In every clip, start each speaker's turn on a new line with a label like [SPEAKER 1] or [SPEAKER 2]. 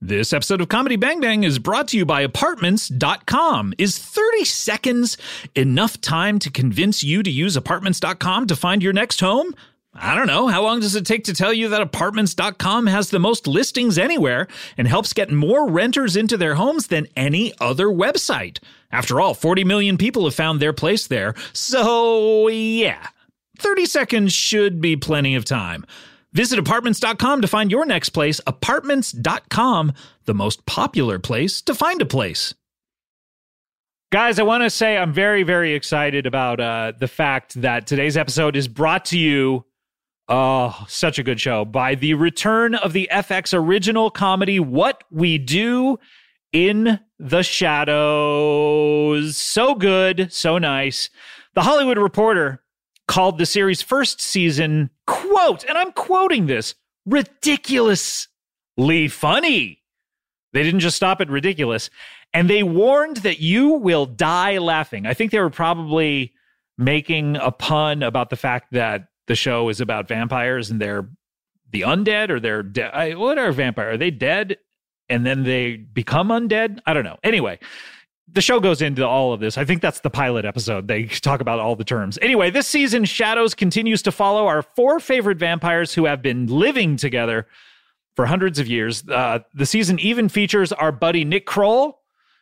[SPEAKER 1] This episode of Comedy Bang Bang is brought to you by Apartments.com. Is 30 seconds enough time to convince you to use Apartments.com to find your next home? I don't know. How long does it take to tell you that Apartments.com has the most listings anywhere and helps get more renters into their homes than any other website? After all, 40 million people have found their place there. So, yeah, 30 seconds should be plenty of time. Visit apartments.com to find your next place. Apartments.com, the most popular place to find a place. Guys, I want to say I'm very, very excited about uh, the fact that today's episode is brought to you. Oh, such a good show by the return of the FX original comedy, What We Do in the Shadows. So good, so nice. The Hollywood Reporter called the series' first season, quote, and I'm quoting this, ridiculously funny. They didn't just stop at ridiculous. And they warned that you will die laughing. I think they were probably making a pun about the fact that the show is about vampires and they're the undead or they're dead. What are vampire? Are they dead? And then they become undead? I don't know. Anyway, the show goes into all of this. I think that's the pilot episode. They talk about all the terms. Anyway, this season, Shadows continues to follow our four favorite vampires who have been living together for hundreds of years. Uh, the season even features our buddy Nick Kroll,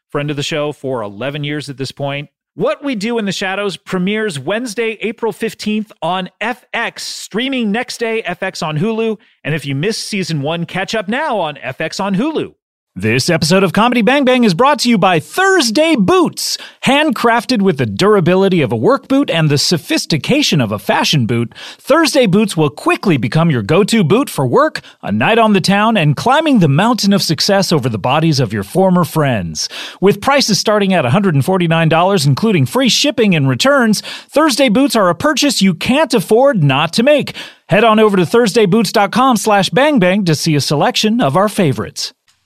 [SPEAKER 1] friend of the show for 11 years at this point. What We Do in the Shadows premieres Wednesday, April 15th on FX, streaming next day, FX on Hulu. And if you missed season one, catch up now on FX on Hulu. This episode of Comedy Bang Bang is brought to you by Thursday Boots, handcrafted with the durability of a work boot and the sophistication of a fashion boot. Thursday Boots will quickly become your go-to boot for work, a night on the town, and climbing the mountain of success over the bodies of your former friends. With prices starting at $149, including free shipping and returns, Thursday Boots are a purchase you can't afford not to make. Head on over to thursdayboots.com slash bangbang to see a selection of our favorites.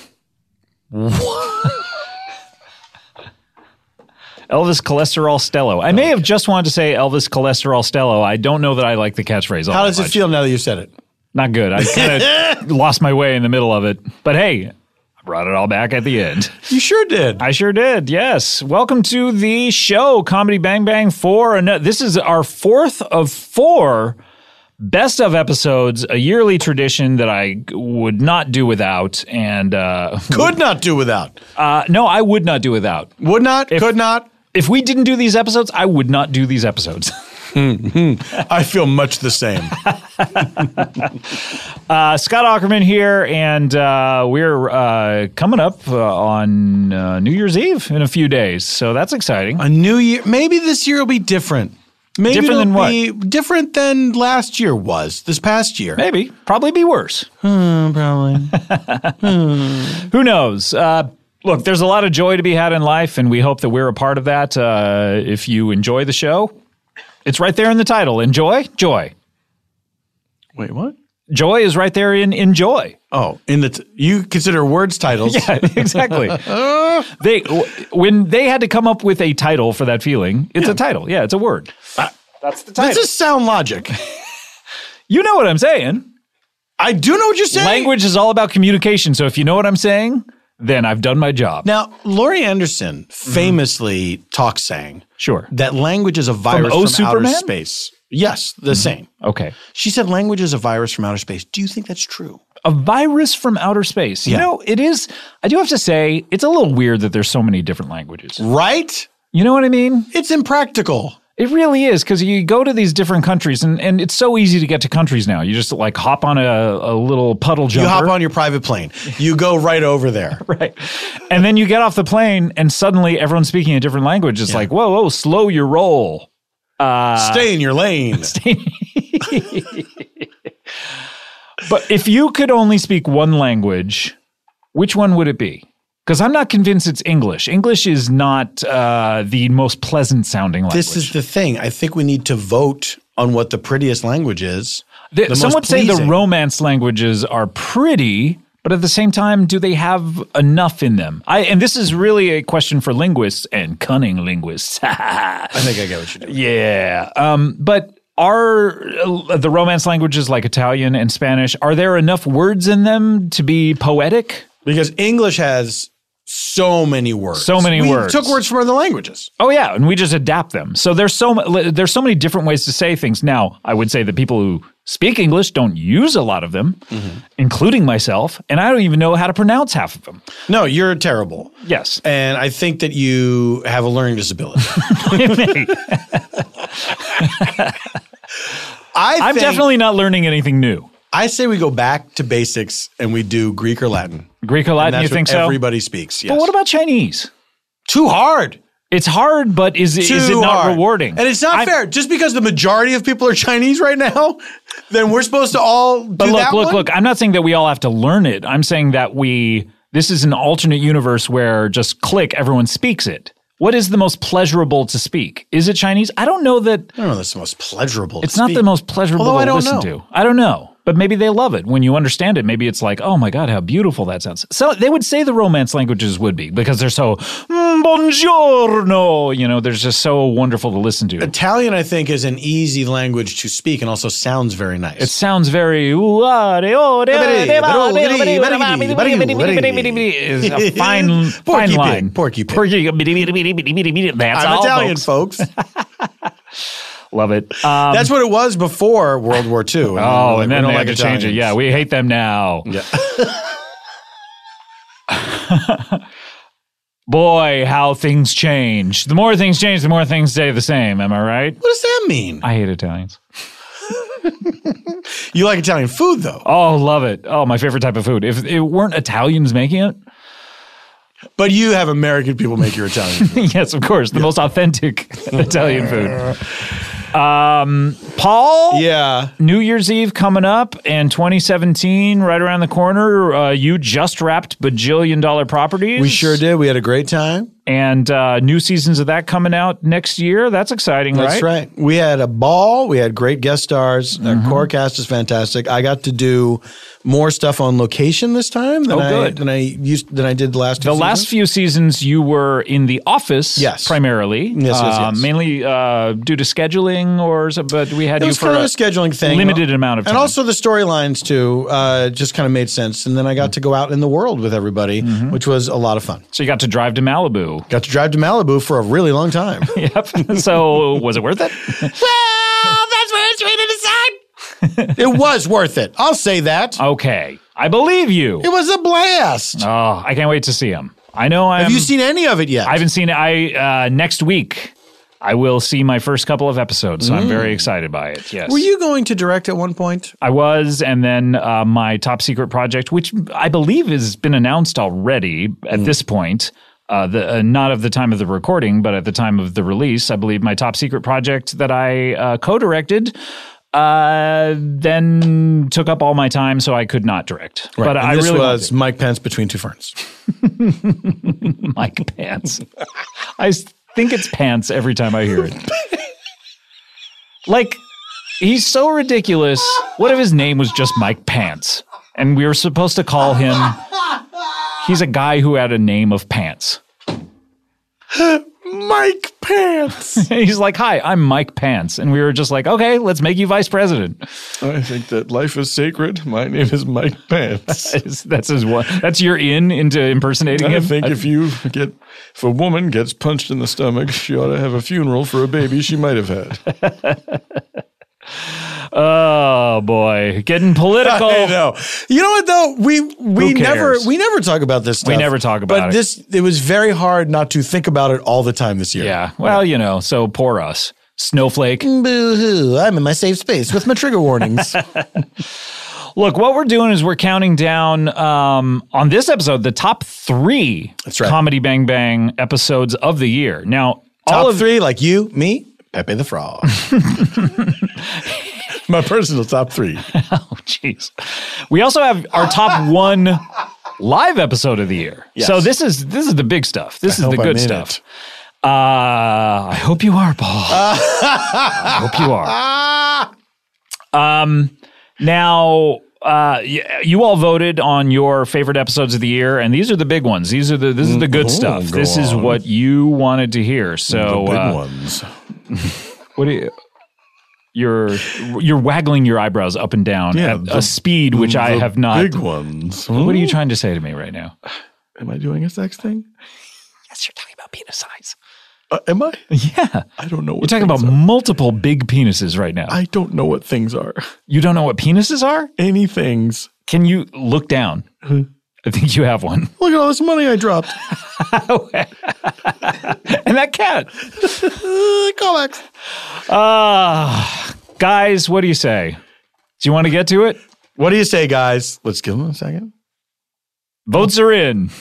[SPEAKER 1] Elvis Cholesterol Stello. I may have just wanted to say Elvis Cholesterol Stello. I don't know that I like the catchphrase. all
[SPEAKER 2] How
[SPEAKER 1] that
[SPEAKER 2] does it
[SPEAKER 1] much.
[SPEAKER 2] feel now that you said it?
[SPEAKER 1] Not good. I kind of lost my way in the middle of it. But hey, I brought it all back at the end.
[SPEAKER 2] You sure did.
[SPEAKER 1] I sure did. Yes. Welcome to the show, Comedy Bang Bang 4. And this is our fourth of four best of episodes, a yearly tradition that I would not do without. And uh,
[SPEAKER 2] could not do without.
[SPEAKER 1] uh, no, I would not do without.
[SPEAKER 2] Would not, could not.
[SPEAKER 1] If we didn't do these episodes, I would not do these episodes.
[SPEAKER 2] I feel much the same.
[SPEAKER 1] Uh, Scott Ackerman here, and uh, we're uh, coming up uh, on uh, New Year's Eve in a few days. So that's exciting.
[SPEAKER 2] A new year. Maybe this year will be different. Maybe
[SPEAKER 1] Different
[SPEAKER 2] it'll
[SPEAKER 1] than what?
[SPEAKER 2] be different than last year was, this past year. Hmm,
[SPEAKER 1] Maybe. Probably be worse.
[SPEAKER 2] Probably.
[SPEAKER 1] who knows? Uh, look, there's a lot of joy to be had in life, and we hope that we're a part of that. Uh, if you enjoy the show, it's right there in the title. Enjoy, joy,
[SPEAKER 2] Wait, what?
[SPEAKER 1] joy is right there in enjoy.
[SPEAKER 2] Oh, in the t- you consider words titles.
[SPEAKER 1] exactly. they w- when they had to come up with a title for that feeling, it's a title. Yeah, it's a word. That's the
[SPEAKER 2] This is sound logic.
[SPEAKER 1] you know what I'm saying.
[SPEAKER 2] I do know what you're saying.
[SPEAKER 1] Language is all about communication. So if you know what I'm saying, then I've done my job.
[SPEAKER 2] Now, Laurie Anderson famously talk sang
[SPEAKER 1] sure.
[SPEAKER 2] that language is a virus
[SPEAKER 1] Oh,
[SPEAKER 2] from,
[SPEAKER 1] Superman? Mm-hmm.
[SPEAKER 2] outer space. Yes, the same.
[SPEAKER 1] Okay.
[SPEAKER 2] She said language is a virus from outer space. Do you think that's true?
[SPEAKER 1] a virus from outer space. You
[SPEAKER 2] Yeah.
[SPEAKER 1] know, it is. I do have to say, it's a little weird that there's so many different languages.
[SPEAKER 2] Right?
[SPEAKER 1] You know what I mean?
[SPEAKER 2] It's impractical.
[SPEAKER 1] It really is because you go to these different countries, and, and it's so easy to get to countries now. You just like hop on a, a little puddle
[SPEAKER 2] You
[SPEAKER 1] jumper,
[SPEAKER 2] hop on your private plane. You go right over there.
[SPEAKER 1] right? And then you get off the plane, and suddenly everyone's speaking a different language. It's like, whoa, whoa, slow Uh, your roll.
[SPEAKER 2] Stay in your lane.
[SPEAKER 1] But if you could only speak one language, which one would it be? Because I'm not convinced it's English. English is not uh, the most pleasant sounding language.
[SPEAKER 2] This is the thing. I think we need to vote on what the prettiest language is.
[SPEAKER 1] The-
[SPEAKER 2] the
[SPEAKER 1] some
[SPEAKER 2] most
[SPEAKER 1] would say the
[SPEAKER 2] pleasing.
[SPEAKER 1] romance languages are pretty, but at the same time, do they have enough in them? I and this is really a question for linguists and cunning linguists.
[SPEAKER 2] I think I get what you're doing.
[SPEAKER 1] yeah, um, but are uh, the romance languages like Italian and Spanish? Are there enough words in them to be poetic?
[SPEAKER 2] Because English has so many words.
[SPEAKER 1] So many
[SPEAKER 2] we
[SPEAKER 1] words.
[SPEAKER 2] took words from other languages.
[SPEAKER 1] Oh yeah, and we just adapt them. So there's so mu- there's so many different ways to say things. Now, I would say that people who speak English don't use a lot of them, including myself, and I don't even know how to pronounce half of them.
[SPEAKER 2] No, you're terrible.
[SPEAKER 1] Yes.
[SPEAKER 2] And I think that you have a learning disability. I
[SPEAKER 1] I'm
[SPEAKER 2] think-
[SPEAKER 1] definitely not learning anything new.
[SPEAKER 2] I say we go back to basics and we do Greek or Latin.
[SPEAKER 1] Greek or
[SPEAKER 2] And
[SPEAKER 1] Latin,
[SPEAKER 2] that's
[SPEAKER 1] you think
[SPEAKER 2] what
[SPEAKER 1] so?
[SPEAKER 2] everybody speaks. Yes.
[SPEAKER 1] But what about Chinese?
[SPEAKER 2] too hard?
[SPEAKER 1] It's hard, but is it,
[SPEAKER 2] Too
[SPEAKER 1] is it not
[SPEAKER 2] hard.
[SPEAKER 1] rewarding?
[SPEAKER 2] And it's not
[SPEAKER 1] I'm-
[SPEAKER 2] fair. Just because the majority of people are Chinese right now, then we're supposed to all do
[SPEAKER 1] But look,
[SPEAKER 2] that
[SPEAKER 1] look,
[SPEAKER 2] one?
[SPEAKER 1] look. I'm not saying that we all have to learn it. I'm saying that we this is an alternate universe where just click, everyone speaks it. What is the most pleasurable to speak? Is it Chinese? I don't know that
[SPEAKER 2] I don't know. That's the most pleasurable. to
[SPEAKER 1] it's not the
[SPEAKER 2] speak.
[SPEAKER 1] most pleasurable
[SPEAKER 2] Although
[SPEAKER 1] to
[SPEAKER 2] I don't
[SPEAKER 1] listen
[SPEAKER 2] know.
[SPEAKER 1] to. I don't know. But maybe they love it when you understand it. Maybe it's like, oh my god, how beautiful that sounds. So they would say the romance languages would be because they're so mm, buongiorno. You know, they're just so wonderful to listen to. It
[SPEAKER 2] Italian, I think, is an easy language to speak and also sounds very nice.
[SPEAKER 1] sounds very. It's a fine,
[SPEAKER 2] Porky
[SPEAKER 1] fine
[SPEAKER 2] pig,
[SPEAKER 1] line.
[SPEAKER 2] porky pig.
[SPEAKER 1] Porky. That's
[SPEAKER 2] I'm
[SPEAKER 1] all,
[SPEAKER 2] Italian,
[SPEAKER 1] folks.
[SPEAKER 2] folks.
[SPEAKER 1] Love it. Um,
[SPEAKER 2] That's what it was before World War II.
[SPEAKER 1] Oh,
[SPEAKER 2] Like,
[SPEAKER 1] and
[SPEAKER 2] we
[SPEAKER 1] then
[SPEAKER 2] don't
[SPEAKER 1] they
[SPEAKER 2] like
[SPEAKER 1] had to change it.
[SPEAKER 2] Italians.
[SPEAKER 1] Yeah, we hate them now.
[SPEAKER 2] Yeah.
[SPEAKER 1] Boy, how things change. The more things change, the more things stay the same. Am I right?
[SPEAKER 2] What does that mean?
[SPEAKER 1] I hate Italians.
[SPEAKER 2] You like Italian food, though.
[SPEAKER 1] Oh, love it. Oh, my favorite type of food. If it weren't Italians making it,
[SPEAKER 2] But you have American people make your Italian food.
[SPEAKER 1] yes, of course, the most authentic Italian food. Um, Paul,
[SPEAKER 2] yeah.
[SPEAKER 1] New Year's Eve coming up and 2017 right around the corner. Uh, you just wrapped bajillion dollar properties.
[SPEAKER 2] We sure did. We had a great time.
[SPEAKER 1] And uh, new seasons of that coming out next year. That's exciting,
[SPEAKER 2] That's right. We had a ball. We had great guest stars.
[SPEAKER 1] Mm-hmm.
[SPEAKER 2] Our core cast is fantastic. I got to do more stuff on location this time than
[SPEAKER 1] Oh,
[SPEAKER 2] I
[SPEAKER 1] good.
[SPEAKER 2] than I used than I did the last.
[SPEAKER 1] The last few seasons, you were in the office,
[SPEAKER 2] Yes.
[SPEAKER 1] primarily,
[SPEAKER 2] yes,
[SPEAKER 1] Uh,
[SPEAKER 2] yes.
[SPEAKER 1] mainly uh, due to scheduling or so, but we had
[SPEAKER 2] It
[SPEAKER 1] you
[SPEAKER 2] was
[SPEAKER 1] for
[SPEAKER 2] kind of
[SPEAKER 1] a
[SPEAKER 2] a scheduling thing,
[SPEAKER 1] limited amount of time.
[SPEAKER 2] and also the storylines too. Uh, just kind of made sense, and then I got to go out in the world with everybody, which was a lot of fun.
[SPEAKER 1] Mm-hmm. so you got to drive to Malibu.
[SPEAKER 2] Got to drive to Malibu for a really long time.
[SPEAKER 1] Yep. so was it worth it?
[SPEAKER 2] well, that's where it's way to decide. it was worth it. I'll say that.
[SPEAKER 1] Okay, I believe you.
[SPEAKER 2] It was a blast.
[SPEAKER 1] Oh, I can't wait to see him. I know I'm.
[SPEAKER 2] Have you seen any of it yet?
[SPEAKER 1] I haven't seen. I uh, next week I will see my first couple of episodes, so I'm very excited by it. Yes.
[SPEAKER 2] Mm. Were you going to direct at one point?
[SPEAKER 1] I was, and then uh, my top secret project, which I believe has been announced already at
[SPEAKER 2] Hmm.
[SPEAKER 1] this point. Uh, the, uh, not of the time of the recording, but at the time of the release, I believe my top secret project that I uh, co-directed uh, then took up all my time, so I could not direct. But
[SPEAKER 2] And
[SPEAKER 1] I
[SPEAKER 2] this
[SPEAKER 1] really want
[SPEAKER 2] was Mike Pence between two ferns.
[SPEAKER 1] to. Mike Pants. I s- think it's Pants every time I hear it. like he's so ridiculous. What if his name was just Mike Pants? And we were supposed to call him He's a guy who had a name of Pants.
[SPEAKER 2] Mike Pence.
[SPEAKER 1] he's like, "Hi, I'm Mike Pants." And we were just like, "Okay, let's make you vice president."
[SPEAKER 3] I think that life is sacred. My name is Mike Pants.
[SPEAKER 1] that's his one. That's your in into impersonating
[SPEAKER 3] I
[SPEAKER 1] him.
[SPEAKER 3] think if you get if a woman gets punched in the stomach, she ought to have a funeral for a baby she might have had.
[SPEAKER 1] oh boy, getting political.
[SPEAKER 2] I know. You know what though? We we
[SPEAKER 1] Who
[SPEAKER 2] never
[SPEAKER 1] cares?
[SPEAKER 2] we never talk about this stuff.
[SPEAKER 1] never talk about
[SPEAKER 2] but
[SPEAKER 1] it.
[SPEAKER 2] this it was very hard not to think about it all the time this year.
[SPEAKER 1] Yeah. Well, you know, so poor us. Snowflake.
[SPEAKER 2] Boo hoo. I'm in my safe space with my trigger warnings.
[SPEAKER 1] Look, what we're doing is we're counting down um, on this episode the top three
[SPEAKER 2] That's right.
[SPEAKER 1] comedy Bang Bang episodes of the year. Now, all
[SPEAKER 2] Top
[SPEAKER 1] of
[SPEAKER 2] three, like you, me, Pepe the Frog.
[SPEAKER 4] my personal top three.
[SPEAKER 1] Oh, jeez. We also have our top one live episode of the year. So this is this is the big stuff. This is the
[SPEAKER 4] hope I
[SPEAKER 1] good
[SPEAKER 4] made
[SPEAKER 1] stuff. Uh, I hope you are, Paul. I hope you are. Um, now. Uh, y- you all voted on your favorite episodes of the year, and these are the big ones. These are the this is the good
[SPEAKER 4] Mhm.
[SPEAKER 1] stuff.
[SPEAKER 4] Go
[SPEAKER 1] This is
[SPEAKER 4] on.
[SPEAKER 1] what you wanted to hear. So,
[SPEAKER 4] the big
[SPEAKER 1] uh,
[SPEAKER 4] ones.
[SPEAKER 1] what do you? You're you're waggling your eyebrows up and down
[SPEAKER 4] Yeah,
[SPEAKER 1] at
[SPEAKER 4] the-
[SPEAKER 1] a speed which I
[SPEAKER 4] The
[SPEAKER 1] have not
[SPEAKER 4] Big ones.
[SPEAKER 1] what are you trying to say to me right now?
[SPEAKER 4] Am I doing a sex thing?
[SPEAKER 1] Yes, you're talking about penis size.
[SPEAKER 4] Uh, am I?
[SPEAKER 1] Yeah.
[SPEAKER 4] I don't know. What
[SPEAKER 1] You're talking about
[SPEAKER 4] things Are.
[SPEAKER 1] multiple big penises right now.
[SPEAKER 4] I don't know what things are.
[SPEAKER 1] you don't know what penises are?
[SPEAKER 4] Any things.
[SPEAKER 1] Can you look down? I think you have one.
[SPEAKER 4] Look at all this money I dropped.
[SPEAKER 1] and that cat.
[SPEAKER 4] Comex.
[SPEAKER 1] Uh, guys, what do you say? Do you want to get to it?
[SPEAKER 4] What do you say, guys? Let's give them a second.
[SPEAKER 1] Votes are in.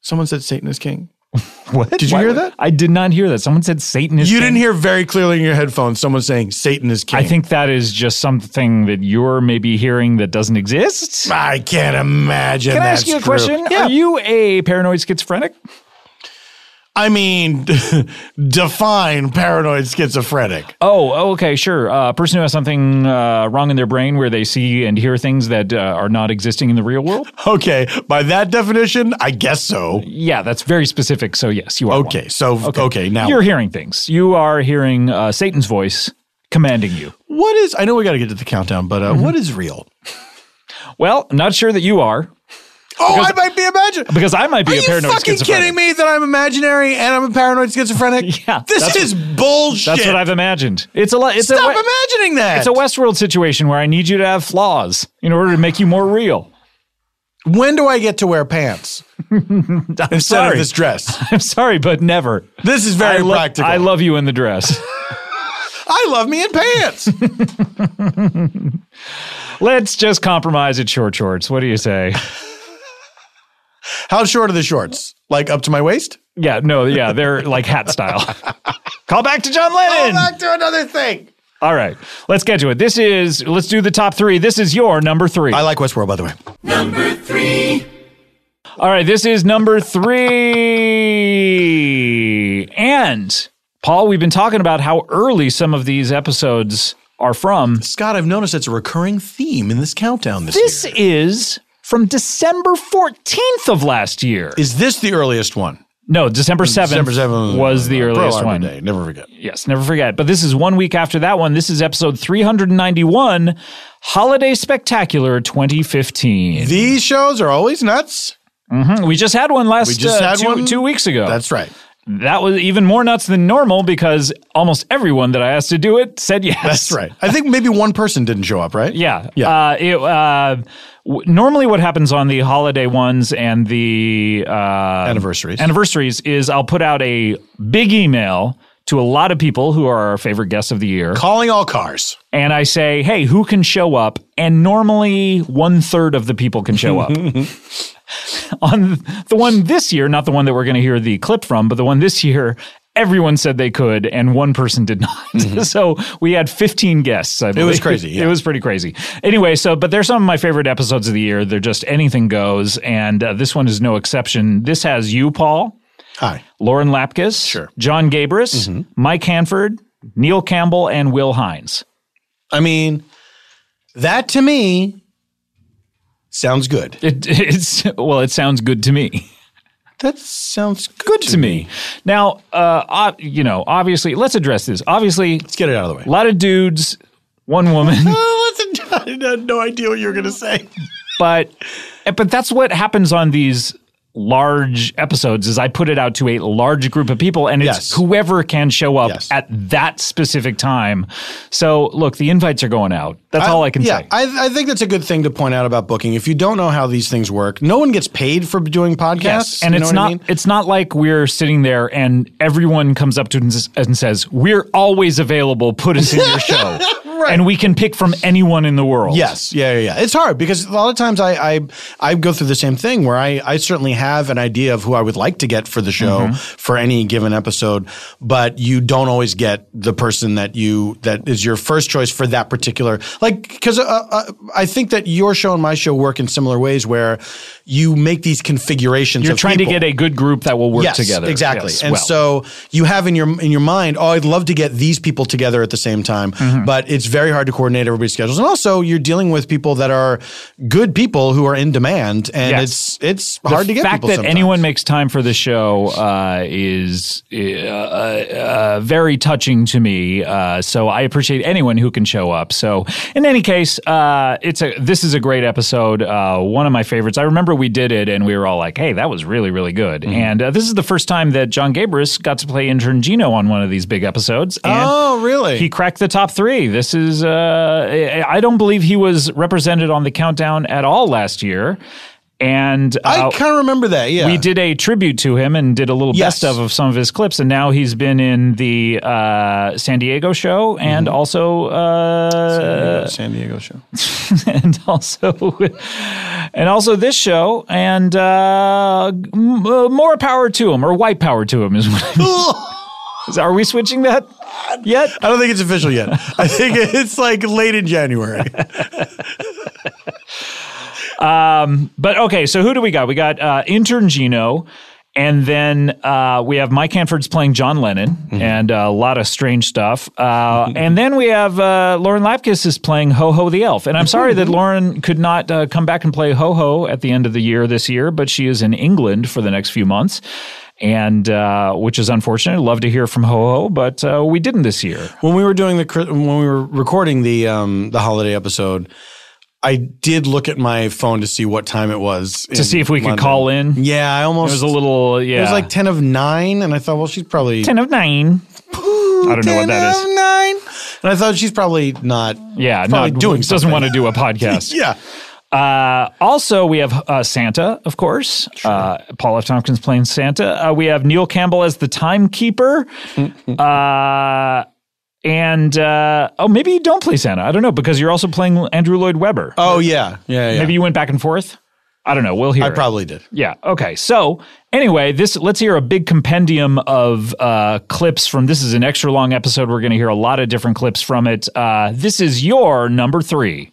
[SPEAKER 4] Someone said Satan is king.
[SPEAKER 1] What? Did
[SPEAKER 4] you hear that?
[SPEAKER 1] I did not hear that. Someone said Satan is
[SPEAKER 4] You
[SPEAKER 1] king.
[SPEAKER 4] didn't hear very clearly in your headphones someone saying Satan is king.
[SPEAKER 1] I think that is just something that you're maybe hearing that doesn't exist.
[SPEAKER 4] I can't imagine.
[SPEAKER 1] Can I
[SPEAKER 4] that's
[SPEAKER 1] ask you a
[SPEAKER 4] true.
[SPEAKER 1] question?
[SPEAKER 4] Yeah.
[SPEAKER 1] Are you a paranoid schizophrenic?
[SPEAKER 4] I mean, define paranoid schizophrenic.
[SPEAKER 1] Oh, oh, okay, sure. Uh, a person who has something uh, wrong in their brain where they see and hear things that uh, are not existing in the real world.
[SPEAKER 4] Okay, by that definition, I guess so.
[SPEAKER 1] Yeah, that's very specific. So yes, you are. one.
[SPEAKER 4] Okay, so okay, now
[SPEAKER 1] you're hearing things. You are hearing uh, Satan's voice commanding you. Mm-hmm.
[SPEAKER 4] what is? I know we got to get to the countdown, but uh, what is real?
[SPEAKER 1] Well, I'm not sure that you are
[SPEAKER 4] Oh, I might be imagining.
[SPEAKER 1] because I might be
[SPEAKER 4] Are
[SPEAKER 1] a
[SPEAKER 4] you
[SPEAKER 1] paranoid
[SPEAKER 4] fucking
[SPEAKER 1] schizophrenic.
[SPEAKER 4] kidding me that I'm imaginary and I'm a paranoid schizophrenic?
[SPEAKER 1] Yeah,
[SPEAKER 4] this
[SPEAKER 1] that's-
[SPEAKER 4] is bullshit.
[SPEAKER 1] That's what I've imagined. It's a lot. It's
[SPEAKER 4] Stop
[SPEAKER 1] a, we-
[SPEAKER 4] imagining that.
[SPEAKER 1] It's a Westworld situation where I need you to have flaws in order to make you more real.
[SPEAKER 4] when do I get to wear pants
[SPEAKER 1] I'm
[SPEAKER 4] instead
[SPEAKER 1] sorry.
[SPEAKER 4] of this dress?
[SPEAKER 1] I'm sorry, but never.
[SPEAKER 4] This is very
[SPEAKER 1] I, lo-
[SPEAKER 4] practical.
[SPEAKER 1] I love you in the dress.
[SPEAKER 4] I love me in pants.
[SPEAKER 1] Let's just compromise at short shorts. What do you say?
[SPEAKER 4] How short are the shorts? Like up to my waist?
[SPEAKER 1] Yeah, no, yeah, they're like hat style. Call back to John Lennon.
[SPEAKER 4] Back to another thing.
[SPEAKER 1] All right, let's get to it. This is, let's do the top three. This is your number three.
[SPEAKER 4] I like Westworld, by the way.
[SPEAKER 1] All right, this is number three. And Paul, we've been talking about how early some of these episodes are from.
[SPEAKER 4] Scott, I've noticed it's a recurring theme in this countdown this,
[SPEAKER 1] This
[SPEAKER 4] year.
[SPEAKER 1] is from December 14th of last year.
[SPEAKER 4] Is this the earliest one?
[SPEAKER 1] No, December 7th,
[SPEAKER 4] December 7th
[SPEAKER 1] was the
[SPEAKER 4] uh, Pearl
[SPEAKER 1] earliest
[SPEAKER 4] Harbor
[SPEAKER 1] one.
[SPEAKER 4] Day. Never forget.
[SPEAKER 1] Yes, never forget. But this is one week after that one. This is episode 391, Holiday Spectacular 2015.
[SPEAKER 4] These shows are always nuts.
[SPEAKER 1] Mm-hmm. we just had one last uh,
[SPEAKER 4] We just had
[SPEAKER 1] two,
[SPEAKER 4] one.
[SPEAKER 1] two weeks ago.
[SPEAKER 4] Mm. That's right.
[SPEAKER 1] that was even more nuts than normal because almost everyone that I asked to do it said yes.
[SPEAKER 4] That's right. I think maybe one person didn't show up, right?
[SPEAKER 1] Yeah.
[SPEAKER 4] Yeah.
[SPEAKER 1] Uh, it, uh, w- normally, what happens on the holiday ones and the uh,
[SPEAKER 4] Anniversaries.
[SPEAKER 1] anniversaries is I'll put out a big email to a lot of people who are our favorite guests of the year.
[SPEAKER 4] Calling all cars.
[SPEAKER 1] and I say, hey, who can show up? And normally one third of the people can show up. on the one this year, not the one that we're going to hear the clip from, but the one this year, everyone said they could, and one person did not. so we had 15 guests, I believe.
[SPEAKER 4] Mm-hmm. was crazy, yeah.
[SPEAKER 1] It was pretty crazy. Anyway, so, but they're some of my favorite episodes of the year. They're just anything goes, and uh, this one is no exception. This has you, Paul.
[SPEAKER 4] Hi.
[SPEAKER 1] Lauren Lapkus,
[SPEAKER 4] Sure. Mm-hmm.
[SPEAKER 1] John Gabris, Mike Hanford, Neil Campbell, and Will Hines.
[SPEAKER 4] I mean, that to me sounds good.
[SPEAKER 1] It, it's well, it sounds good to me.
[SPEAKER 4] That sounds good,
[SPEAKER 1] Good to me. Now, uh, ob- you know, obviously, let's address this. Obviously,
[SPEAKER 4] Let's get it out of the way.
[SPEAKER 1] a lot of dudes, one woman,
[SPEAKER 4] Oh, listen, I had no idea what you were going to say.
[SPEAKER 1] but eh, but that's what happens on these large episodes. Is I put it out to a large group of people, and it's
[SPEAKER 4] Yes.
[SPEAKER 1] whoever can show up
[SPEAKER 4] Yes.
[SPEAKER 1] at that specific time. So, look, the invites are going out. That's all I can
[SPEAKER 4] yeah,
[SPEAKER 1] say.
[SPEAKER 4] I, I think that's a good thing to point out about booking. If you don't know how these things work, no one gets paid for doing podcasts.
[SPEAKER 1] and
[SPEAKER 4] you know
[SPEAKER 1] it's
[SPEAKER 4] what
[SPEAKER 1] not
[SPEAKER 4] I mean?
[SPEAKER 1] it's not like we're sitting there and everyone comes up to us and says, "We're always available. Put us in your show."
[SPEAKER 2] Right.
[SPEAKER 1] and we can pick from anyone in the world.
[SPEAKER 2] Yes, yeah, yeah, yeah. It's hard because a lot of times I I, I go through the same thing where I, I certainly have an idea of who I would like to get for the show
[SPEAKER 1] Mm-hmm.
[SPEAKER 2] for any given episode, but you don't always get the person that you that is your first choice for that particular like because uh, uh, I think that your show and my show work in similar ways where you make these configurations.
[SPEAKER 1] You're
[SPEAKER 2] of
[SPEAKER 1] trying
[SPEAKER 2] people.
[SPEAKER 1] to get a good group that will work
[SPEAKER 2] Yes,
[SPEAKER 1] together.
[SPEAKER 2] Exactly.
[SPEAKER 1] Yes,
[SPEAKER 2] and
[SPEAKER 1] well.
[SPEAKER 2] so you have in your in your mind, oh, I'd love to get these people together at the same time,
[SPEAKER 1] Mm-hmm.
[SPEAKER 2] but it's very hard to coordinate everybody's schedules. And also, you're dealing with people that are good people who are in demand, and
[SPEAKER 1] Yes.
[SPEAKER 2] it's it's
[SPEAKER 1] the
[SPEAKER 2] hard to get
[SPEAKER 1] fact
[SPEAKER 2] people.
[SPEAKER 1] that
[SPEAKER 2] sometimes.
[SPEAKER 1] anyone makes time for the show uh, is uh, uh, very touching to me. Uh, so I appreciate anyone who can show up. So in any case, uh, it's a this is a great episode, uh, one of my favorites. I remember we did it, and we were all like, "Hey, that was really really good."
[SPEAKER 2] Mm-hmm.
[SPEAKER 1] And uh, this is the first time that John Gabris got to play intern Gino on one of these big episodes. And
[SPEAKER 2] Oh, really?
[SPEAKER 1] He cracked the top three. This is, uh, I I don't believe he was represented on the countdown at all last year. And
[SPEAKER 2] I
[SPEAKER 1] uh,
[SPEAKER 2] kind of remember that. Yeah,
[SPEAKER 1] we did a tribute to him and did a little
[SPEAKER 2] Yes.
[SPEAKER 1] best of of some of his clips, and now he's been in the uh, San Diego show
[SPEAKER 2] Mm-hmm.
[SPEAKER 1] and also uh,
[SPEAKER 4] San Diego show.
[SPEAKER 1] and also and also this show, and uh, m- uh, more power to him or white power to him is. What is are we switching that yet?
[SPEAKER 2] I don't think it's official yet. I think it's like late in January.
[SPEAKER 1] Um, But okay, so who do we got? We got uh, intern Gino, and then uh, we have Mike Hanford's playing John Lennon,
[SPEAKER 2] Mm-hmm.
[SPEAKER 1] and uh, a lot of strange stuff. Uh, and then we have uh, Lauren Lapkus is playing Ho Ho the Elf. And I'm sorry that Lauren could not uh, come back and play Ho Ho at the end of the year this year, but she is in England for the next few months. And uh, which is unfortunate. I'd love to hear from Ho Ho, but uh, we didn't this year.
[SPEAKER 2] when we were doing the Chri- when we were recording the um the holiday episode, I did look at my phone to see what time it was
[SPEAKER 1] To see if we could call in. It
[SPEAKER 2] Yeah, I almost
[SPEAKER 1] was a little, yeah.
[SPEAKER 2] It was like ten of nine, and I thought, well, she's probably
[SPEAKER 1] 10 of 9.
[SPEAKER 2] I
[SPEAKER 1] don't know what that is.
[SPEAKER 2] Nine, and I thought she's probably not.
[SPEAKER 1] Yeah,
[SPEAKER 2] probably
[SPEAKER 1] not,
[SPEAKER 2] doing
[SPEAKER 1] doesn't
[SPEAKER 2] something.
[SPEAKER 1] want to do a podcast.
[SPEAKER 2] Yeah,
[SPEAKER 1] Uh, also, we have uh, Santa, of course. Uh, Paul F. Tompkins playing Santa. Uh, we have Neil Campbell as the timekeeper. uh, and uh, oh, maybe you don't play Santa. I don't know because you're also playing Andrew Lloyd Webber.
[SPEAKER 2] oh yeah, yeah, yeah.
[SPEAKER 1] Maybe you went back and forth. I don't know. We'll hear.
[SPEAKER 2] I
[SPEAKER 1] it.
[SPEAKER 2] probably did.
[SPEAKER 1] Yeah. Okay. So anyway, this let's hear a big compendium of uh, clips from. This is an extra long episode. We're going to hear a lot of different clips from it. Uh, this is your number three.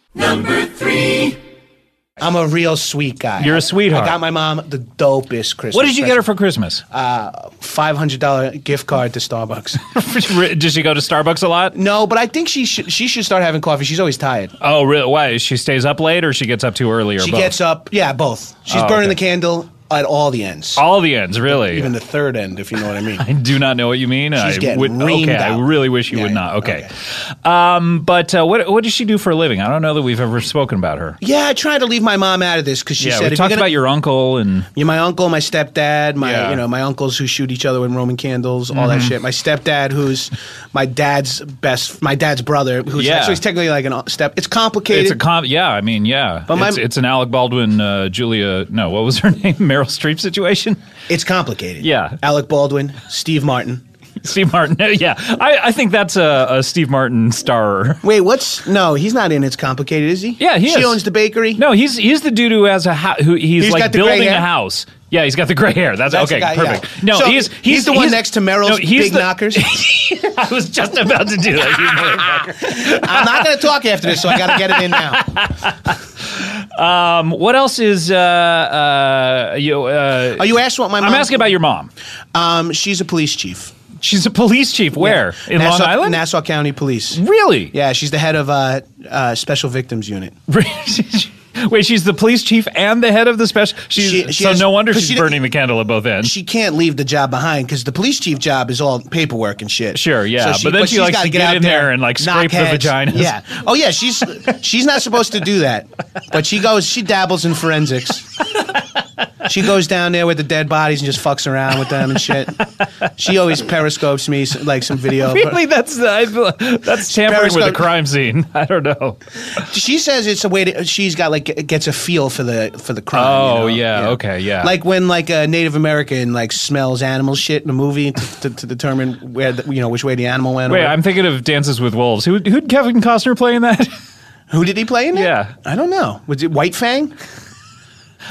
[SPEAKER 5] I'm a real sweet guy.
[SPEAKER 1] You're a sweetheart.
[SPEAKER 5] I got my mom the dopest Christmas.
[SPEAKER 1] What did you get her
[SPEAKER 5] present. Uh,
[SPEAKER 1] for Christmas?
[SPEAKER 5] Five hundred dollar gift card to Starbucks.
[SPEAKER 1] Does she go to Starbucks a lot?
[SPEAKER 5] no, but I think she should. She should start having coffee. She's always tired.
[SPEAKER 1] Oh, really? Why? She stays up late or she gets up too early or
[SPEAKER 5] she
[SPEAKER 1] both?
[SPEAKER 5] gets up. Yeah, both. She's
[SPEAKER 1] Oh,
[SPEAKER 5] burning
[SPEAKER 1] okay.
[SPEAKER 5] the candle at all the ends,
[SPEAKER 1] All the ends, really.
[SPEAKER 5] even the third end, if you know what I mean.
[SPEAKER 1] I do not know what you mean. I
[SPEAKER 5] getting
[SPEAKER 1] would,
[SPEAKER 5] reamed
[SPEAKER 1] okay, I
[SPEAKER 5] out.
[SPEAKER 1] really wish you
[SPEAKER 5] Yeah,
[SPEAKER 1] would
[SPEAKER 5] yeah,
[SPEAKER 1] not. Okay. Um, but uh, what, what does she do for a living? I don't know that we've ever spoken about her.
[SPEAKER 5] yeah, I tried to leave my mom out of this because she
[SPEAKER 1] yeah,
[SPEAKER 5] said
[SPEAKER 1] we
[SPEAKER 5] if you're
[SPEAKER 1] talked
[SPEAKER 5] gonna,
[SPEAKER 1] about your uncle and.
[SPEAKER 5] Yeah, my uncle, my stepdad, my
[SPEAKER 1] Mm-hmm. Yeah. Mm-hmm.
[SPEAKER 5] you know my uncles who shoot each other with Roman candles, all that shit. My stepdad, who's my dad's best, my dad's brother, who's
[SPEAKER 1] Yeah.
[SPEAKER 5] actually he's technically like an uh, step. It's complicated.
[SPEAKER 1] It's a comp. Yeah, I mean, yeah.
[SPEAKER 5] But my-
[SPEAKER 1] it's, it's an Alec Baldwin, uh, Julia. No, what was her name? Meryl Streep situation?
[SPEAKER 5] It's complicated.
[SPEAKER 1] Yeah.
[SPEAKER 5] Alec Baldwin, Steve Martin.
[SPEAKER 1] Steve Martin. Yeah, I, I think that's a, a Steve Martin star.
[SPEAKER 5] Wait, what's no? He's not in. It's complicated, is he?
[SPEAKER 1] Yeah, he
[SPEAKER 5] she
[SPEAKER 1] is.
[SPEAKER 5] owns the bakery.
[SPEAKER 1] No, he's he's the dude who has a ho- who he's,
[SPEAKER 5] He's
[SPEAKER 1] like
[SPEAKER 5] got the gray
[SPEAKER 1] building a
[SPEAKER 5] hair?
[SPEAKER 1] house. Yeah, he's got the gray hair. That's,
[SPEAKER 5] That's the
[SPEAKER 1] okay,
[SPEAKER 5] guy,
[SPEAKER 1] perfect.
[SPEAKER 5] yeah.
[SPEAKER 1] No,
[SPEAKER 5] So
[SPEAKER 1] he's, he's
[SPEAKER 5] the one
[SPEAKER 1] he's-
[SPEAKER 5] next to Meryl's
[SPEAKER 1] no, he's
[SPEAKER 5] big
[SPEAKER 1] the-
[SPEAKER 5] knockers.
[SPEAKER 1] I was just about to do that. you motherfucker.
[SPEAKER 5] I'm not going to talk after this, so I got to get it in now.
[SPEAKER 1] Um, what else is uh uh you uh?
[SPEAKER 5] Are Oh, you asked what my mom?
[SPEAKER 1] I'm asking about your mom.
[SPEAKER 5] Um, she's a police chief.
[SPEAKER 1] She's a police chief. Where in
[SPEAKER 5] Nassau,
[SPEAKER 1] Long Island?
[SPEAKER 5] Nassau County Police.
[SPEAKER 1] really?
[SPEAKER 5] Yeah, she's the head of uh, uh, Special Victims Unit.
[SPEAKER 1] Wait, she's the police chief and the head of the special. She's,
[SPEAKER 5] She- she
[SPEAKER 1] so
[SPEAKER 5] has-
[SPEAKER 1] no wonder
[SPEAKER 5] 'cause
[SPEAKER 1] she's
[SPEAKER 5] she didn't- e-
[SPEAKER 1] burning the candle at both ends.
[SPEAKER 5] She can't leave the job behind because the police chief job is all paperwork and shit.
[SPEAKER 1] Sure, yeah, but then she
[SPEAKER 5] she's
[SPEAKER 1] likes
[SPEAKER 5] gotta
[SPEAKER 1] to get
[SPEAKER 5] out
[SPEAKER 1] in there and, like,
[SPEAKER 5] knock
[SPEAKER 1] scrape the
[SPEAKER 5] heads.
[SPEAKER 1] vaginas.
[SPEAKER 5] Yeah. Oh yeah, she's she's not supposed to do that, but she goes. She dabbles in forensics. She goes down there with the dead bodies and just fucks around with them and shit. She always periscopes me some, like some video. of her-
[SPEAKER 1] Really, that's uh, I, that's tampering with the
[SPEAKER 5] Periscope.
[SPEAKER 1] crime scene. I don't know.
[SPEAKER 5] She says it's a way to. She's got like gets a feel for the for the crime. you know?
[SPEAKER 1] Oh yeah, okay, yeah.
[SPEAKER 5] Like when like a Native American like smells animal shit in a movie to, to, to determine where the, you know which way the animal went. or
[SPEAKER 1] wait,
[SPEAKER 5] whatever.
[SPEAKER 1] I'm thinking of Dances with Wolves. Who who'd Kevin Costner play in that?
[SPEAKER 5] who did he play in it?
[SPEAKER 1] Yeah.
[SPEAKER 5] I don't know. Was it White Fang?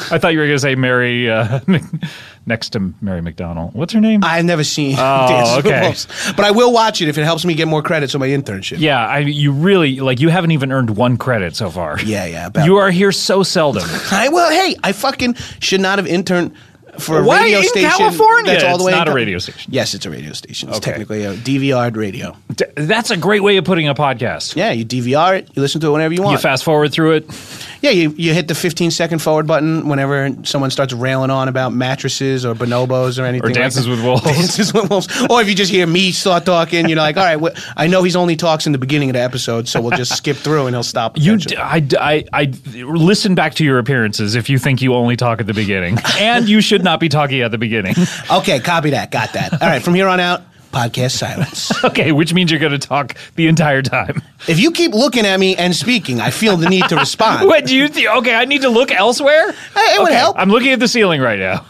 [SPEAKER 1] I thought you were going to say Mary uh, next to Mary McDonald. What's her name? Oh,
[SPEAKER 5] I've never seen Dances with
[SPEAKER 1] okay.
[SPEAKER 5] Wolves. but I will watch it if it helps me get more credits on my internship.
[SPEAKER 1] yeah, I you really like you haven't even earned one credit so far.
[SPEAKER 5] yeah, yeah. About
[SPEAKER 1] You are here so seldom.
[SPEAKER 5] I well, hey, I fucking should not have interned for a
[SPEAKER 1] Why
[SPEAKER 5] radio
[SPEAKER 1] in
[SPEAKER 5] station.
[SPEAKER 1] California?
[SPEAKER 5] That's all the
[SPEAKER 1] It's
[SPEAKER 5] way in
[SPEAKER 1] not a
[SPEAKER 5] Cal-
[SPEAKER 1] radio station.
[SPEAKER 5] Yes, it's a radio station. It's
[SPEAKER 1] Okay.
[SPEAKER 5] technically a DVR radio.
[SPEAKER 1] D- That's a great way of putting a podcast.
[SPEAKER 5] Yeah, you DVR it. You listen to it whenever you
[SPEAKER 1] You
[SPEAKER 5] want.
[SPEAKER 1] fast forward through it.
[SPEAKER 5] yeah, you, you hit the 15 second forward button whenever someone starts railing on about mattresses or bonobos or anything.
[SPEAKER 1] Or Dances
[SPEAKER 5] like
[SPEAKER 1] with
[SPEAKER 5] that.
[SPEAKER 1] Wolves.
[SPEAKER 5] Dances with wolves. Or if you just hear me start talking, you're like, all right, well, I know he's only talks in the beginning of the episode, so we'll just skip through and he'll stop.
[SPEAKER 1] You,
[SPEAKER 5] eventually.
[SPEAKER 1] d- I, d- I- I- listen back to your appearances if you think you only talk at the beginning, and you should not be talking at the beginning.
[SPEAKER 5] okay, copy that. Got that. All right, from here on out, podcast silence.
[SPEAKER 1] Okay, which means you're going to talk the entire time.
[SPEAKER 5] If you keep looking at me and speaking, I feel the need to respond.
[SPEAKER 1] What do you? Th- okay, I need to look elsewhere.
[SPEAKER 5] it would
[SPEAKER 1] Okay,
[SPEAKER 5] help.
[SPEAKER 1] I'm looking at the ceiling right now.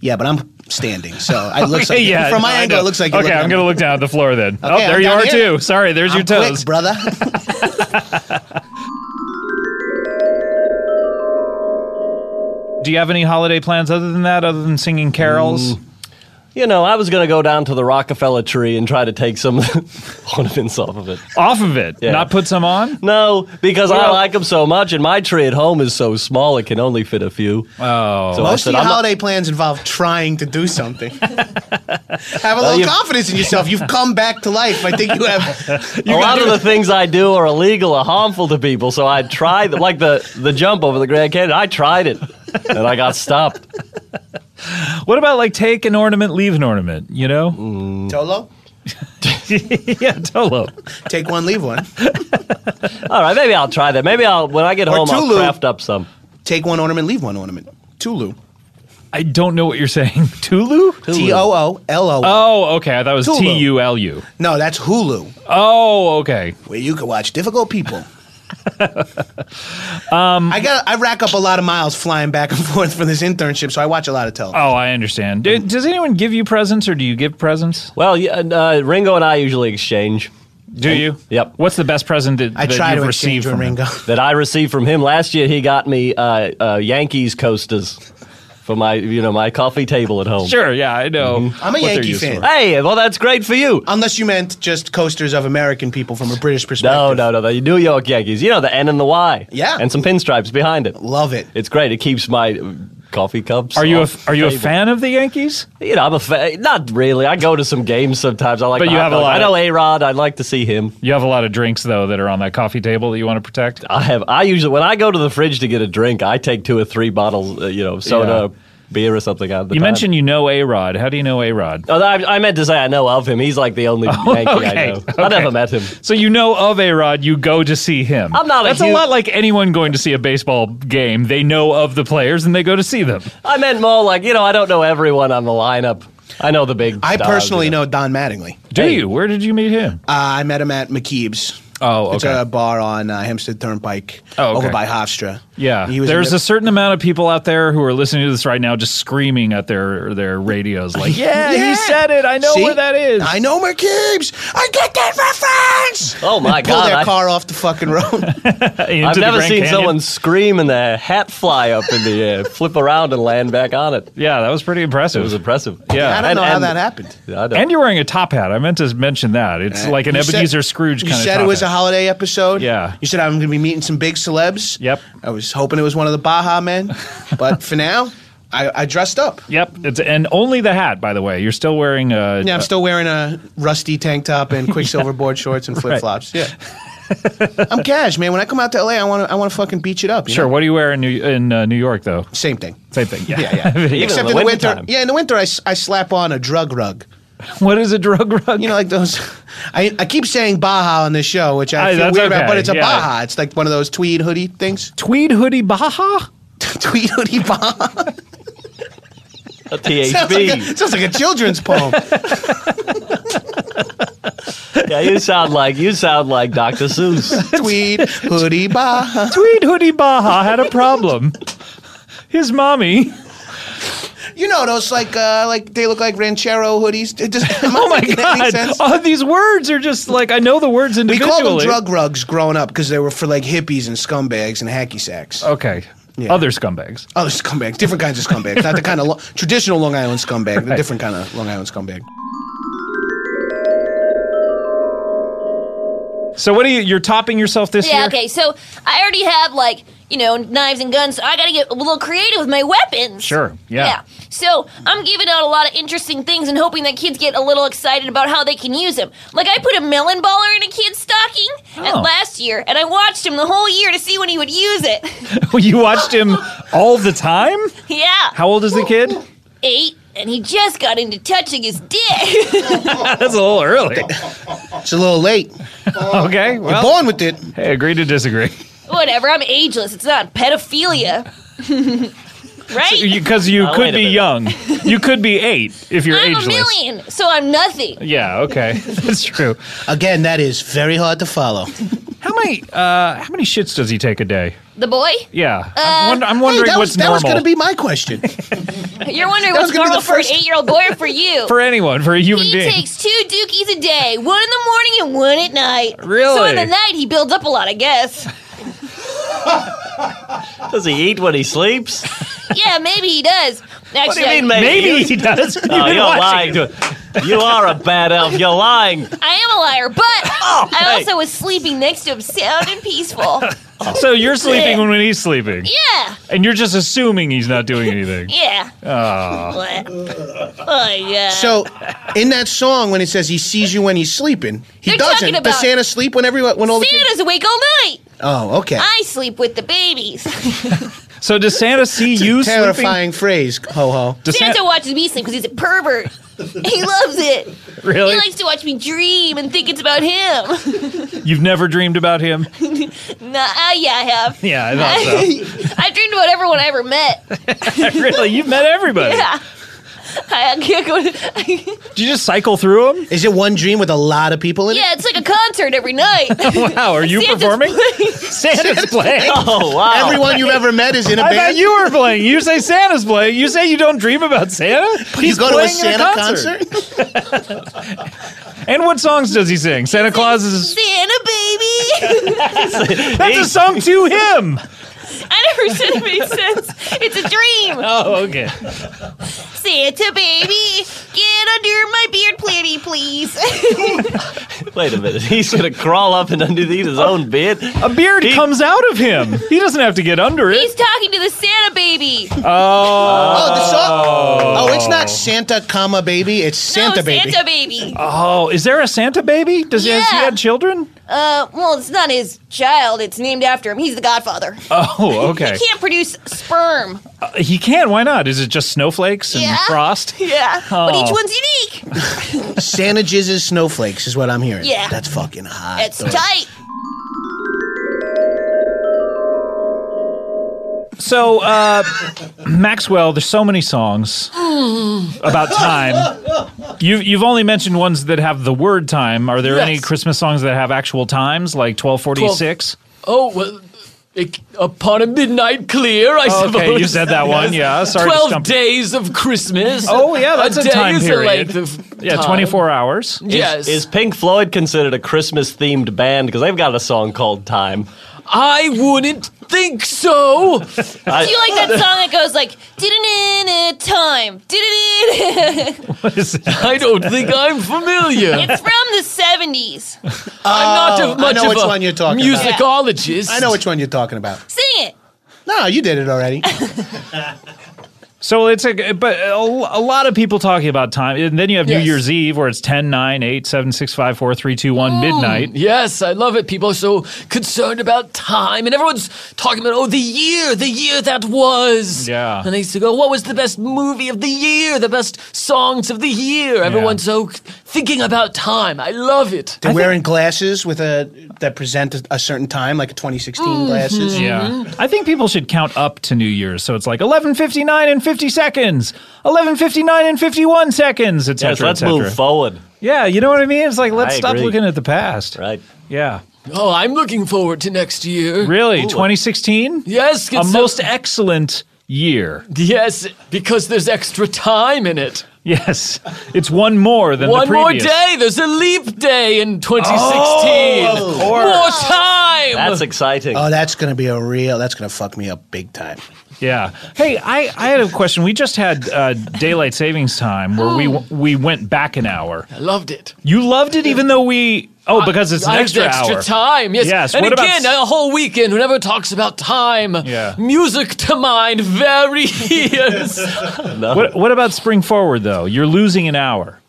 [SPEAKER 5] Yeah, but I'm standing, so it looks
[SPEAKER 1] Okay,
[SPEAKER 5] like
[SPEAKER 1] yeah,
[SPEAKER 5] from my
[SPEAKER 1] I
[SPEAKER 5] angle,
[SPEAKER 1] know.
[SPEAKER 5] it looks like you're
[SPEAKER 1] Okay,
[SPEAKER 5] looking
[SPEAKER 1] I'm
[SPEAKER 5] at
[SPEAKER 1] going
[SPEAKER 5] me.
[SPEAKER 1] to look down at the floor then. oh,
[SPEAKER 5] I'm
[SPEAKER 1] there you
[SPEAKER 5] down
[SPEAKER 1] are
[SPEAKER 5] here.
[SPEAKER 1] too. Sorry, there's your
[SPEAKER 5] I'm quick,
[SPEAKER 1] toes.
[SPEAKER 5] brother.
[SPEAKER 1] do you have any holiday plans other than that? Other than singing carols?
[SPEAKER 5] Mm.
[SPEAKER 6] You know, I was going to go down to the Rockefeller tree and try to take some ornaments off of it.
[SPEAKER 1] Off of it,
[SPEAKER 6] Yeah.
[SPEAKER 1] not put some on.
[SPEAKER 6] No, because I
[SPEAKER 1] Well-
[SPEAKER 6] like them so much, and my tree at home is so small it can only fit a few.
[SPEAKER 1] Oh,
[SPEAKER 6] So I
[SPEAKER 5] Most
[SPEAKER 6] said,
[SPEAKER 5] of your
[SPEAKER 6] I'm not-
[SPEAKER 5] holiday plans involve trying to do something. have a little
[SPEAKER 6] you-
[SPEAKER 5] confidence in yourself. You've come back to life. I think you have.
[SPEAKER 6] a lot of the things I do are illegal or harmful to people, so I tried them. Like the, the jump over the Grand Canyon, I tried it, and I got stopped.
[SPEAKER 1] what about like take an ornament, leave an ornament? You know?
[SPEAKER 6] Mm.
[SPEAKER 5] Tolo,
[SPEAKER 1] yeah, Tolo.
[SPEAKER 5] take one, leave one.
[SPEAKER 6] All right, maybe I'll try that. Maybe I'll when I get
[SPEAKER 5] Or
[SPEAKER 6] home, I'll
[SPEAKER 5] Tulu.
[SPEAKER 6] craft up some.
[SPEAKER 5] Take one ornament, leave one ornament. Tulu.
[SPEAKER 1] I don't know what you're saying. Tulu?
[SPEAKER 5] T O O L O.
[SPEAKER 1] Oh, okay. I thought it was
[SPEAKER 5] Tulu.
[SPEAKER 1] T U L U.
[SPEAKER 5] No, that's Hulu,
[SPEAKER 1] Oh, okay.
[SPEAKER 5] where you can watch difficult people. um, I got. I rack up a lot of miles flying back and forth for this internship, so I watch a lot of television.
[SPEAKER 1] Oh, I understand. Do- does anyone give you presents or do you give presents?
[SPEAKER 6] Well, yeah, and, uh, Ringo and I usually exchange.
[SPEAKER 1] Do you?
[SPEAKER 6] Yep.
[SPEAKER 1] What's the best present that,
[SPEAKER 5] I
[SPEAKER 1] that
[SPEAKER 5] try
[SPEAKER 1] you've
[SPEAKER 5] to exchange
[SPEAKER 1] received
[SPEAKER 5] with
[SPEAKER 1] from him?
[SPEAKER 5] Ringo.
[SPEAKER 6] that I received from him last year. He got me uh, uh, Yankees coasters for my you know my coffee table at home. Mm-hmm.
[SPEAKER 1] Sure, yeah, I know.
[SPEAKER 5] I'm a
[SPEAKER 1] what they're
[SPEAKER 5] Yankee
[SPEAKER 1] used
[SPEAKER 5] fan.
[SPEAKER 1] for.
[SPEAKER 6] Hey, well that's great for you.
[SPEAKER 5] Unless you meant just coasters of American people from a British perspective.
[SPEAKER 6] No, no, no, the New York Yankees. You know the N and the Y.
[SPEAKER 5] Yeah.
[SPEAKER 6] and some pinstripes behind it.
[SPEAKER 5] Love it.
[SPEAKER 6] It's great. It keeps my uh, coffee cups.
[SPEAKER 1] Are you a,
[SPEAKER 6] off the
[SPEAKER 1] are you a
[SPEAKER 6] table.
[SPEAKER 1] fan of the Yankees?
[SPEAKER 6] You know, I'm a fan. Not really. I go to some games sometimes. I like.
[SPEAKER 1] But
[SPEAKER 6] the
[SPEAKER 1] you
[SPEAKER 6] hot
[SPEAKER 1] have a
[SPEAKER 6] dogs.
[SPEAKER 1] lot
[SPEAKER 6] I
[SPEAKER 1] of-
[SPEAKER 6] know A Rod. I'd like to see him.
[SPEAKER 1] You have a lot of drinks though that are on that coffee table that you want to protect.
[SPEAKER 6] I have. I usually when I go to the fridge to get a drink, I take two or three bottles. Uh, you know, of soda, beer, or something out of the.
[SPEAKER 1] You
[SPEAKER 6] time.
[SPEAKER 1] mentioned you know A Rod. How do you know A Rod?
[SPEAKER 6] Oh, I, I meant to say I know of him. He's like the only Yankee
[SPEAKER 1] okay,
[SPEAKER 6] I know. I
[SPEAKER 1] okay.
[SPEAKER 6] never met him.
[SPEAKER 1] So you know of A Rod, you go to see him.
[SPEAKER 6] I'm not a
[SPEAKER 1] That's a
[SPEAKER 6] huge-
[SPEAKER 1] lot like anyone going to see a baseball game. They know of the players and they go to see them.
[SPEAKER 6] I meant more like you know I don't know everyone on the lineup. I know the big.
[SPEAKER 5] I
[SPEAKER 6] stars,
[SPEAKER 5] personally
[SPEAKER 6] you
[SPEAKER 5] know Don Mattingly.
[SPEAKER 1] Do you? Where did you meet him?
[SPEAKER 5] Uh, I met him at McKeeb's.
[SPEAKER 1] Oh,
[SPEAKER 5] It's
[SPEAKER 1] okay.
[SPEAKER 5] a bar on uh, Hempstead Turnpike
[SPEAKER 1] Oh, okay.
[SPEAKER 5] over by Hofstra.
[SPEAKER 1] Yeah,
[SPEAKER 5] He was
[SPEAKER 1] there's
[SPEAKER 5] in
[SPEAKER 1] a certain amount of people out there who are listening to this right now, just screaming at their their radios, like, "Yeah,
[SPEAKER 5] Yeah.
[SPEAKER 1] he said it. I know
[SPEAKER 5] See?
[SPEAKER 1] where that is."
[SPEAKER 5] I know McKeeb's. I get that reference.
[SPEAKER 6] Oh, my
[SPEAKER 5] Pull
[SPEAKER 6] God,
[SPEAKER 5] their
[SPEAKER 6] I-
[SPEAKER 5] car off the fucking road.
[SPEAKER 1] Into
[SPEAKER 6] I've
[SPEAKER 1] the
[SPEAKER 6] never
[SPEAKER 1] Grand
[SPEAKER 6] seen
[SPEAKER 1] Canyon.
[SPEAKER 6] someone scream and their hat fly up in the air, flip around and land back on it.
[SPEAKER 1] Yeah, that was pretty
[SPEAKER 6] It
[SPEAKER 1] impressive.
[SPEAKER 6] was impressive.
[SPEAKER 1] Yeah.
[SPEAKER 5] I don't
[SPEAKER 6] And-
[SPEAKER 5] know how
[SPEAKER 6] and-
[SPEAKER 5] that happened.
[SPEAKER 6] I don't-
[SPEAKER 1] and you're wearing a top hat. I meant to mention that. It's like an
[SPEAKER 5] Uh, You said-
[SPEAKER 1] Ebenezer Scrooge
[SPEAKER 5] You
[SPEAKER 1] kind of.
[SPEAKER 5] said it
[SPEAKER 1] top
[SPEAKER 5] was a
[SPEAKER 1] hat.
[SPEAKER 5] holiday episode.
[SPEAKER 1] Yeah.
[SPEAKER 5] You said I'm going to be meeting some big celebs.
[SPEAKER 1] Yep.
[SPEAKER 5] I was hoping it was one of the Baja men, but for now, I, I dressed up.
[SPEAKER 1] Yep, it's and only the hat. By the way, you're still wearing a.
[SPEAKER 5] Yeah, I'm still wearing a rusty tank top and quicksilver board shorts and flip flops. Yeah. I'm cash, man. When I come out to LA, I want to I want to fucking beach it up. you
[SPEAKER 1] Sure.
[SPEAKER 5] know?
[SPEAKER 1] What do you wear in New in uh, New York though?
[SPEAKER 5] Same thing.
[SPEAKER 1] Same thing. Yeah,
[SPEAKER 5] Yeah, yeah. Except in the, winter.
[SPEAKER 6] wintertime.
[SPEAKER 5] yeah, in the winter, I, s- I slap on a drug rug.
[SPEAKER 1] What is a drug rug?
[SPEAKER 5] You know, like those. I, I keep saying Baja on this show, which I
[SPEAKER 1] Hey,
[SPEAKER 5] feel
[SPEAKER 1] that's
[SPEAKER 5] weird about,
[SPEAKER 1] okay.
[SPEAKER 5] but it's a
[SPEAKER 1] Yeah.
[SPEAKER 5] Baja. It's like one of those tweed hoodie things.
[SPEAKER 1] tweed hoodie Baja.
[SPEAKER 5] tweed hoodie Baja.
[SPEAKER 6] A
[SPEAKER 5] Sounds like, a,
[SPEAKER 6] THB.
[SPEAKER 5] sounds like a children's poem.
[SPEAKER 6] yeah, you sound like you sound like Dr. Seuss.
[SPEAKER 5] Tweed, hoodie, bah.
[SPEAKER 1] Tweed Hoodie Baja had a problem. His mommy.
[SPEAKER 5] You know those like uh, like they look like ranchero hoodies. It just,
[SPEAKER 1] Oh my
[SPEAKER 5] Any
[SPEAKER 1] god!
[SPEAKER 5] sense?
[SPEAKER 1] All these words are just like I know the words
[SPEAKER 5] We
[SPEAKER 1] individually.
[SPEAKER 5] called them drug rugs growing up because they were for like hippies and scumbags and hacky sacks.
[SPEAKER 1] Okay. Other scumbags.
[SPEAKER 7] Oh,
[SPEAKER 5] Other scumbags, different kinds of scumbags, not the kind of lo- traditional Long Island scumbag, the different kind of Long Island scumbag.
[SPEAKER 1] So what are you? You're topping yourself this
[SPEAKER 8] Yeah,
[SPEAKER 1] year.
[SPEAKER 8] okay, so I already have, like, you know, knives and guns, so I gotta get a little creative with my weapons.
[SPEAKER 1] Sure, yeah.
[SPEAKER 8] So I'm giving out a lot of interesting things and hoping that kids get a little excited about how they can use them. Like, I put a melon baller in a kid's stocking at
[SPEAKER 1] Oh.
[SPEAKER 8] last year, and I watched him the whole year to see when he would use it.
[SPEAKER 1] you watched him all the time.
[SPEAKER 8] yeah.
[SPEAKER 1] How old is the kid?
[SPEAKER 8] Eight, and he just got into touching his dick.
[SPEAKER 1] That's a little early.
[SPEAKER 5] It's a little late.
[SPEAKER 1] Okay. Well,
[SPEAKER 5] Born with it.
[SPEAKER 1] hey, agree to disagree.
[SPEAKER 8] Whatever, I'm ageless. It's not pedophilia. right?
[SPEAKER 1] Because you
[SPEAKER 6] Oh, wait
[SPEAKER 1] could
[SPEAKER 6] a
[SPEAKER 1] be
[SPEAKER 6] minute.
[SPEAKER 1] young. You could be eight if you're
[SPEAKER 8] I'm
[SPEAKER 1] ageless.
[SPEAKER 8] a million, so I'm nothing.
[SPEAKER 1] Yeah. Okay. That's true.
[SPEAKER 5] Again, that is very hard to follow.
[SPEAKER 1] How many? Uh, how many shits does he take a day?
[SPEAKER 8] The boy? Uh,
[SPEAKER 1] Yeah. I'm, wonder, I'm wondering
[SPEAKER 5] that
[SPEAKER 1] what's
[SPEAKER 5] was, that
[SPEAKER 1] normal
[SPEAKER 5] was going to be my question.
[SPEAKER 8] You're wondering
[SPEAKER 5] That
[SPEAKER 8] what's
[SPEAKER 5] was gonna be
[SPEAKER 8] normal
[SPEAKER 5] the
[SPEAKER 8] for an
[SPEAKER 5] first-
[SPEAKER 8] eight-year-old boy or for you.
[SPEAKER 1] for anyone, for a human
[SPEAKER 8] he
[SPEAKER 1] being.
[SPEAKER 8] takes two dookies a day, one in the morning and one at night. So
[SPEAKER 1] Really?
[SPEAKER 8] in the night, he builds up a lot, I guess.
[SPEAKER 6] Does he eat when he sleeps?
[SPEAKER 8] Yeah, maybe he does. Actually,
[SPEAKER 6] What do you mean,
[SPEAKER 8] I,
[SPEAKER 6] maybe?
[SPEAKER 1] Maybe he does. You've
[SPEAKER 6] Oh,
[SPEAKER 1] been
[SPEAKER 6] you're
[SPEAKER 1] watching
[SPEAKER 6] lying.
[SPEAKER 1] him.
[SPEAKER 6] to- You are a bad elf. You're lying.
[SPEAKER 8] I am a liar, but
[SPEAKER 1] Oh,
[SPEAKER 8] I
[SPEAKER 6] hey.
[SPEAKER 8] also was sleeping next to him, sound and peaceful.
[SPEAKER 1] So you're sleeping when he's sleeping,
[SPEAKER 8] yeah,
[SPEAKER 1] and you're just assuming he's not doing anything.
[SPEAKER 8] yeah.
[SPEAKER 1] Uh.
[SPEAKER 8] Oh. oh, yeah.
[SPEAKER 5] So, in that song, when it says he sees you when he's sleeping, he
[SPEAKER 8] They're talking
[SPEAKER 5] doesn't.
[SPEAKER 8] about-
[SPEAKER 5] Does Santa sleep when everyone when all the kids?
[SPEAKER 8] Santa's awake all night.
[SPEAKER 5] Oh, okay.
[SPEAKER 8] I sleep with the babies.
[SPEAKER 1] So does Santa see you sleeping?
[SPEAKER 5] Terrifying phrase, ho ho.
[SPEAKER 1] Does
[SPEAKER 8] Santa watches me sleep because he's a pervert. he loves it.
[SPEAKER 1] really?
[SPEAKER 8] He likes to watch me dream and think it's about him.
[SPEAKER 1] You've never dreamed about him?
[SPEAKER 8] nah, uh, yeah, I have.
[SPEAKER 1] Yeah, I thought
[SPEAKER 8] I dreamed about everyone I ever met.
[SPEAKER 1] so. really? You've met everybody.
[SPEAKER 8] Yeah. I, I can't go to.
[SPEAKER 1] Do you just cycle through them?
[SPEAKER 5] Is it one dream with a lot of people in it?
[SPEAKER 8] yeah, it's like a concert every night.
[SPEAKER 1] Wow, are you
[SPEAKER 8] Santa's
[SPEAKER 1] performing?
[SPEAKER 8] playing.
[SPEAKER 1] Santa's playing.
[SPEAKER 6] Oh wow.
[SPEAKER 5] Everyone you've ever met is in a
[SPEAKER 1] I thought
[SPEAKER 5] band.
[SPEAKER 1] you were playing. You say Santa's playing. You say you don't dream about Santa.
[SPEAKER 5] You
[SPEAKER 1] He's
[SPEAKER 5] go to a
[SPEAKER 1] playing in
[SPEAKER 5] Santa concert.
[SPEAKER 1] And what songs does he sing? Santa Claus is.
[SPEAKER 8] Santa, baby.
[SPEAKER 1] That's a song to him.
[SPEAKER 8] I never said it made sense. It's a dream.
[SPEAKER 1] Oh, okay.
[SPEAKER 8] Santa, baby. Get under my beard, planty, please.
[SPEAKER 6] Wait a minute. He's gonna crawl up and underneath his own bed.
[SPEAKER 1] A beard comes out of him. He doesn't have to get under it.
[SPEAKER 8] he's talking to the Santa baby.
[SPEAKER 5] Oh, the song. Oh, it's not Santa, comma baby. It's Santa
[SPEAKER 8] no,
[SPEAKER 5] baby.
[SPEAKER 8] Santa baby.
[SPEAKER 1] Oh, is there a Santa baby? Does he, has he
[SPEAKER 8] Yeah.
[SPEAKER 1] had children?
[SPEAKER 8] Uh, well, it's not his child. It's named after him. He's the godfather.
[SPEAKER 1] Oh, okay.
[SPEAKER 8] Can't produce sperm.
[SPEAKER 1] He can. Why not? Is it just snowflakes and
[SPEAKER 8] Yeah.
[SPEAKER 1] frost?
[SPEAKER 8] Yeah. But each
[SPEAKER 1] Oh.
[SPEAKER 8] one's unique.
[SPEAKER 5] Santa jizzes snowflakes is what I'm hearing.
[SPEAKER 8] Yeah.
[SPEAKER 5] That's fucking hot.
[SPEAKER 8] It's
[SPEAKER 5] though.
[SPEAKER 8] tight.
[SPEAKER 1] So, uh, Maxwell, there's so many songs about time. You've, you've only mentioned ones that have the word time. Are there any
[SPEAKER 9] Yes.
[SPEAKER 1] Christmas songs that have actual times, like 1246?
[SPEAKER 9] Oh, well, it, upon a midnight clear, I suppose.
[SPEAKER 1] Okay, you said that one. Yeah, sorry to
[SPEAKER 9] Twelve
[SPEAKER 1] stump-
[SPEAKER 9] days of Christmas.
[SPEAKER 1] Oh, yeah, that's a
[SPEAKER 9] day
[SPEAKER 1] time
[SPEAKER 9] is the
[SPEAKER 1] period.
[SPEAKER 9] length of
[SPEAKER 1] Yeah,
[SPEAKER 9] time.
[SPEAKER 1] 24 hours.
[SPEAKER 9] Yes,
[SPEAKER 6] Is Pink Floyd considered a Christmas themed band? Because they've got a song called Time.
[SPEAKER 9] I wouldn't think
[SPEAKER 8] Do you
[SPEAKER 9] so.
[SPEAKER 8] like that song that goes like did it in time? Did it in
[SPEAKER 9] I don't think I'm familiar.
[SPEAKER 8] It's from the seventies.
[SPEAKER 9] I'm not of much
[SPEAKER 5] Oh, know
[SPEAKER 9] of
[SPEAKER 5] which
[SPEAKER 9] a
[SPEAKER 5] one you're talking about.
[SPEAKER 9] musicologist.
[SPEAKER 5] I know which one you're talking about.
[SPEAKER 8] Sing it.
[SPEAKER 5] No, you did it already.
[SPEAKER 1] So it's a but a, a lot of people talking about time, and then you have New
[SPEAKER 9] Yes.
[SPEAKER 1] Year's Eve where it's 10, 9, 8, 7, 6, 5, 4, 3, 2,
[SPEAKER 9] Mm-hmm.
[SPEAKER 1] 1, midnight.
[SPEAKER 9] Mm. Yes, I love it. People are so concerned about time, and everyone's talking about, oh, the year, the year that was.
[SPEAKER 1] Yeah.
[SPEAKER 9] And they used to go, what was the best movie of the year, the best songs of the year? Everyone's so c- thinking about time. I love it.
[SPEAKER 5] They're wearing glasses with a that present a, a certain time, like a 2016
[SPEAKER 8] Mm-hmm.
[SPEAKER 5] glasses.
[SPEAKER 1] Yeah. I think people should count up to New Year's. So it's like 11:59 and 50 seconds, 11:59 and 51 seconds, etc.
[SPEAKER 10] Yes, let's
[SPEAKER 1] et cetera.
[SPEAKER 10] move forward.
[SPEAKER 1] Yeah, you know what I mean? It's like let's
[SPEAKER 10] I
[SPEAKER 1] stop
[SPEAKER 10] agree.
[SPEAKER 1] looking at the past.
[SPEAKER 10] Right.
[SPEAKER 1] Yeah.
[SPEAKER 9] Oh, I'm looking forward to next year.
[SPEAKER 1] Really, 2016?
[SPEAKER 9] Yes,
[SPEAKER 1] A
[SPEAKER 9] it's
[SPEAKER 1] most excellent year.
[SPEAKER 9] yes, because there's extra time in it.
[SPEAKER 1] Yes. It's one more than
[SPEAKER 9] One
[SPEAKER 1] the
[SPEAKER 9] more
[SPEAKER 1] previous.
[SPEAKER 9] day. There's a leap day in 2016.
[SPEAKER 1] Oh,
[SPEAKER 9] More time.
[SPEAKER 10] That's exciting.
[SPEAKER 5] Oh, that's gonna be a real. That's gonna fuck me up big time.
[SPEAKER 1] Yeah. Hey, I, I had a question. We just had uh, daylight savings time where we we went back an hour.
[SPEAKER 9] Oh. I loved it.
[SPEAKER 1] You loved it, even though we oh because it's an
[SPEAKER 9] Uh, I have
[SPEAKER 1] extra,
[SPEAKER 9] the extra
[SPEAKER 1] hour.
[SPEAKER 9] time. Yes.
[SPEAKER 1] Yes,
[SPEAKER 9] And
[SPEAKER 1] what about
[SPEAKER 9] again,
[SPEAKER 1] s-
[SPEAKER 9] a whole weekend. Whenever it talks about time,
[SPEAKER 1] Yeah.
[SPEAKER 9] music to mind, very ears.
[SPEAKER 1] What what about spring forward though? You're losing an hour.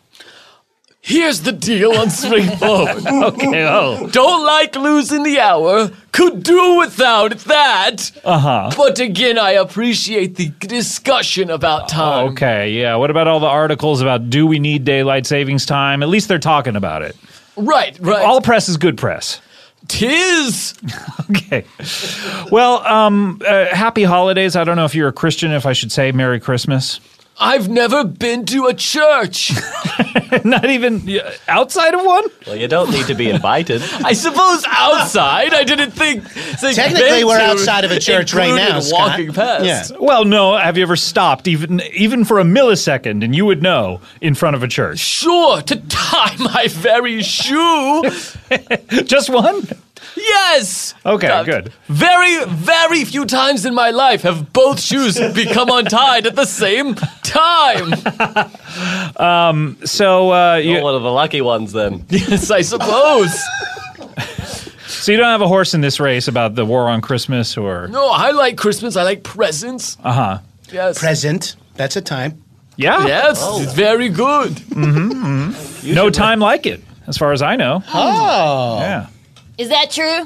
[SPEAKER 9] Here's the deal on Spring Forward.
[SPEAKER 1] Okay. Oh.
[SPEAKER 9] Don't like losing the hour. Could do without that. Uh
[SPEAKER 1] Uh-huh.
[SPEAKER 9] huh. But again, I appreciate the discussion about time.
[SPEAKER 1] Oh, Okay. Yeah. What about all the articles about do we need daylight savings time? At least they're talking about it.
[SPEAKER 9] Right, right.
[SPEAKER 1] All press is good press.
[SPEAKER 9] Tis.
[SPEAKER 1] Okay. Well, um, uh, happy holidays. I don't know if you're a Christian. If I should say Merry Christmas.
[SPEAKER 9] I've never been to a church.
[SPEAKER 1] Not even yeah, outside of one.
[SPEAKER 10] well, you don't need to be invited.
[SPEAKER 9] I suppose outside. I didn't think. think
[SPEAKER 5] Technically,
[SPEAKER 9] been
[SPEAKER 5] we're
[SPEAKER 9] to
[SPEAKER 5] outside of a church right
[SPEAKER 9] included
[SPEAKER 5] now, Scott.
[SPEAKER 9] Walking past.
[SPEAKER 5] Yeah.
[SPEAKER 1] Well, no. Have you ever stopped even even for a millisecond and you would know in front of a church?
[SPEAKER 9] Sure, to tie my very shoe.
[SPEAKER 1] Just one?
[SPEAKER 9] Yes.
[SPEAKER 1] Okay, good.
[SPEAKER 9] Very, very few times in my life have both shoes become untied at the same time.
[SPEAKER 1] Uh, So uh,
[SPEAKER 10] You're
[SPEAKER 1] you,
[SPEAKER 10] one of the lucky ones then.
[SPEAKER 9] Yes, I suppose.
[SPEAKER 1] so you don't have a horse in this race about the war on Christmas or
[SPEAKER 9] No, I like Christmas. I like presents.
[SPEAKER 1] uh huh.
[SPEAKER 9] Yes.
[SPEAKER 5] Present. That's a time. Oh.
[SPEAKER 1] Yeah. Mm-hmm,
[SPEAKER 9] yes. It's very good.
[SPEAKER 1] No time like it, as far as I know.
[SPEAKER 5] Oh,
[SPEAKER 1] Yeah.
[SPEAKER 3] Is that true?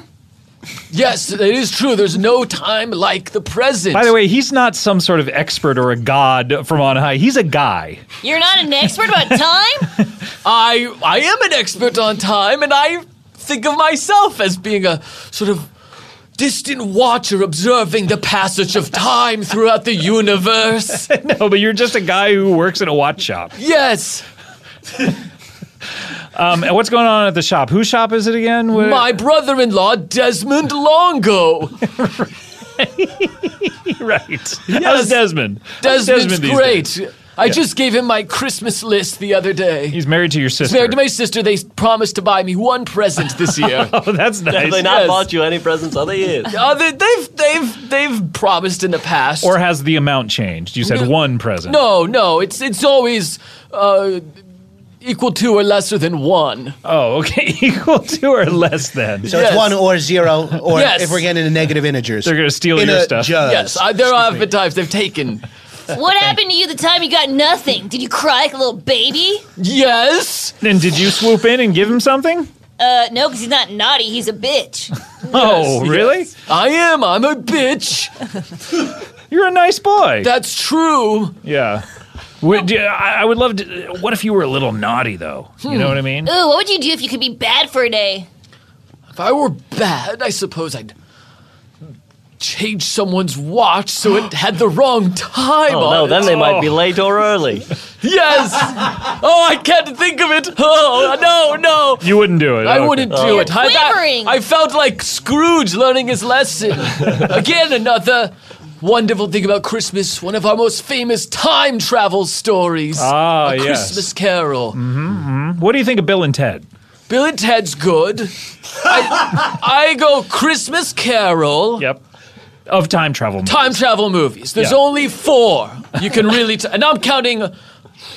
[SPEAKER 9] Yes, it is true. There's no time like the present.
[SPEAKER 1] By the way, he's not some sort of expert or a god from on high. He's a guy.
[SPEAKER 3] You're not an expert about time?
[SPEAKER 9] I I am an expert on time, and I think of myself as being a sort of distant watcher observing the passage of time throughout the universe.
[SPEAKER 1] No, but you're just a guy who works in a watch shop.
[SPEAKER 9] Yes,
[SPEAKER 1] Um, and what's going on at the shop? Whose shop is it again? Where-
[SPEAKER 9] my brother-in-law Desmond Longo.
[SPEAKER 1] right. How's Desmond? How's
[SPEAKER 9] Desmond's
[SPEAKER 1] these
[SPEAKER 9] great.
[SPEAKER 1] days?
[SPEAKER 9] I just gave him my Christmas list the other day.
[SPEAKER 1] He's married to your sister.
[SPEAKER 9] Married to my sister, they promised to buy me one present this year.
[SPEAKER 1] oh, that's nice.
[SPEAKER 10] Have they not
[SPEAKER 9] Yes.
[SPEAKER 10] bought you any presents other years?
[SPEAKER 9] Uh, they, they've they've they've promised in the past.
[SPEAKER 1] or has the amount changed? You said
[SPEAKER 9] No.
[SPEAKER 1] one present.
[SPEAKER 9] No, no, it's it's always uh, equal to or lesser than one.
[SPEAKER 1] Oh, okay. Equal to or less than.
[SPEAKER 5] so
[SPEAKER 9] Yes.
[SPEAKER 5] it's one or zero, or
[SPEAKER 9] Yes.
[SPEAKER 5] if we're getting into negative integers,
[SPEAKER 1] They're going to steal
[SPEAKER 5] in
[SPEAKER 1] your
[SPEAKER 5] a
[SPEAKER 1] stuff.
[SPEAKER 5] jug.
[SPEAKER 9] Yes, I, there are times they've taken.
[SPEAKER 3] What happened to you the time you got nothing? Did you cry like a little baby?
[SPEAKER 9] Yes,
[SPEAKER 1] Then did you swoop in and give him something?
[SPEAKER 3] Uh, no, because he's not naughty. He's a bitch.
[SPEAKER 1] Oh,
[SPEAKER 9] yes.
[SPEAKER 1] really?
[SPEAKER 9] I am. I'm a bitch.
[SPEAKER 1] You're a nice boy.
[SPEAKER 9] That's true.
[SPEAKER 1] yeah. Would, do- I I would love to. What if you were a little naughty, though? You know what I mean?
[SPEAKER 3] Ooh, what would you do if you could be bad for a day?
[SPEAKER 9] If I were bad, I suppose I'd change someone's watch so it had the wrong time
[SPEAKER 10] Oh,
[SPEAKER 9] on
[SPEAKER 10] no,
[SPEAKER 9] it.
[SPEAKER 10] then they might be late or early.
[SPEAKER 9] Yes. oh, I can't think of it. Oh, no, no.
[SPEAKER 1] You wouldn't do it.
[SPEAKER 9] I
[SPEAKER 1] Okay.
[SPEAKER 9] wouldn't do it. I,
[SPEAKER 3] quivering.
[SPEAKER 9] I felt like Scrooge learning his lesson. Again, another wonderful thing about Christmas, one of our most famous time travel stories.
[SPEAKER 1] Ah,
[SPEAKER 9] A
[SPEAKER 1] yes. Mm-hmm,
[SPEAKER 9] Christmas Carol.
[SPEAKER 1] What do you think of Bill and Ted?
[SPEAKER 9] Bill and Ted's good. I, I go Christmas Carol.
[SPEAKER 1] Yep. Of time travel. movies.
[SPEAKER 9] Time travel movies. There's
[SPEAKER 1] Yeah.
[SPEAKER 9] only four you can really, t- and I'm counting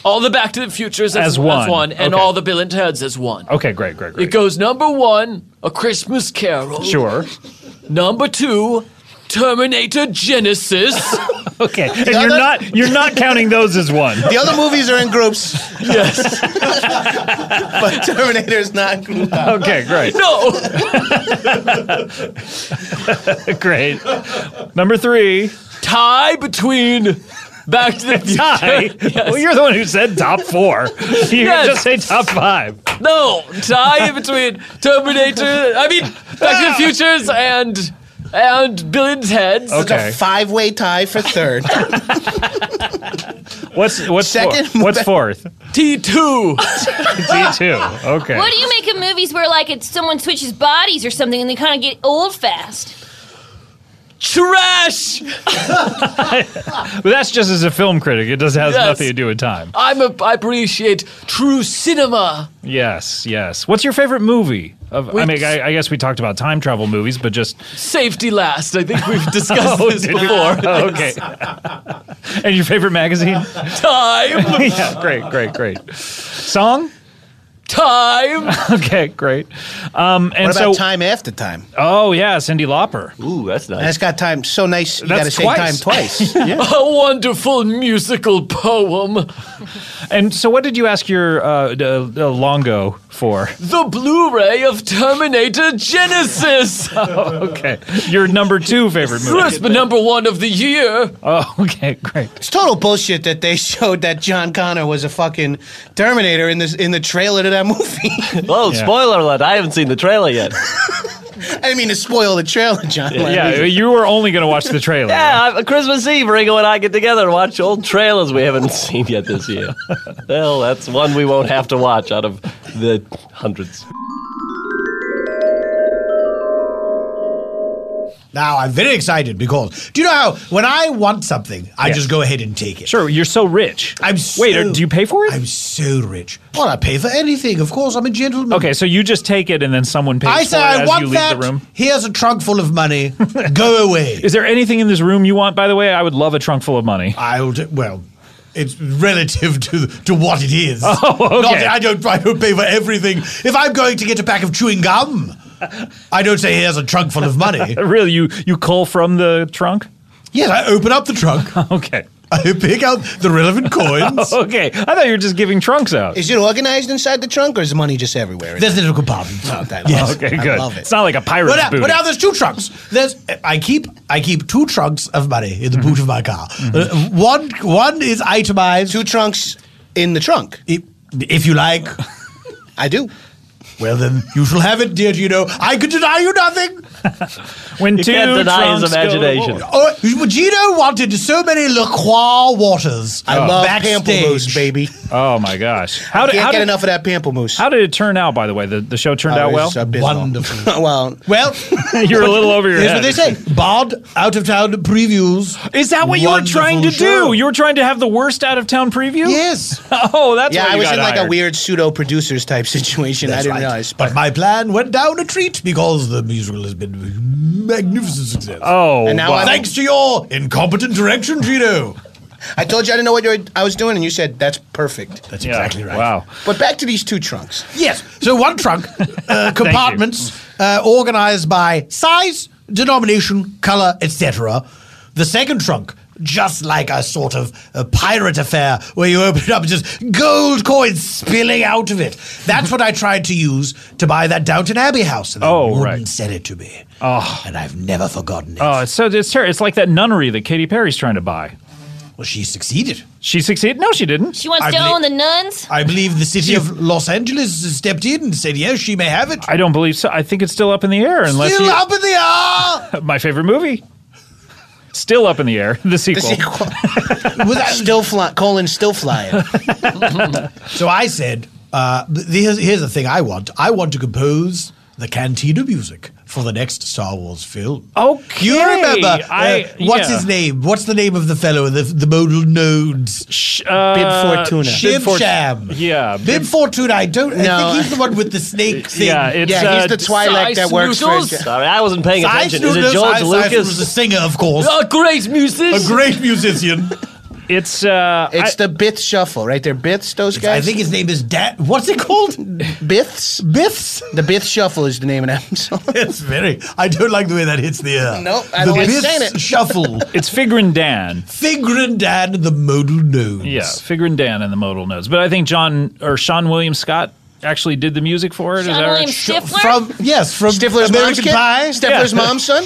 [SPEAKER 9] all the Back to the Futures as,
[SPEAKER 1] As one.
[SPEAKER 9] and
[SPEAKER 1] Okay.
[SPEAKER 9] all the Bill and Ted's as one.
[SPEAKER 1] Okay, great, great,
[SPEAKER 9] It
[SPEAKER 1] great.
[SPEAKER 9] goes number one, A Christmas Carol.
[SPEAKER 1] Sure.
[SPEAKER 9] Number two, Terminator Genesis.
[SPEAKER 1] Okay. And you're not you're not counting those as one.
[SPEAKER 5] The other movies are in groups. Yes. but Terminator's not grouped up.
[SPEAKER 1] Okay, great.
[SPEAKER 9] no,
[SPEAKER 1] Great. Number three.
[SPEAKER 9] tie between Back to the
[SPEAKER 1] Ty,
[SPEAKER 9] future. Yes.
[SPEAKER 1] well, you're the one who said top four. You
[SPEAKER 9] Yes.
[SPEAKER 1] just say top five.
[SPEAKER 9] No, tie between Terminator, I mean, Back
[SPEAKER 1] Ah!
[SPEAKER 9] to the Futures and and Billions Heads.
[SPEAKER 1] Okay.
[SPEAKER 5] Five way tie for third.
[SPEAKER 1] What's what's
[SPEAKER 5] Second-
[SPEAKER 1] four- what's fourth?
[SPEAKER 9] T2.
[SPEAKER 1] T two. Okay.
[SPEAKER 8] What do you make of movies where like it's someone switches bodies or something and they kind of get old fast?
[SPEAKER 9] Trash!
[SPEAKER 1] But that's just as a film critic. It does has
[SPEAKER 9] Yes.
[SPEAKER 1] nothing to do with time.
[SPEAKER 9] I'm a, I appreciate true cinema.
[SPEAKER 1] Yes, yes. What's your favorite movie? Of I
[SPEAKER 9] Wait.
[SPEAKER 1] mean, I, I guess we talked about time travel movies, but just
[SPEAKER 9] Safety last. I think we've discussed this
[SPEAKER 1] did we?
[SPEAKER 9] before.
[SPEAKER 1] Oh, okay. and your favorite magazine?
[SPEAKER 9] Time.
[SPEAKER 1] yeah, great, great, great. Song?
[SPEAKER 9] Time.
[SPEAKER 1] Okay, great. Um, and
[SPEAKER 5] What about
[SPEAKER 1] so,
[SPEAKER 5] time after time?
[SPEAKER 1] oh yeah, Cindy Lauper.
[SPEAKER 6] Ooh, that's nice.
[SPEAKER 5] That's got time so nice. You
[SPEAKER 1] That's
[SPEAKER 5] got to say time
[SPEAKER 1] twice.
[SPEAKER 5] twice.
[SPEAKER 9] A wonderful musical poem.
[SPEAKER 1] And so, what did you ask your uh, d- uh, Longo for?
[SPEAKER 9] The Blu-ray of Terminator Genesis.
[SPEAKER 1] Okay, your number two favorite movie.
[SPEAKER 9] Crisp number one of the year.
[SPEAKER 1] Oh, okay, great.
[SPEAKER 5] It's total bullshit that they showed that John Connor was a fucking Terminator in this in the trailer to that movie.
[SPEAKER 6] Oh, spoiler alert! I haven't seen the trailer yet.
[SPEAKER 5] I didn't mean to spoil the trailer, John.
[SPEAKER 1] Yeah, you were only going to watch the trailer.
[SPEAKER 6] Yeah, I- Christmas Eve, Ringo and I get together and watch old trailers we haven't seen yet this year. well, that's one we won't have to watch out of the hundreds.
[SPEAKER 7] Now I'm very excited because do you know how when I want something, I just go ahead and take it.
[SPEAKER 1] Sure, you're so rich.
[SPEAKER 7] I'm so,
[SPEAKER 1] Wait, are- do you pay for it?
[SPEAKER 7] I'm so rich.
[SPEAKER 9] Oh,
[SPEAKER 7] Well, I pay for anything. Of course, I'm a gentleman.
[SPEAKER 1] okay, so you just take it and then someone pays
[SPEAKER 7] I
[SPEAKER 1] for
[SPEAKER 7] say
[SPEAKER 1] it
[SPEAKER 7] I
[SPEAKER 1] as you
[SPEAKER 7] want
[SPEAKER 1] leave
[SPEAKER 7] that.
[SPEAKER 1] the room.
[SPEAKER 7] Here's a trunk full of money. go away.
[SPEAKER 1] Is there anything in this room you want? By the way, I would love a trunk full of money.
[SPEAKER 7] I'll do, well. It's relative to to what it is.
[SPEAKER 1] Oh, okay.
[SPEAKER 7] Not- I don't I don't pay for everything. If I'm going to get a pack of chewing gum, I don't say here's a trunk full of money.
[SPEAKER 1] Really, you you cull from the trunk?
[SPEAKER 7] yes, I open up the trunk.
[SPEAKER 1] Okay,
[SPEAKER 7] I pick out the relevant coins.
[SPEAKER 1] okay. I thought you were just giving trunks out.
[SPEAKER 5] Is it organized inside the trunk, or is the money just everywhere?
[SPEAKER 7] There's a little compartment.
[SPEAKER 5] yes.
[SPEAKER 1] Okay,
[SPEAKER 5] I
[SPEAKER 1] good.
[SPEAKER 5] love it.
[SPEAKER 1] It's not like a pirate's
[SPEAKER 7] But, now-
[SPEAKER 1] booty.
[SPEAKER 7] but now there's two trunks. There's I keep I keep two trunks of money in the
[SPEAKER 1] Mm-hmm.
[SPEAKER 7] boot of my car. Uh, one one is itemized.
[SPEAKER 5] Two trunks in the trunk.
[SPEAKER 7] i- if you like,
[SPEAKER 5] I do.
[SPEAKER 7] well then you shall have it, dear. You know I could deny you nothing.
[SPEAKER 1] when two
[SPEAKER 6] Can't deny his
[SPEAKER 1] trunks go to war.
[SPEAKER 6] imagination.
[SPEAKER 7] Oh, Gino wanted so many La Croix waters.
[SPEAKER 5] I love
[SPEAKER 7] backstage.
[SPEAKER 5] pamplemousse, baby.
[SPEAKER 1] Oh my gosh! How did
[SPEAKER 5] Can't
[SPEAKER 1] how
[SPEAKER 5] get
[SPEAKER 1] did,
[SPEAKER 5] enough of that pamplemousse.
[SPEAKER 1] how did it turn out? By the way, the, the show turned out well.
[SPEAKER 5] It's abysmal.
[SPEAKER 7] Wonderful.
[SPEAKER 5] well,
[SPEAKER 7] Well,
[SPEAKER 1] You're a little over your
[SPEAKER 7] here's what
[SPEAKER 1] head.
[SPEAKER 7] they say: Bard out of town previews.
[SPEAKER 1] Is that what you were trying to
[SPEAKER 7] Wonderful show.
[SPEAKER 1] do? You were trying to have the worst out of town preview?
[SPEAKER 7] Yes,
[SPEAKER 1] Oh, that's
[SPEAKER 5] yeah,
[SPEAKER 1] why
[SPEAKER 5] I
[SPEAKER 1] you
[SPEAKER 5] was
[SPEAKER 1] got
[SPEAKER 5] in like
[SPEAKER 1] hired.
[SPEAKER 5] a weird pseudo producers type situation. I
[SPEAKER 7] That's
[SPEAKER 5] didn't
[SPEAKER 7] right.
[SPEAKER 5] realize.
[SPEAKER 7] But my plan went down a treat because the musical has been a magnificent success.
[SPEAKER 1] Oh,
[SPEAKER 5] And now
[SPEAKER 1] wow.
[SPEAKER 5] I'm-
[SPEAKER 7] Thanks to your incompetent direction, Gino.
[SPEAKER 5] I told you I didn't know what you were, I was doing, and you said that's perfect.
[SPEAKER 7] That's
[SPEAKER 1] Yeah,
[SPEAKER 7] exactly right.
[SPEAKER 1] Wow.
[SPEAKER 5] But back to these two trunks.
[SPEAKER 7] Yes. So one trunk, uh, compartments uh, organized by size, denomination, color, etc. The second trunk, just like a sort of a pirate affair where you open it up and just gold coins spilling out of it. That's what I tried to use to buy that Downton Abbey house. And they
[SPEAKER 1] Oh,
[SPEAKER 7] wouldn't
[SPEAKER 1] right.
[SPEAKER 7] sell it to me. Oh. And I've never forgotten it.
[SPEAKER 1] Oh, it's so it's terrible. It's like that nunnery that Katy Perry's trying to buy.
[SPEAKER 7] well, she succeeded.
[SPEAKER 1] She succeeded? No, she didn't.
[SPEAKER 8] She wants
[SPEAKER 7] I
[SPEAKER 8] to
[SPEAKER 7] believe-
[SPEAKER 8] own the nuns.
[SPEAKER 7] I believe the city of Los Angeles stepped in and said, yes, she may have it.
[SPEAKER 1] I don't believe so. I think it's still up in the air. Unless
[SPEAKER 7] Still
[SPEAKER 1] you,
[SPEAKER 7] up in the air.
[SPEAKER 1] my favorite movie, still up in the air. The sequel.
[SPEAKER 5] Was that still flying? Colon still flying.
[SPEAKER 7] So I said, uh, th- here's, here's the thing I want. I want to compose the cantina music for the next Star Wars film.
[SPEAKER 1] Okay,
[SPEAKER 7] You remember, uh,
[SPEAKER 1] I-
[SPEAKER 7] what's
[SPEAKER 1] yeah.
[SPEAKER 7] his name? What's the name of the fellow with the, the modal nodes?
[SPEAKER 1] Sh- uh,
[SPEAKER 5] Bib Fortuna.
[SPEAKER 7] Shib Sham.
[SPEAKER 1] yeah,
[SPEAKER 7] Bib Fortuna, I don't,
[SPEAKER 5] No.
[SPEAKER 7] I think he's the one with the snake thing.
[SPEAKER 1] Yeah, it's
[SPEAKER 5] yeah,
[SPEAKER 1] uh,
[SPEAKER 5] he's the Twi'lek that works for.
[SPEAKER 9] Noodles?
[SPEAKER 6] Sorry, I wasn't paying
[SPEAKER 7] I
[SPEAKER 6] attention. Is
[SPEAKER 7] Noodles,
[SPEAKER 6] it George
[SPEAKER 7] I- I was a
[SPEAKER 6] Lucas?
[SPEAKER 7] singer, of course.
[SPEAKER 5] Oh,
[SPEAKER 9] A great musician.
[SPEAKER 7] A great musician.
[SPEAKER 1] it's uh,
[SPEAKER 5] It's the Bith shuffle, right? They're Biths, those
[SPEAKER 7] I
[SPEAKER 5] guys.
[SPEAKER 7] think his name is Dat. What's it called?
[SPEAKER 5] Biths.
[SPEAKER 7] Biffs?
[SPEAKER 5] The Bith shuffle is the name of that song.
[SPEAKER 7] It's very. I don't like the way that hits the air.
[SPEAKER 5] Nope, I
[SPEAKER 7] the
[SPEAKER 5] don't like
[SPEAKER 7] Biff's
[SPEAKER 5] saying it.
[SPEAKER 7] Shuffle.
[SPEAKER 1] I, it's Figrin Dan.
[SPEAKER 7] Figrin Dan and the modal nodes.
[SPEAKER 1] Yeah, Figrin Dan and the modal notes. But I think John or Sean William Scott actually did the music for it. Is
[SPEAKER 3] John
[SPEAKER 1] that
[SPEAKER 3] William
[SPEAKER 1] right?
[SPEAKER 3] Stifler?
[SPEAKER 7] From yes, from
[SPEAKER 5] Stifler's mom's
[SPEAKER 7] American
[SPEAKER 5] kid?
[SPEAKER 7] Pie.
[SPEAKER 5] Stifler's
[SPEAKER 1] Yeah.
[SPEAKER 5] mom's son?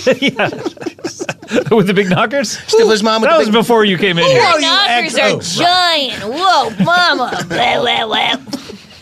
[SPEAKER 1] with the big knockers?
[SPEAKER 5] Stifler's mom with
[SPEAKER 1] that
[SPEAKER 5] the
[SPEAKER 1] was
[SPEAKER 5] big-
[SPEAKER 1] before you came in here.
[SPEAKER 3] Your
[SPEAKER 7] are you
[SPEAKER 3] knockers
[SPEAKER 7] ex-
[SPEAKER 3] are
[SPEAKER 7] oh, right.
[SPEAKER 3] giant. Whoa, mama. Blah, blah, blah.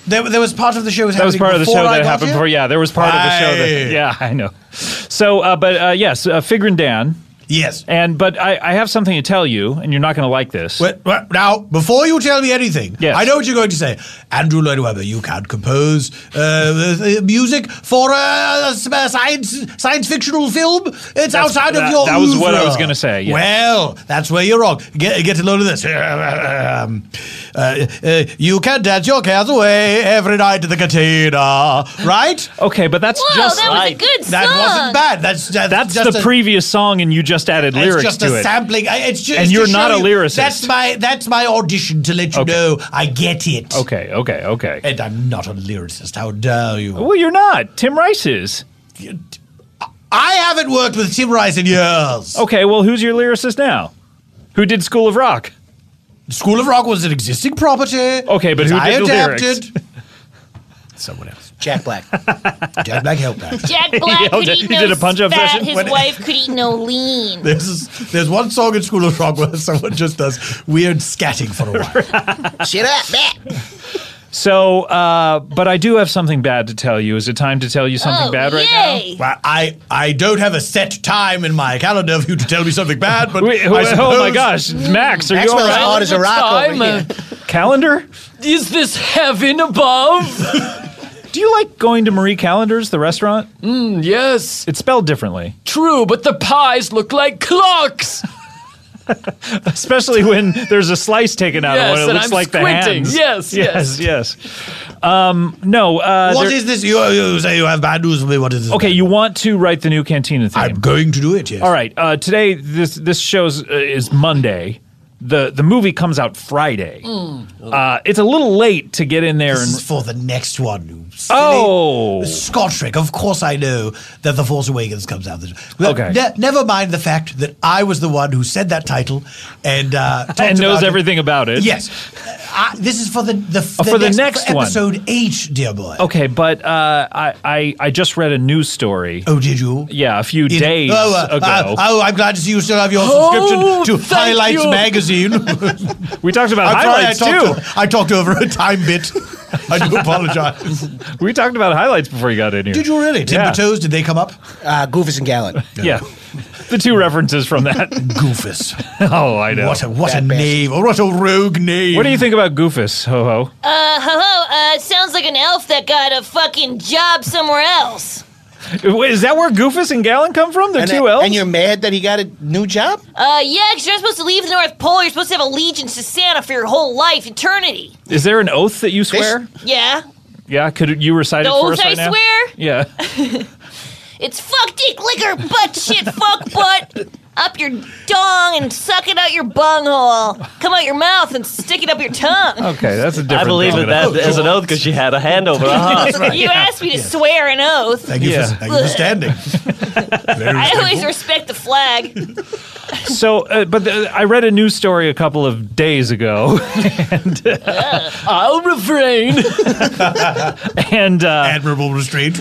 [SPEAKER 7] There, there was part of the show was
[SPEAKER 1] That was
[SPEAKER 7] happening
[SPEAKER 1] part of the show
[SPEAKER 7] before I
[SPEAKER 1] that
[SPEAKER 7] got
[SPEAKER 1] happened
[SPEAKER 7] here?
[SPEAKER 1] before. Yeah, there was part of the show
[SPEAKER 7] Aye.
[SPEAKER 1] that. Yeah, I know. So, uh, but uh, yes, uh, Figrin Dan,
[SPEAKER 7] Yes.
[SPEAKER 1] and but I, I have something to tell you, and you're not going to like this.
[SPEAKER 7] Wait, wait, now, before you tell me anything,
[SPEAKER 1] Yes.
[SPEAKER 7] I know what you're going to say. Andrew Lloyd Webber, you can compose uh, uh, music for a, a Uh, science science fictional film. It's outside of
[SPEAKER 1] that-
[SPEAKER 7] your.
[SPEAKER 1] that was what I
[SPEAKER 7] oeuvre.
[SPEAKER 1] was gonna say, yes.
[SPEAKER 7] Well, that's where you're wrong. Get get a load of this. Um, uh, uh, you can dance your cares away every night to the Catena, right?
[SPEAKER 1] Okay, but that's
[SPEAKER 3] Whoa,
[SPEAKER 1] just
[SPEAKER 3] that was a
[SPEAKER 10] right.
[SPEAKER 3] good song.
[SPEAKER 7] That wasn't bad. That's that's,
[SPEAKER 1] that's
[SPEAKER 7] just
[SPEAKER 1] the
[SPEAKER 7] a-
[SPEAKER 1] previous song, and you just added lyrics
[SPEAKER 7] it's just
[SPEAKER 1] to
[SPEAKER 7] a
[SPEAKER 1] it.
[SPEAKER 7] sampling. I- It's just,
[SPEAKER 1] And you're not a lyricist.
[SPEAKER 7] That's my that's my audition to let you
[SPEAKER 1] Okay.
[SPEAKER 7] know I get it.
[SPEAKER 1] okay, okay, okay.
[SPEAKER 7] And I'm not a lyricist. How dare you?
[SPEAKER 1] well, you're not. Tim Rice is.
[SPEAKER 7] I haven't worked with Tim Rice in years.
[SPEAKER 1] Okay, well, who's your lyricist now? Who did School of Rock?
[SPEAKER 7] School of Rock was an existing property.
[SPEAKER 1] Okay, but who
[SPEAKER 7] I
[SPEAKER 1] did the lyrics?
[SPEAKER 7] adapted. Someone else. Jack Black. Jack Black helped out.
[SPEAKER 3] Jack Black
[SPEAKER 1] yelled
[SPEAKER 3] could
[SPEAKER 1] at-
[SPEAKER 3] eat
[SPEAKER 1] he
[SPEAKER 3] no
[SPEAKER 1] did a punch-up
[SPEAKER 3] fat.
[SPEAKER 1] session?
[SPEAKER 3] His
[SPEAKER 7] When-
[SPEAKER 3] wife could eat no lean.
[SPEAKER 7] There's, this- there's one song in School of Rock where someone just does weird scatting for a while.
[SPEAKER 5] Shut up, man.
[SPEAKER 1] So, uh, but I do have something bad to tell you. Is it time to tell you something
[SPEAKER 3] oh,
[SPEAKER 1] bad right now?
[SPEAKER 3] yay.
[SPEAKER 7] Well, I, I don't have a set time in my calendar for you to tell me something bad, but
[SPEAKER 1] Wait,
[SPEAKER 7] I
[SPEAKER 1] oh my
[SPEAKER 7] suppose-
[SPEAKER 1] gosh, Max, are you all
[SPEAKER 5] Maxwell's
[SPEAKER 1] right?
[SPEAKER 5] hard as a
[SPEAKER 9] Good
[SPEAKER 5] rock over
[SPEAKER 9] time, uh,
[SPEAKER 5] here.
[SPEAKER 1] Calendar?
[SPEAKER 9] Is this heaven above?
[SPEAKER 1] Do you like going to Marie Calendar's, the restaurant?
[SPEAKER 9] Mm, yes,
[SPEAKER 1] It's spelled differently,
[SPEAKER 9] true, but the pies look like clocks.
[SPEAKER 1] especially when there's a slice taken out
[SPEAKER 9] Yes,
[SPEAKER 1] of one. It
[SPEAKER 9] and
[SPEAKER 1] looks
[SPEAKER 9] I'm
[SPEAKER 1] like the
[SPEAKER 9] squinting.
[SPEAKER 1] hands.
[SPEAKER 9] Yes,
[SPEAKER 1] yes, yes. Um, no. Uh,
[SPEAKER 7] What
[SPEAKER 1] there-
[SPEAKER 7] is this? You, you say you have bad news for me. What is this?
[SPEAKER 1] okay, you want to write the new Cantina theme?
[SPEAKER 7] I'm going to do it. Yes.
[SPEAKER 1] All right. Uh, today, this this shows uh, is Monday. the The movie comes out Friday.
[SPEAKER 9] Oh.
[SPEAKER 1] Uh, it's a little late to get in there
[SPEAKER 7] This
[SPEAKER 1] and
[SPEAKER 7] is for the next one. you silly-
[SPEAKER 1] oh.
[SPEAKER 7] Scottrick. Of course, I know that The Force Awakens comes out. This well,
[SPEAKER 1] Okay.
[SPEAKER 7] ne- never mind the fact that I was the one who said that title and uh, talked
[SPEAKER 1] And knows
[SPEAKER 7] about it.
[SPEAKER 1] everything about it.
[SPEAKER 7] Yes, Uh, I, this is for the the,
[SPEAKER 1] Oh, for the next
[SPEAKER 7] for
[SPEAKER 1] one.
[SPEAKER 7] episode eight, dear boy.
[SPEAKER 1] Okay, but uh, I, I I just read a news story.
[SPEAKER 7] Oh, did you?
[SPEAKER 1] Yeah, a few
[SPEAKER 7] It-
[SPEAKER 1] days
[SPEAKER 7] oh, uh,
[SPEAKER 1] ago.
[SPEAKER 7] uh, oh, I'm glad to see you still have your
[SPEAKER 9] Oh,
[SPEAKER 7] subscription to
[SPEAKER 9] thank
[SPEAKER 7] Highlights
[SPEAKER 9] you.
[SPEAKER 7] Magazine.
[SPEAKER 1] we talked about
[SPEAKER 7] I'm sorry, I
[SPEAKER 1] highlights too.
[SPEAKER 7] talked, I talked over a time bit. I do apologize.
[SPEAKER 1] We talked about highlights before you got in here.
[SPEAKER 7] Did you really?
[SPEAKER 1] Yeah.
[SPEAKER 7] Timber toes? Did they come up?
[SPEAKER 5] Uh, Goofus and Gallant.
[SPEAKER 1] Yeah. the two references from that.
[SPEAKER 7] Goofus.
[SPEAKER 1] oh, I know.
[SPEAKER 7] What a what a
[SPEAKER 5] Bad bastard.
[SPEAKER 7] knave! Or what a rogue knave!
[SPEAKER 1] What do you think about Goofus, ho ho?
[SPEAKER 3] Uh, hello. Uh, sounds like an elf that got a fucking job somewhere else.
[SPEAKER 1] Wait, Is that where Goofus and Gallon come from? They're
[SPEAKER 5] And,
[SPEAKER 1] two
[SPEAKER 5] that-
[SPEAKER 1] elves?
[SPEAKER 5] and you're mad that he got a new job?
[SPEAKER 3] Uh, yeah, because you're not supposed to leave the North Pole. You're supposed to have allegiance to Santa for your whole life, eternity.
[SPEAKER 1] Is there an oath that you swear?
[SPEAKER 3] Yeah?
[SPEAKER 1] yeah, could you recite
[SPEAKER 3] The
[SPEAKER 1] it for
[SPEAKER 3] oath
[SPEAKER 1] us right
[SPEAKER 3] I
[SPEAKER 1] now?
[SPEAKER 3] swear?
[SPEAKER 1] Yeah.
[SPEAKER 3] It's fuck dick, liquor, butt shit, fuck butt. Up your dong and suck it out your bunghole. Come out your mouth and stick it up your tongue.
[SPEAKER 1] Okay, that's a different
[SPEAKER 10] I believe
[SPEAKER 1] thing
[SPEAKER 10] that that is an oath because she had a hand over her heart.
[SPEAKER 3] you asked me to swear an oath.
[SPEAKER 7] Thank you,
[SPEAKER 1] Yeah.
[SPEAKER 7] for, thank you for standing. Very
[SPEAKER 3] I always
[SPEAKER 7] respectful.
[SPEAKER 3] respect the flag.
[SPEAKER 1] So, uh, but the, I read a news story a couple of days ago,
[SPEAKER 9] I'll refrain.
[SPEAKER 1] and uh,
[SPEAKER 7] Admirable restraint.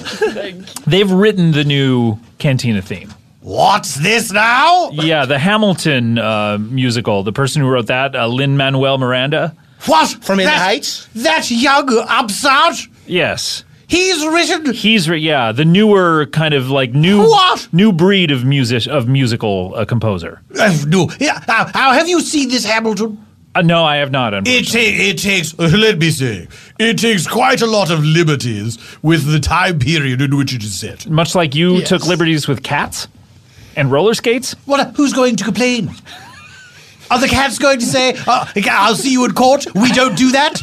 [SPEAKER 1] they've written the new Cantina theme.
[SPEAKER 7] What's this now?
[SPEAKER 1] Yeah, the Hamilton uh, musical. The person who wrote that, uh, Lin Manuel Miranda.
[SPEAKER 7] What
[SPEAKER 5] From In the
[SPEAKER 7] that,
[SPEAKER 5] Heights?
[SPEAKER 7] That young upstart.
[SPEAKER 1] Yes,
[SPEAKER 7] He's written.
[SPEAKER 1] he's re- yeah the newer kind of like new
[SPEAKER 7] What?
[SPEAKER 1] new breed of music of musical uh, composer.
[SPEAKER 7] Uh, no, yeah. How, how have you seen this Hamilton?
[SPEAKER 1] Uh, no, I have not. unfortunately.
[SPEAKER 7] It, ta- it takes, uh, let me say, it takes quite a lot of liberties with the time period in which it is set.
[SPEAKER 1] Much like you
[SPEAKER 5] Yes.
[SPEAKER 1] took liberties with cats and roller skates.
[SPEAKER 7] What? uh, Who's going to complain? Are the cats going to say, "Oh, "I'll see you in court"? We don't do that.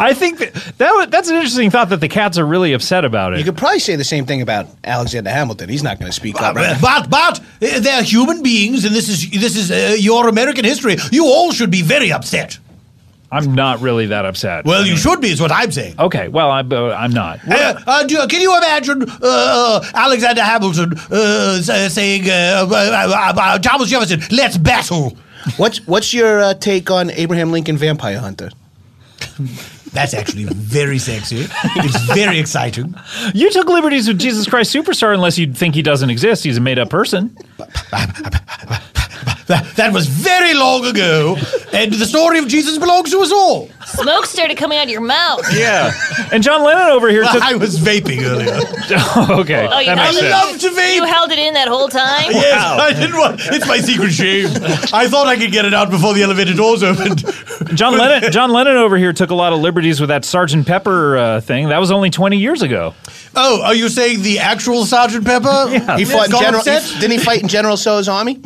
[SPEAKER 1] I think that, that wa- that's an interesting thought that the cats are really upset about it.
[SPEAKER 5] You could probably say the same thing about Alexander Hamilton. He's not going to speak up. Right?
[SPEAKER 7] but but uh, they're human beings, and this is this is uh, your American history. You all should be very upset.
[SPEAKER 1] I'm not really that upset.
[SPEAKER 7] Well, you should be, is what I'm saying.
[SPEAKER 1] Okay, well, I'm, uh, I'm not.
[SPEAKER 7] Uh, uh, do, can you imagine uh, Alexander Hamilton uh, sa- saying, uh, uh, uh, uh, "Thomas Jefferson, let's battle"?
[SPEAKER 5] What's what's your uh, take on Abraham Lincoln Vampire Hunter?
[SPEAKER 7] That's actually very sexy. It's very exciting.
[SPEAKER 1] You took liberties with Jesus Christ Superstar unless you think he doesn't exist. He's a made up person.
[SPEAKER 7] That, that was very long ago, and the story of Jesus belongs to us all.
[SPEAKER 3] Smoke started coming out of your mouth.
[SPEAKER 1] Yeah. and John Lennon over here took.
[SPEAKER 7] I was vaping earlier.
[SPEAKER 1] okay.
[SPEAKER 3] Oh, you
[SPEAKER 1] that makes
[SPEAKER 3] held
[SPEAKER 1] sense.
[SPEAKER 3] it.
[SPEAKER 7] Love to vape.
[SPEAKER 3] You held it in that whole time.
[SPEAKER 7] Yes, I didn't want. It's my secret shame. I thought I could get it out before the elevator doors opened.
[SPEAKER 1] John Lennon, John Lennon over here took a lot of liberties with that Sergeant Pepper uh, thing. That was only 20 years ago.
[SPEAKER 7] Oh, are you saying the actual Sergeant Pepper?
[SPEAKER 5] He
[SPEAKER 7] He's
[SPEAKER 5] fought in
[SPEAKER 7] gone
[SPEAKER 5] General.
[SPEAKER 7] upset?
[SPEAKER 5] he- didn't he fight in General So's army?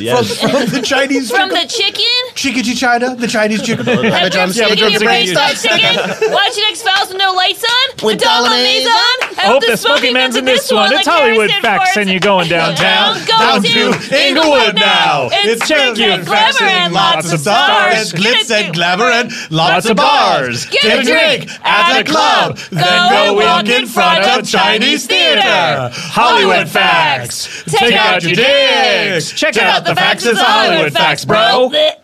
[SPEAKER 10] Yes.
[SPEAKER 7] from the Chinese
[SPEAKER 3] From
[SPEAKER 7] chicken,
[SPEAKER 3] the chicken?
[SPEAKER 7] Chikichi China, the Chinese chicken.
[SPEAKER 3] That drumstick
[SPEAKER 1] yeah, the
[SPEAKER 3] in your
[SPEAKER 1] drumstick
[SPEAKER 3] brain
[SPEAKER 1] is
[SPEAKER 3] start chicken? Watch your next files with no lights on?
[SPEAKER 5] With
[SPEAKER 3] the dog on
[SPEAKER 5] Dolomite.
[SPEAKER 3] on?
[SPEAKER 1] I hope the Smoky Man's in this one. It's Hollywood Facts, and you're going downtown.
[SPEAKER 3] Go
[SPEAKER 7] Down
[SPEAKER 3] to
[SPEAKER 7] to Inglewood now.
[SPEAKER 3] It's
[SPEAKER 7] It's
[SPEAKER 3] chicken
[SPEAKER 7] Checkmate
[SPEAKER 3] and glamour and lots of stars.
[SPEAKER 7] and glitz
[SPEAKER 3] Get a
[SPEAKER 7] and glamour and
[SPEAKER 1] Lots
[SPEAKER 7] lots
[SPEAKER 1] of
[SPEAKER 7] of bars.
[SPEAKER 1] bars.
[SPEAKER 3] Get a drink
[SPEAKER 7] at a club, then go walk in front of Chinese theater. Hollywood facts. Take out your dicks. Check out the facts. It's Hollywood facts, bro.
[SPEAKER 3] Blech.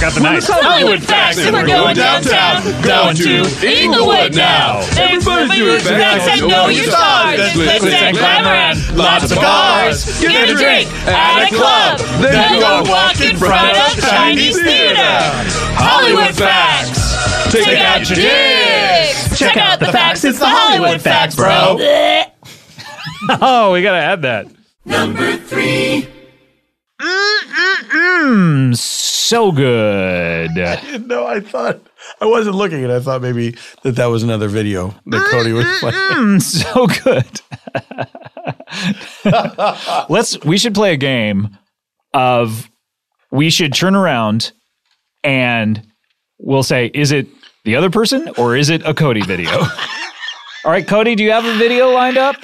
[SPEAKER 1] Got the nice.
[SPEAKER 3] Hollywood facts, and we're going downtown.
[SPEAKER 7] Down to
[SPEAKER 3] Inglewood now. Everybody's doing facts and know your stars. It's glitz and glamour and
[SPEAKER 7] lots of bars.
[SPEAKER 3] Get a drink at a club. Then go walk in front of Chinese theater. Hollywood facts. Take out your dicks. Check out the facts. It's the Hollywood facts, bro.
[SPEAKER 1] Oh, we got to add that. Number three. Mm-mm-mm. Mmm, So good.
[SPEAKER 2] No, I thought I wasn't looking, and I thought maybe that that was another video that
[SPEAKER 1] Mm,
[SPEAKER 2] Cody was playing.
[SPEAKER 1] so good. Let's we should play a game of we should turn around and we'll say is it the other person or is it a Cody video? All right, Cody, do you have a video lined up?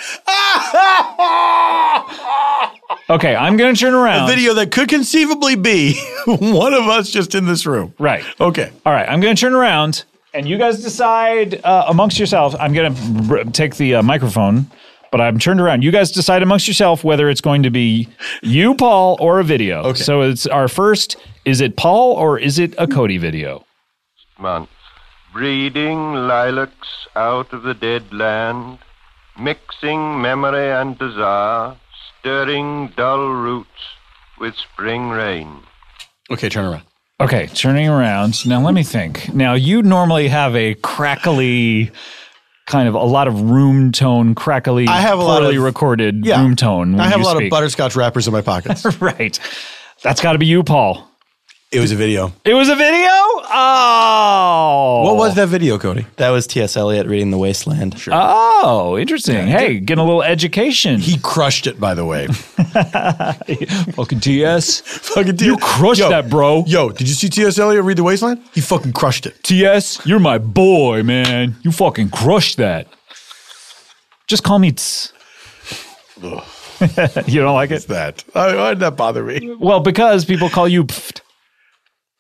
[SPEAKER 1] okay, I'm going to turn around.
[SPEAKER 2] Video that could conceivably be one of us just in this room.
[SPEAKER 1] Right.
[SPEAKER 2] Okay.
[SPEAKER 1] All right, I'm going to turn around, and you guys decide uh, amongst yourselves. I'm going to br- take the uh, microphone, but I'm turned around. You guys decide amongst yourself whether it's going to be you, Paul, or a video. Okay. So it's our first. Is it Paul or is it a Cody video?
[SPEAKER 11] month. Breeding lilacs out of the dead land, mixing memory and desire, stirring dull roots with spring rain.
[SPEAKER 2] Okay, turn around.
[SPEAKER 1] Okay, turning around. Now let me think. Now you normally have a crackly. Kind of a lot of room tone, crackly,
[SPEAKER 2] I have a lot
[SPEAKER 1] poorly
[SPEAKER 2] of-
[SPEAKER 1] recorded
[SPEAKER 2] yeah.
[SPEAKER 1] room tone. When
[SPEAKER 2] I have a
[SPEAKER 1] you
[SPEAKER 2] lot
[SPEAKER 1] speak.
[SPEAKER 2] of butterscotch wrappers in my pockets.
[SPEAKER 1] Right, that's got to be you, Paul.
[SPEAKER 2] it was a video.
[SPEAKER 1] It was a video? Oh.
[SPEAKER 2] What was that video, Cody?
[SPEAKER 10] That was T.S. Eliot reading The Wasteland. Sure.
[SPEAKER 1] Oh, interesting. Hey, getting a little education.
[SPEAKER 2] He crushed it, by the way.
[SPEAKER 1] Fucking TS.
[SPEAKER 2] fucking
[SPEAKER 1] You crushed
[SPEAKER 2] Yo,
[SPEAKER 1] that, bro.
[SPEAKER 2] Yo, did you see T.S. Eliot read The Wasteland? He fucking crushed it.
[SPEAKER 1] TS, you're my boy, man. You fucking crushed that. Just call me Tss. you don't like it?
[SPEAKER 2] That. I, why did that bother me?
[SPEAKER 1] Well, because people call you Pfft,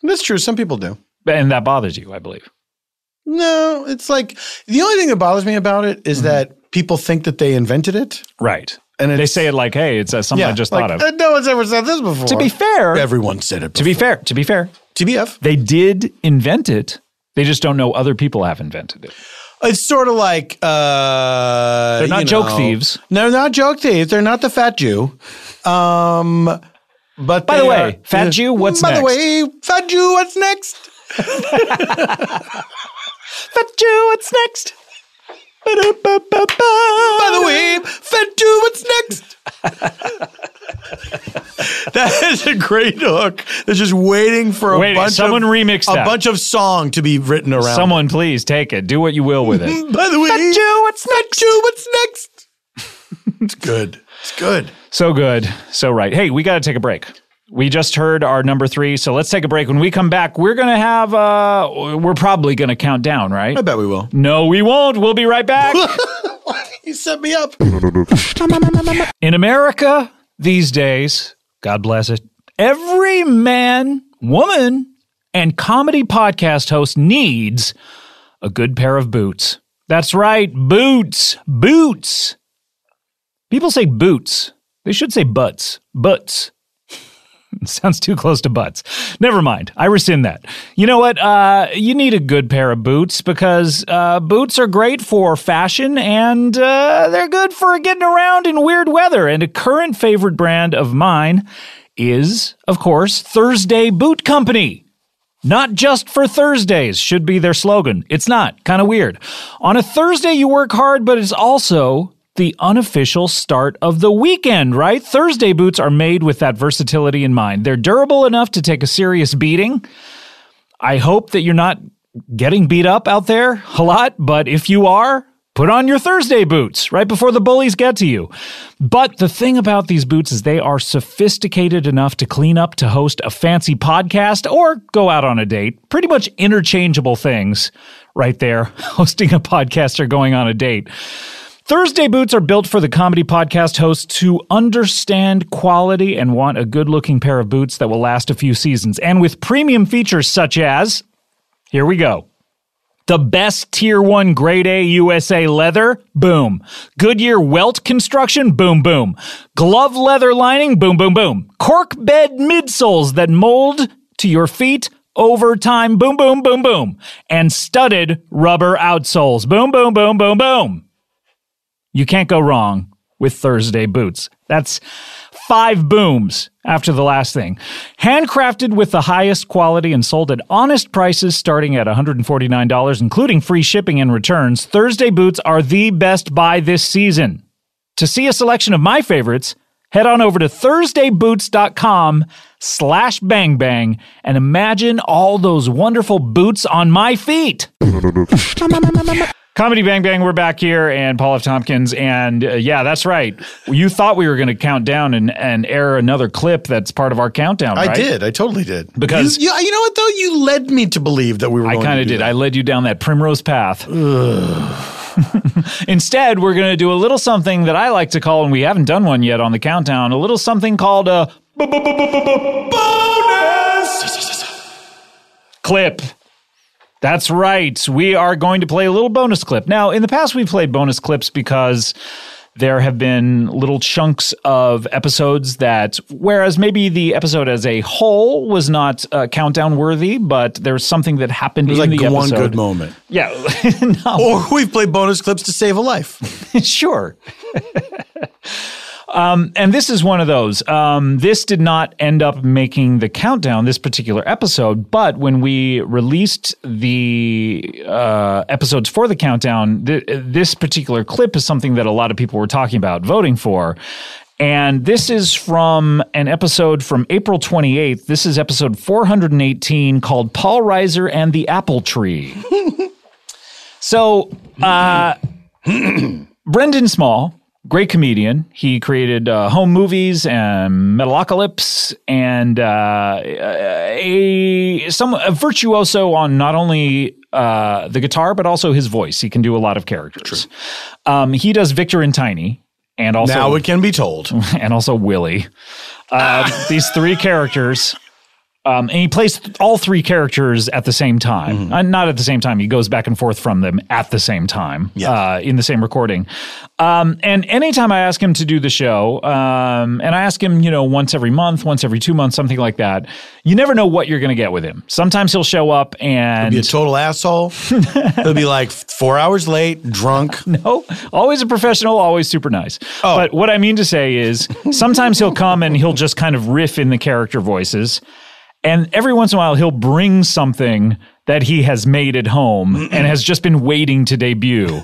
[SPEAKER 2] That's true. Some people do.
[SPEAKER 1] and that bothers you, I believe.
[SPEAKER 2] No, it's like the only thing that bothers me about it
[SPEAKER 1] Mm-hmm.
[SPEAKER 2] is that people think that they invented it.
[SPEAKER 1] Right.
[SPEAKER 2] And
[SPEAKER 1] they
[SPEAKER 2] it's-
[SPEAKER 1] say it like, hey, it's uh, something I just
[SPEAKER 2] like,
[SPEAKER 1] thought of.
[SPEAKER 2] uh, no one's ever said this before.
[SPEAKER 1] to be fair,
[SPEAKER 2] everyone said it.
[SPEAKER 1] to be fair, to be fair,
[SPEAKER 2] TBF.
[SPEAKER 1] they did invent it. They just don't know other people have invented it.
[SPEAKER 2] It's sort of like uh,
[SPEAKER 1] They're not
[SPEAKER 2] you
[SPEAKER 1] joke
[SPEAKER 2] know.
[SPEAKER 1] thieves.
[SPEAKER 2] No, they're not joke thieves. They're not the fat Jew. Um, but
[SPEAKER 1] By the
[SPEAKER 2] they
[SPEAKER 1] way,
[SPEAKER 2] are-
[SPEAKER 1] fat Jew, what's
[SPEAKER 2] by
[SPEAKER 1] next?
[SPEAKER 2] the way, fat Jew, what's next?
[SPEAKER 1] But you, what's next?
[SPEAKER 2] By the way, fat Jew, what's next? that is a great hook. It's just waiting for a
[SPEAKER 1] Wait,
[SPEAKER 2] bunch.
[SPEAKER 1] someone
[SPEAKER 2] of,
[SPEAKER 1] remix
[SPEAKER 2] a
[SPEAKER 1] that.
[SPEAKER 2] bunch of song to be written around.
[SPEAKER 1] Someone, please take it. Do what you will with it.
[SPEAKER 2] Mm, By the way, fat Jew, what's next? Jew, what's next? it's good. It's good.
[SPEAKER 1] So good. So right. Hey, we got to take a break. We just heard our number three. So let's take a break. When we come back, we're going to have, uh, we're probably going to count down, right?
[SPEAKER 2] I bet we will.
[SPEAKER 1] No, we won't. We'll be right back.
[SPEAKER 2] You set me up.
[SPEAKER 1] In America these days, God bless it, every man, woman, and comedy podcast host needs a good pair of boots. That's right, boots, boots. People say boots. They should say butts, butts. Sounds too close to butts. Never mind. I rescind that. You know what? Uh, you need a good pair of boots because uh, boots are great for fashion and uh, they're good for getting around in weird weather. And a current favorite brand of mine is, of course, Thursday Boot Company. Not just for Thursdays should be their slogan. It's not. Kind of weird. On a Thursday, you work hard, but it's also the unofficial start of the weekend, right? Thursday boots are made with that versatility in mind. They're durable enough to take a serious beating. I hope that you're not getting beat up out there a lot, but if you are, put on your Thursday boots right before the bullies get to you. But the thing about these boots is they are sophisticated enough to clean up to host a fancy podcast or go out on a date. Pretty much interchangeable things right there, hosting a podcast or going on a date. Thursday boots are built for the comedy podcast hosts who understand quality and want a good looking pair of boots that will last a few seasons. And with premium features such as here we go. The best tier one grade A USA leather, boom. Goodyear welt construction, boom, boom. Glove leather lining, boom, boom, boom. Cork bed midsoles that mold to your feet over time, boom, boom, boom, boom. And studded rubber outsoles, boom, boom, boom, boom, boom. You can't go wrong with Thursday boots. That's five booms after the last thing. Handcrafted with the highest quality and sold at honest prices starting at $149, including free shipping and returns, Thursday boots are the best buy this season. To see a selection of my favorites, head on over to thursdayboots.com slash bangbang and imagine all those wonderful boots on my feet. Comedy Bang Bang, we're back here, and Paul F. Tompkins, and uh, yeah, that's right. You thought we were going to count down and, and air another clip that's part of our countdown.
[SPEAKER 2] I
[SPEAKER 1] right?
[SPEAKER 2] did. I totally did.
[SPEAKER 1] Because-
[SPEAKER 2] you, you, you know what though, you led me to believe that we were.
[SPEAKER 1] I
[SPEAKER 2] going
[SPEAKER 1] kind
[SPEAKER 2] to
[SPEAKER 1] of
[SPEAKER 2] do
[SPEAKER 1] did.
[SPEAKER 2] that.
[SPEAKER 1] I led you down that primrose path. Instead, we're going to do a little something that I like to call, and we haven't done one yet on the countdown, a little something called a clip. That's right. We are going to play a little bonus clip. Now, in the past, we've played bonus clips because there have been little chunks of episodes that, whereas maybe the episode as a whole was not uh, countdown worthy, but there's something that happened
[SPEAKER 2] It was
[SPEAKER 1] in
[SPEAKER 2] like
[SPEAKER 1] the
[SPEAKER 2] one
[SPEAKER 1] episode.
[SPEAKER 2] good moment.
[SPEAKER 1] Yeah.
[SPEAKER 2] Or we've played bonus clips to save a life.
[SPEAKER 1] sure. Um, and this is one of those. Um, this did not end up making the countdown, this particular episode, but when we released the uh, episodes for the countdown, th- this particular clip is something that a lot of people were talking about voting for. And this is from an episode from April 28th. This is episode 418 called Paul Reiser and the Apple Tree. So, uh, Brendan Small, great comedian. He created uh, Home Movies and Metalocalypse, and uh, a some a virtuoso on not only uh, the guitar but also his voice. He can do a lot of characters. Um, he does Victor and Tiny, and also
[SPEAKER 2] Now it can be told,
[SPEAKER 1] and also Willie. Um, these three characters. Um, and he plays th- all three characters at the same time.
[SPEAKER 2] Mm-hmm.
[SPEAKER 1] Uh, not at the same time. He goes back and forth from them at the same time uh, in the same recording. Um, and anytime I ask him to do the show, um, and I ask him, you know, once every month, once every two months, something like that, you never know what you're going to get with him. Sometimes he'll show up and
[SPEAKER 2] be a total asshole. He'll be like four hours late, drunk. Oh.
[SPEAKER 1] no, always a professional, always super nice. But what I mean to say is sometimes he'll come and he'll just kind of riff in the character voices. And every once in a while, he'll bring something that he has made at home and has just been waiting to debut.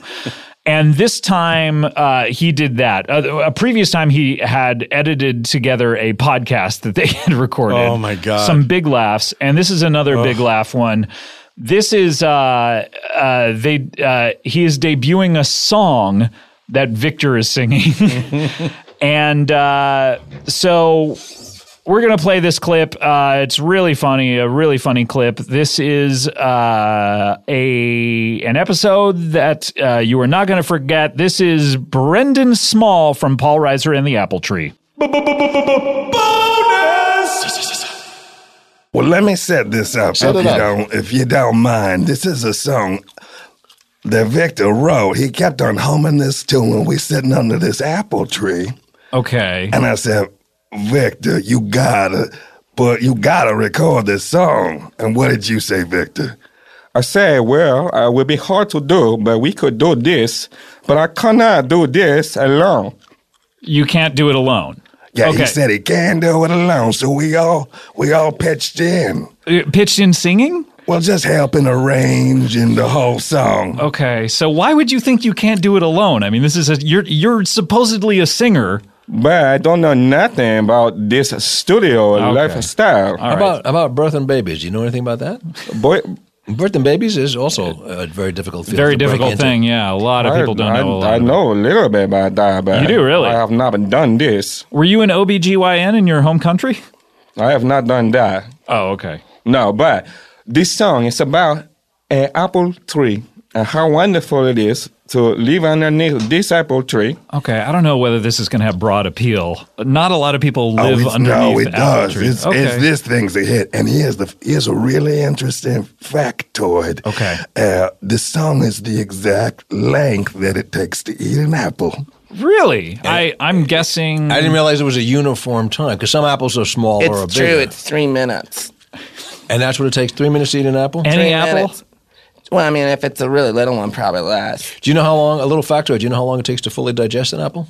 [SPEAKER 1] And this time uh, he did that. Uh, a previous time he had edited together a podcast that they had recorded.
[SPEAKER 2] Oh, my God.
[SPEAKER 1] Some big laughs, and this is another big laugh one. This is uh, uh, they uh, he is debuting a song that Victor is singing, and uh, so we're gonna play this clip. Uh, it's really funny, a really funny clip. This is uh, a an episode that uh, you are not gonna forget. This is Brendan Small from Paul Reiser and the Apple Tree.
[SPEAKER 12] Well, let me set this up
[SPEAKER 13] Set
[SPEAKER 12] if
[SPEAKER 13] it
[SPEAKER 12] you
[SPEAKER 13] up.
[SPEAKER 12] don't if you don't mind. This is a song that Victor wrote. He kept on humming this tune when we sitting under this apple tree.
[SPEAKER 1] Okay.
[SPEAKER 12] And I said, Victor, you gotta but you gotta record this song. And what did you say, Victor?
[SPEAKER 13] I say, well, uh, it will be hard to do, but we could do this. But I cannot do this alone.
[SPEAKER 1] You can't do it alone.
[SPEAKER 12] Yeah, he said he can do it alone. So we all we all pitched in.
[SPEAKER 1] Uh, Pitched in singing?
[SPEAKER 12] Well, just helping arrange and the whole song.
[SPEAKER 1] Okay, so why would you think you can't do it alone? I mean, this is a you're you're supposedly a singer.
[SPEAKER 13] But I don't know nothing about this studio lifestyle.
[SPEAKER 14] How about about birth and babies? Do you know anything about that?
[SPEAKER 13] Boy,
[SPEAKER 14] birth and babies is also a very difficult, field
[SPEAKER 1] Very
[SPEAKER 14] to break
[SPEAKER 1] difficult
[SPEAKER 14] into.
[SPEAKER 1] thing, yeah. A lot of
[SPEAKER 13] I-
[SPEAKER 1] people don't
[SPEAKER 13] I,
[SPEAKER 1] know a lot
[SPEAKER 13] I know a little bit about that, but
[SPEAKER 1] You do, really?
[SPEAKER 13] I have not done this.
[SPEAKER 1] Were you an OBGYN in your home country?
[SPEAKER 13] I have not done that.
[SPEAKER 1] Oh, okay.
[SPEAKER 13] No, but this song is about an apple tree and how wonderful it is to live underneath this apple tree.
[SPEAKER 1] Okay, I don't know whether this is going to have broad appeal. Not a lot of people
[SPEAKER 12] Oh,
[SPEAKER 1] live
[SPEAKER 12] it's-
[SPEAKER 1] underneath
[SPEAKER 12] no, it
[SPEAKER 1] apple
[SPEAKER 12] does.
[SPEAKER 1] trees.
[SPEAKER 12] It's,
[SPEAKER 1] okay.
[SPEAKER 12] it's this thing's a hit, and here's the here's a really interesting factoid. Okay, uh, this song is the exact length that it takes to eat an apple.
[SPEAKER 1] Really? I I'm guessing.
[SPEAKER 14] I didn't realize it was a uniform time because some apples are small or a
[SPEAKER 15] It's true.
[SPEAKER 14] bigger.
[SPEAKER 15] It's three minutes.
[SPEAKER 14] and that's what it takes three minutes to eat an apple.
[SPEAKER 15] Three minutes. Well, I mean, if it's a really little one, probably less.
[SPEAKER 14] Do you know how long? A little factoid. Do you know how long it takes to fully digest an apple?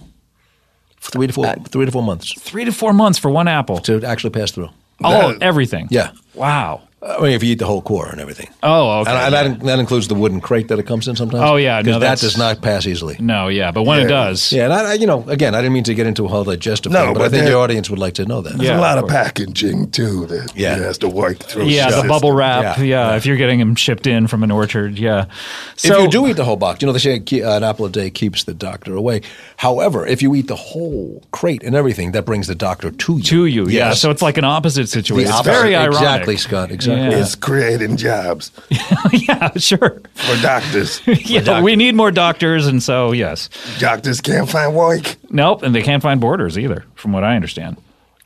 [SPEAKER 14] Three to four.
[SPEAKER 15] Uh,
[SPEAKER 14] three to four months.
[SPEAKER 1] Three to four months for one apple
[SPEAKER 14] to actually pass through.
[SPEAKER 1] Oh, everything.
[SPEAKER 14] Yeah.
[SPEAKER 1] Wow.
[SPEAKER 14] I mean, if you eat the whole core and everything.
[SPEAKER 1] Oh, okay.
[SPEAKER 14] And, and that, that includes the wooden crate that it comes in sometimes.
[SPEAKER 1] Oh, yeah, no,
[SPEAKER 14] because that
[SPEAKER 1] that's-
[SPEAKER 14] does not pass easily.
[SPEAKER 1] No, yeah, but when it does,
[SPEAKER 14] yeah. And I, I- you know, again, I didn't mean to get into a whole digestive
[SPEAKER 12] No,
[SPEAKER 14] thing, but, I
[SPEAKER 12] but
[SPEAKER 14] think
[SPEAKER 12] there-
[SPEAKER 14] the audience would like to know that.
[SPEAKER 12] There's a lot of, packaging too that yeah. has to work through.
[SPEAKER 1] yeah, the
[SPEAKER 12] system.
[SPEAKER 1] bubble wrap. Yeah, if you're getting them shipped in from an orchard, yeah.
[SPEAKER 14] if you do eat the whole box, you know they say ke- an apple a day keeps the doctor away. However, if you eat the whole crate and everything, that brings the doctor to you. To
[SPEAKER 1] you, yeah. So it's like an opposite situation. It's
[SPEAKER 14] opposite.
[SPEAKER 1] very ironic.
[SPEAKER 14] Exactly, Scott. Exactly.
[SPEAKER 12] It's creating jobs.
[SPEAKER 1] yeah, sure.
[SPEAKER 12] For doctors.
[SPEAKER 1] yeah, we need more doctors, and so yes,
[SPEAKER 12] doctors can't find work.
[SPEAKER 1] Nope, and they can't find borders either, from what I understand.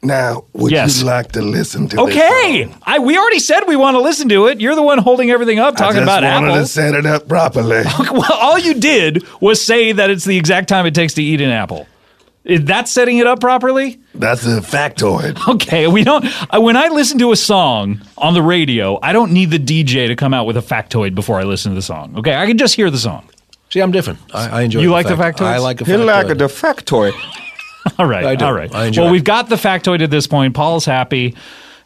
[SPEAKER 12] Now, would
[SPEAKER 1] Yes.
[SPEAKER 12] you like to listen to this
[SPEAKER 1] Okay, I we already said we want to listen to it. You're the one holding everything up, talking
[SPEAKER 12] I just
[SPEAKER 1] about
[SPEAKER 12] wanted
[SPEAKER 1] apples.
[SPEAKER 12] to set it up properly.
[SPEAKER 1] well, all you did was say that it's the exact time it takes to eat an apple. Is that setting it up properly?
[SPEAKER 12] That's a factoid.
[SPEAKER 1] Okay, we don't. I- When I listen to a song on the radio, I don't need the DJ to come out with a factoid before I listen to the song. Okay, I can just hear the song.
[SPEAKER 14] See, I'm different. I, I enjoy.
[SPEAKER 1] You
[SPEAKER 14] the
[SPEAKER 1] like the
[SPEAKER 14] fact-
[SPEAKER 1] factoids?
[SPEAKER 14] I like a
[SPEAKER 1] He
[SPEAKER 14] factoid.
[SPEAKER 1] like the
[SPEAKER 13] factoid.
[SPEAKER 1] all right,
[SPEAKER 14] I do.
[SPEAKER 1] all right.
[SPEAKER 14] I enjoy
[SPEAKER 1] well,
[SPEAKER 14] it.
[SPEAKER 1] we've got the factoid at this point. Paul's happy.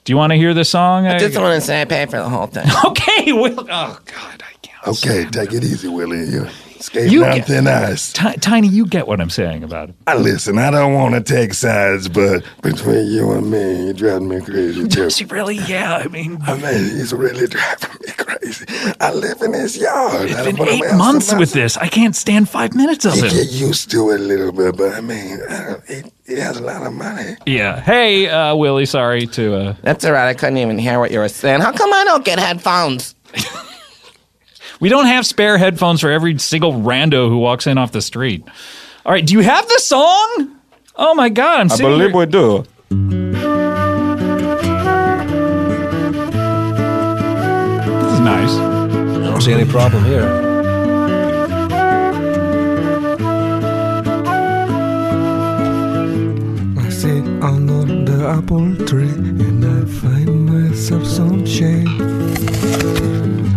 [SPEAKER 1] Do you want to hear the song?
[SPEAKER 15] I just want to say I paid for the whole thing.
[SPEAKER 1] okay, well, oh,
[SPEAKER 12] Okay, take it easy, Willie. You're skating
[SPEAKER 1] You
[SPEAKER 12] on
[SPEAKER 1] get-
[SPEAKER 12] thin ice.
[SPEAKER 1] Ti- Tiny, you get what I'm saying about it.
[SPEAKER 12] I listen. I don't want to take sides, but between you and me, you're driving me crazy too.
[SPEAKER 1] She really, yeah. I mean,
[SPEAKER 12] I mean, he's really driving me crazy. I live in his yard.
[SPEAKER 1] It's
[SPEAKER 12] I
[SPEAKER 1] been
[SPEAKER 12] don't
[SPEAKER 1] eight
[SPEAKER 12] wanna mess
[SPEAKER 1] months
[SPEAKER 12] him
[SPEAKER 1] with
[SPEAKER 12] up.
[SPEAKER 1] this. I can't stand five minutes of
[SPEAKER 12] You
[SPEAKER 1] it.
[SPEAKER 12] get used to it a little bit, but I mean, I don't- he, he has a lot of money.
[SPEAKER 1] Yeah. Hey, uh, Willie, sorry to. Uh...
[SPEAKER 15] That's all right. I couldn't even hear what you were saying. How come I don't get headphones?
[SPEAKER 1] We don't have spare headphones for every single rando who walks in off the street. All right. Do you have the song? Oh, my God. I'm
[SPEAKER 13] I
[SPEAKER 1] sitting
[SPEAKER 13] believe
[SPEAKER 1] here-
[SPEAKER 13] we do.
[SPEAKER 1] This is nice.
[SPEAKER 14] I don't see any problem here.
[SPEAKER 16] I sit under the apple tree and I find myself some shade.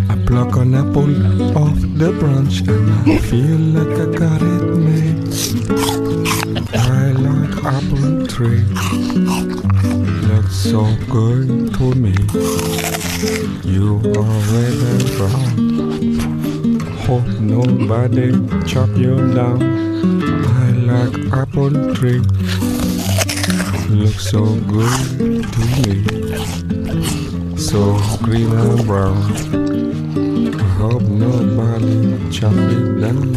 [SPEAKER 16] I pluck an apple off the branch and I feel like I got it made. I like apple tree. Looks so good to me. You are red and brown. Hope nobody chop you down. I like apple tree. Looks so good to me. So green and brown. I hope nobody chop it down.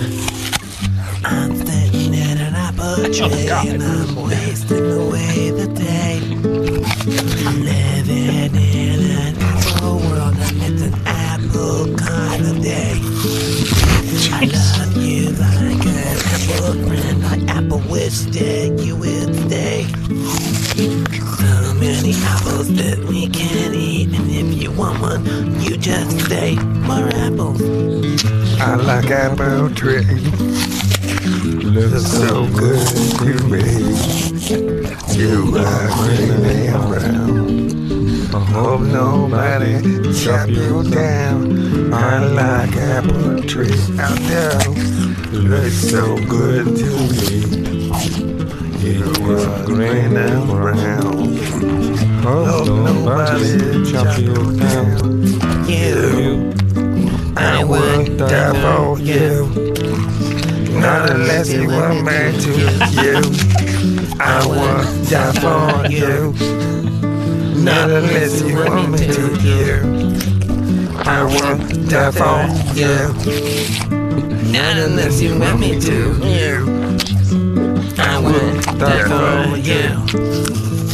[SPEAKER 17] I'm sitting in an apple tree and I'm wasting away the day. I'm living in an apple world and it's an apple kind of day. I love you like an apple friend, like apple wish that you would stay. So many apples that we can eat, and if you want one, you just say more apples.
[SPEAKER 12] I like apple tree. Looks so good to me. You are really around.
[SPEAKER 16] Hope nobody drop you down. I like apple trees out there. Looks so good to me. It was green and brown. Hope nobody chop you down. You, I would double you. Not unless you were married to you. I would double you. Not unless you want me to you. I won't die for you. Not unless you want me to you. I won't die for you.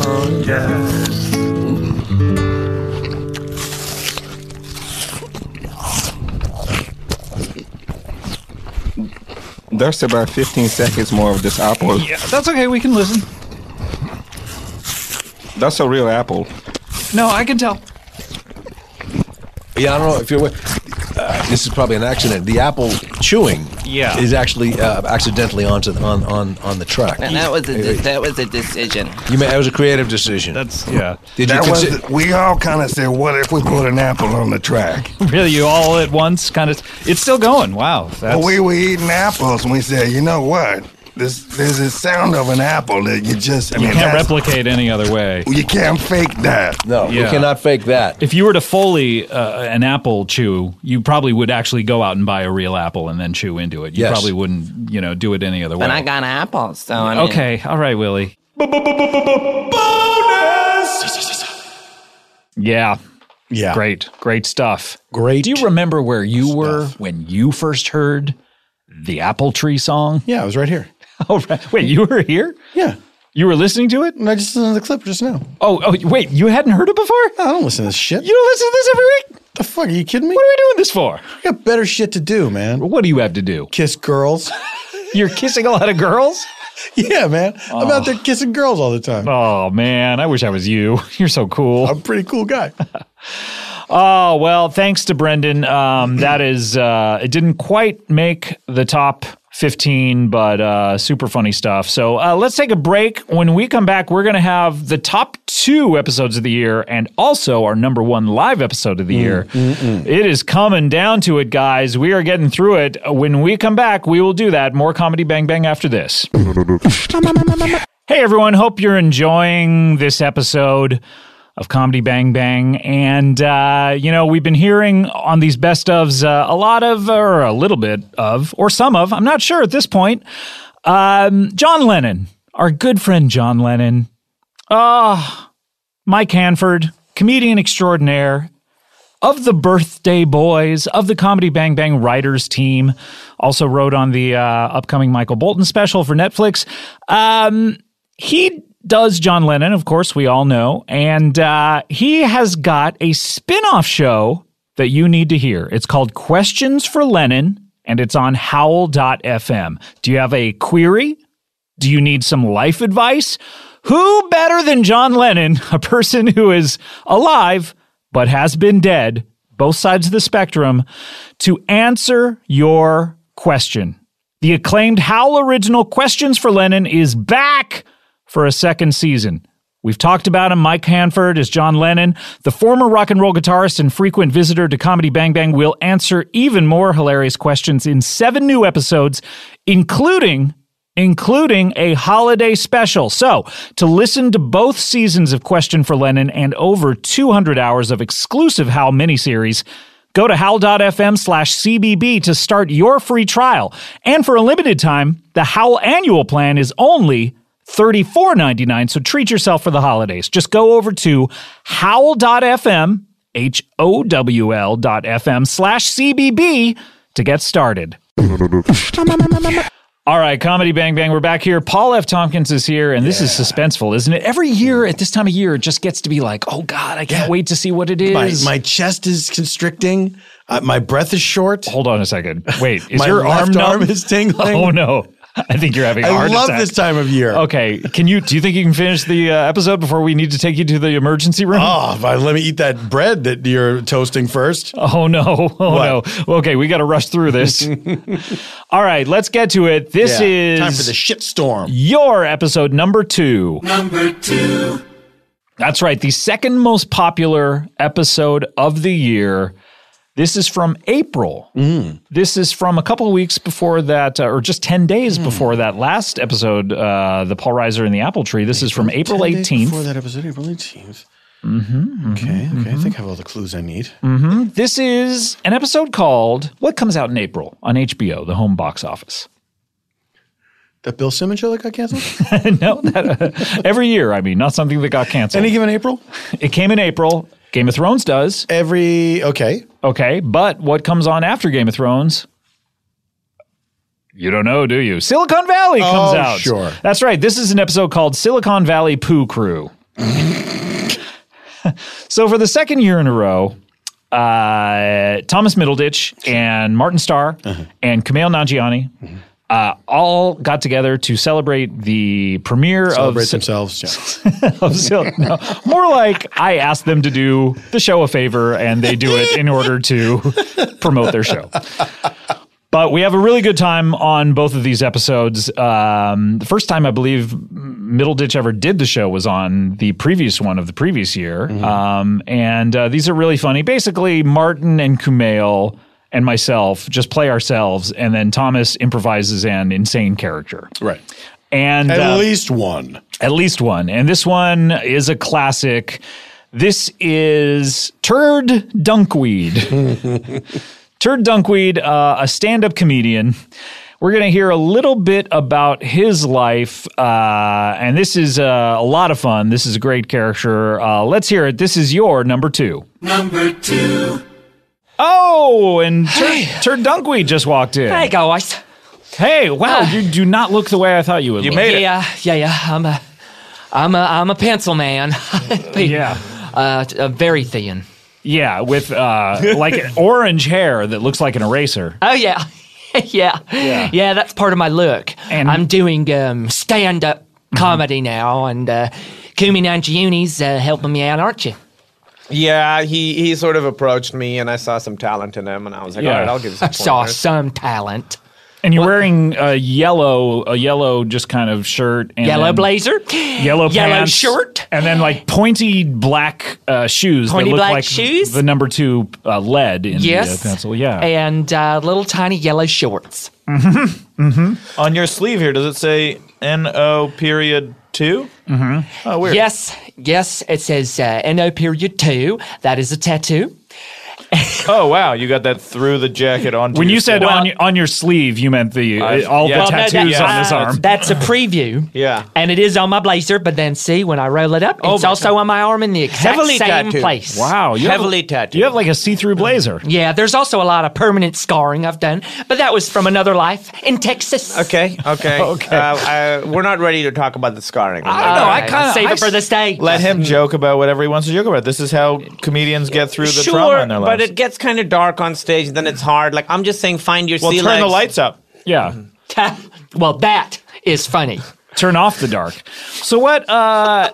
[SPEAKER 16] Oh yeah.
[SPEAKER 13] There's about 15 seconds more of this apple.
[SPEAKER 1] Yeah, that's okay. We can listen.
[SPEAKER 13] That's a real apple.
[SPEAKER 1] No, I can tell.
[SPEAKER 14] Yeah, I don't know if you're. aware- Uh, this is probably an accident. The apple chewing,
[SPEAKER 15] Yeah.
[SPEAKER 14] is actually uh, accidentally onto on on on the track.
[SPEAKER 15] And that was a
[SPEAKER 14] Hey,
[SPEAKER 15] de-
[SPEAKER 14] hey.
[SPEAKER 15] that was a decision.
[SPEAKER 14] You may, that was a creative decision. That's
[SPEAKER 1] yeah.
[SPEAKER 14] Did
[SPEAKER 12] that
[SPEAKER 14] you
[SPEAKER 12] was
[SPEAKER 14] consider?
[SPEAKER 12] the- we all kind of said, "What if we put an apple on the track?"
[SPEAKER 1] Really, you all at once kind of. It's still going. Wow.
[SPEAKER 12] Well, we were eating apples, and we said, "You know what? This there's this sound of an apple that you just I
[SPEAKER 1] you
[SPEAKER 12] mean,
[SPEAKER 1] can't
[SPEAKER 12] that's-
[SPEAKER 1] replicate any other way.
[SPEAKER 12] you can't fake that."
[SPEAKER 14] No, you cannot fake that.
[SPEAKER 1] If you were to Foley uh, an apple chew, you probably would actually go out and buy a real apple and then chew into it. You
[SPEAKER 15] Yes.
[SPEAKER 1] probably wouldn't, you know, do it any other way.
[SPEAKER 15] But I got apples, so I mean,
[SPEAKER 1] okay, all right, Willie. Yeah.
[SPEAKER 2] Yeah.
[SPEAKER 1] Great. Great stuff. Great. Do you remember where you were when you first heard the apple tree song?
[SPEAKER 2] Yeah, I was right here.
[SPEAKER 1] Oh, right. Wait, you were here?
[SPEAKER 2] Yeah.
[SPEAKER 1] You were listening to it?
[SPEAKER 2] I just listened to the clip just now.
[SPEAKER 1] Oh, oh, wait, you hadn't heard it before?
[SPEAKER 2] I don't listen to this shit.
[SPEAKER 1] You don't listen to this every week?
[SPEAKER 2] The fuck are you kidding me?
[SPEAKER 1] What are we doing this for?
[SPEAKER 2] I got better shit to do, man.
[SPEAKER 1] What do you have to do?
[SPEAKER 2] Kiss girls.
[SPEAKER 1] You're kissing a lot of girls?
[SPEAKER 2] yeah, man. I'm out there kissing girls all the time.
[SPEAKER 1] Oh man, I wish I was you. You're so cool.
[SPEAKER 2] I'm a pretty cool guy.
[SPEAKER 1] Oh well, thanks to Brendan. Um, that is, uh, it didn't quite make the top fifteen, but uh, super funny stuff. So uh, let's take a break. When we come back, we're gonna have the top two episodes of the year, and also our number one live episode of the year.
[SPEAKER 3] Mm.
[SPEAKER 1] It is coming down to it, guys. We are getting through it. When we come back, we will do that. More comedy bang bang after this. Hey everyone, hope you're enjoying this episode of Comedy Bang Bang. And, uh, you know, we've been hearing on these best ofs uh, a lot of, or a little bit of, or some of, I'm not sure at this point, um, John Lennon, our good friend John Lennon. Ah, Mike Hanford, comedian extraordinaire, of the birthday boys of the comedy bang bang writers team also wrote on the uh, upcoming michael bolton special for netflix um, he does john lennon of course we all know and uh, he has got a spin-off show that you need to hear it's called questions for lennon and it's on howl.fm do you have a query do you need some life advice? Who better than John Lennon, a person who is alive but has been dead, both sides of the spectrum, to answer your question? The acclaimed Howl Original Questions for Lennon is back for a second season. We've talked about him. Mike Hanford is John Lennon. The former rock and roll guitarist and frequent visitor to Comedy Bang Bang will answer even more hilarious questions in seven new episodes, including including a holiday special. So, to listen to both seasons of Question for Lennon and over 200 hours of exclusive Howl miniseries, go to howl.fm slash CBB to start your free trial. And for a limited time, the Howl annual plan is only $34.99, so treat yourself for the holidays. Just go over to howl.fm, H O W L dot FM slash CBB to get started. All right, Comedy Bang Bang, we're back here. Paul F. Tompkins is here, and this is suspenseful, isn't it? Every year at this time of year, it just gets to be like, oh God, I can't wait to see what it
[SPEAKER 2] My,
[SPEAKER 1] is.
[SPEAKER 2] my chest is constricting. Uh, my breath is short.
[SPEAKER 1] Hold on a second. Wait, is
[SPEAKER 2] my
[SPEAKER 1] your arm
[SPEAKER 2] left arm
[SPEAKER 1] numb?
[SPEAKER 2] is tingling.
[SPEAKER 1] Oh no, I think you're having a
[SPEAKER 2] I
[SPEAKER 1] heart
[SPEAKER 2] love
[SPEAKER 1] attack.
[SPEAKER 2] this time of year.
[SPEAKER 1] Okay, can you? Do you think you can finish the uh, episode before we need to take you to the emergency room?
[SPEAKER 2] Oh, if I let me eat that bread that you're toasting first.
[SPEAKER 1] Oh no! Oh no! Okay, we got to rush through this. All right, let's get to it. This
[SPEAKER 2] Yeah,
[SPEAKER 1] is
[SPEAKER 2] time for the shitstorm.
[SPEAKER 1] Your episode number two.
[SPEAKER 3] Number two.
[SPEAKER 1] That's right. The second most popular episode of the year. This is from April. This is from a couple of weeks before that, uh, or just 10 days before that last episode, uh, The Paul Reiser and the Apple Tree. This is from April 18th.
[SPEAKER 2] Before that episode, April 18th.
[SPEAKER 1] Mm-hmm,
[SPEAKER 2] Okay, okay. I think I have all the clues I need.
[SPEAKER 1] hmm This is an episode called What Comes Out in April on HBO, the home box office.
[SPEAKER 2] That Bill Simmons show that got canceled?
[SPEAKER 1] no, that, uh, every year, I mean, not something that got canceled. Any
[SPEAKER 2] given April?
[SPEAKER 1] It came in April. Game of Thrones does.
[SPEAKER 2] Every, okay.
[SPEAKER 1] Okay, but what comes on after Game of Thrones? You don't know, do you? Silicon Valley comes
[SPEAKER 2] Oh,
[SPEAKER 1] out.
[SPEAKER 2] sure.
[SPEAKER 1] That's right. This is an episode called Silicon Valley Poo Crew. so for the second year in a row, uh, Thomas Middleditch and Martin Starr
[SPEAKER 2] Uh-huh.
[SPEAKER 1] and Kumail Nanjiani uh, all got together to celebrate the premiere
[SPEAKER 2] Celebrate
[SPEAKER 1] of Si-
[SPEAKER 2] themselves.
[SPEAKER 1] of Sil- no, more like I asked them to do the show a favor and they do it in order to promote their show. But we have a really good time on both of these episodes. Um, the first time I believe Middleditch ever did the show was on the previous one of the previous year.
[SPEAKER 2] Mm-hmm.
[SPEAKER 1] Um, and uh, these are really funny. Basically, Martin and Kumail and myself just play ourselves, and then Thomas improvises an insane character.
[SPEAKER 2] Right.
[SPEAKER 1] And
[SPEAKER 2] At
[SPEAKER 1] uh,
[SPEAKER 2] least one.
[SPEAKER 1] At least one. And this one is a classic. This is Turd Dunkweed. Turd Dunkweed, uh, a stand up comedian. We're going to hear a little bit about his life. Uh, and this is uh, a lot of fun. This is a great character. Uh, let's hear it. This is your number two.
[SPEAKER 3] Number two.
[SPEAKER 1] Oh, and Turd, Turd Dunkweed just walked in.
[SPEAKER 18] Hey, guys.
[SPEAKER 1] Hey, wow, you do not look the way I thought you would look. Uh,
[SPEAKER 18] yeah, Yeah, yeah, I'm a, I'm a, I'm a pencil man. yeah. Uh, t- uh, very thin.
[SPEAKER 1] Yeah, with uh, like an orange hair that looks like an eraser.
[SPEAKER 18] Oh yeah. yeah. yeah, That's part of my look. And I'm doing um, stand-up
[SPEAKER 1] Mm-hmm.
[SPEAKER 18] comedy now, and uh, Kumi Nanjiuni's uh, helping me out, aren't you?
[SPEAKER 19] Yeah, he, he sort of approached me, and I saw some talent in him, and I was like, all right, I'll give you some
[SPEAKER 18] I saw
[SPEAKER 19] pointers."
[SPEAKER 18] some talent.
[SPEAKER 1] And you're wearing a yellow, a yellow just kind of shirt, and
[SPEAKER 18] Yellow
[SPEAKER 1] then
[SPEAKER 18] blazer,
[SPEAKER 1] yellow
[SPEAKER 18] yellow
[SPEAKER 1] pants,
[SPEAKER 18] shirt.
[SPEAKER 1] and then like pointy black uh, shoes.
[SPEAKER 18] Pointy
[SPEAKER 1] that look
[SPEAKER 18] black
[SPEAKER 1] like
[SPEAKER 18] shoes?
[SPEAKER 1] The number two uh, lead in
[SPEAKER 18] Yes.
[SPEAKER 1] the uh, pencil. Yeah.
[SPEAKER 18] and uh, little tiny yellow shorts.
[SPEAKER 20] On your sleeve here, does it say N-O period 2?
[SPEAKER 18] Mm-hmm.
[SPEAKER 20] Oh, weird.
[SPEAKER 18] Yes, yes, it says uh, NO period two. That is a tattoo.
[SPEAKER 20] oh, wow. You got that through the jacket on.
[SPEAKER 1] When you said on on on your sleeve, you meant the uh, all
[SPEAKER 20] yeah.
[SPEAKER 1] the
[SPEAKER 20] Well, no,
[SPEAKER 1] tattoos
[SPEAKER 20] that-
[SPEAKER 1] on this
[SPEAKER 20] uh,
[SPEAKER 1] arm.
[SPEAKER 18] That's a preview.
[SPEAKER 19] yeah.
[SPEAKER 18] And it is on my blazer, but then see, when I roll it up, it's also on my arm in the exact
[SPEAKER 19] Heavily
[SPEAKER 18] same
[SPEAKER 19] tattooed.
[SPEAKER 18] place.
[SPEAKER 1] Wow, you have- Heavily
[SPEAKER 19] tattooed.
[SPEAKER 1] You have like a see-through blazer.
[SPEAKER 18] Yeah, there's also a lot of permanent scarring I've done, but that was from another life in Texas.
[SPEAKER 19] Okay, okay. okay. Uh, I, we're not ready to talk about the scarring.
[SPEAKER 18] I know, I kinda- Save it I for the stage.
[SPEAKER 20] Let him joke about whatever he wants to joke about. This is how comedians get through the
[SPEAKER 19] sure,
[SPEAKER 20] trauma in their lives.
[SPEAKER 19] but it gets kind of dark on stage, then it's hard. Like, I'm just saying, find your
[SPEAKER 20] well,
[SPEAKER 19] sea
[SPEAKER 20] turn the lights
[SPEAKER 19] legs.
[SPEAKER 20] up.
[SPEAKER 1] Yeah.
[SPEAKER 18] well, that is funny.
[SPEAKER 1] Turn off the dark. So what? uh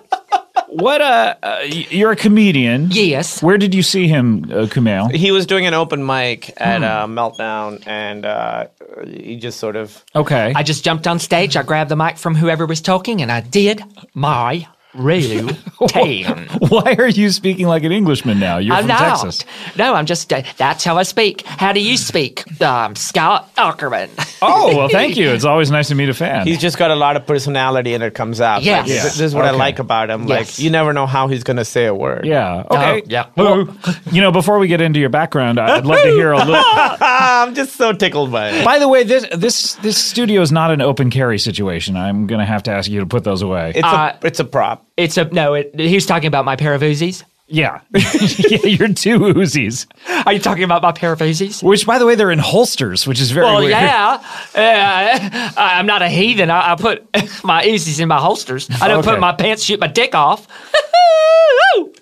[SPEAKER 1] What? uh, uh y- You're a comedian.
[SPEAKER 18] Yes.
[SPEAKER 1] Where did you see him, uh, Kumail?
[SPEAKER 19] He was doing an open mic at uh, Meltdown, and uh, he just sort of.
[SPEAKER 1] Okay.
[SPEAKER 18] I just jumped on stage, I grabbed the mic from whoever was talking, and I did my real tan.
[SPEAKER 1] Why are you speaking like an Englishman now? You're
[SPEAKER 18] I'm
[SPEAKER 1] from
[SPEAKER 18] not.
[SPEAKER 1] Texas.
[SPEAKER 18] No, I'm just, uh, that's how I speak. How do you speak? Um, Scott Ackerman.
[SPEAKER 1] Oh, well, thank you. It's always nice to meet a fan.
[SPEAKER 19] He's just got a lot of personality and it comes out. Like,
[SPEAKER 1] Yes.
[SPEAKER 19] this-
[SPEAKER 1] Yes.
[SPEAKER 19] This is what I
[SPEAKER 1] Okay.
[SPEAKER 19] like about him.
[SPEAKER 1] Yes.
[SPEAKER 19] Like, you never know how he's going to say a word.
[SPEAKER 1] yeah. Okay. yeah. Well, you know, before we get into your background, I'd love to hear a little.
[SPEAKER 19] I'm just so tickled by it.
[SPEAKER 1] By the way, this this this studio is not an open carry situation. I'm going to have to ask you to put those away.
[SPEAKER 18] Uh,
[SPEAKER 19] a it's a prop.
[SPEAKER 18] It's a no. It, he was talking about my pair of Uzis.
[SPEAKER 1] Yeah, yeah, you're two Uzis.
[SPEAKER 18] Are you talking about my pair of Uzis?
[SPEAKER 1] Which, by the way, they're in holsters, which is very
[SPEAKER 18] well,
[SPEAKER 1] weird.
[SPEAKER 18] yeah. Uh, I- I'm not a heathen. I, I put my Uzis in my holsters. I don't
[SPEAKER 1] Okay.
[SPEAKER 18] put my pants shoot my dick off.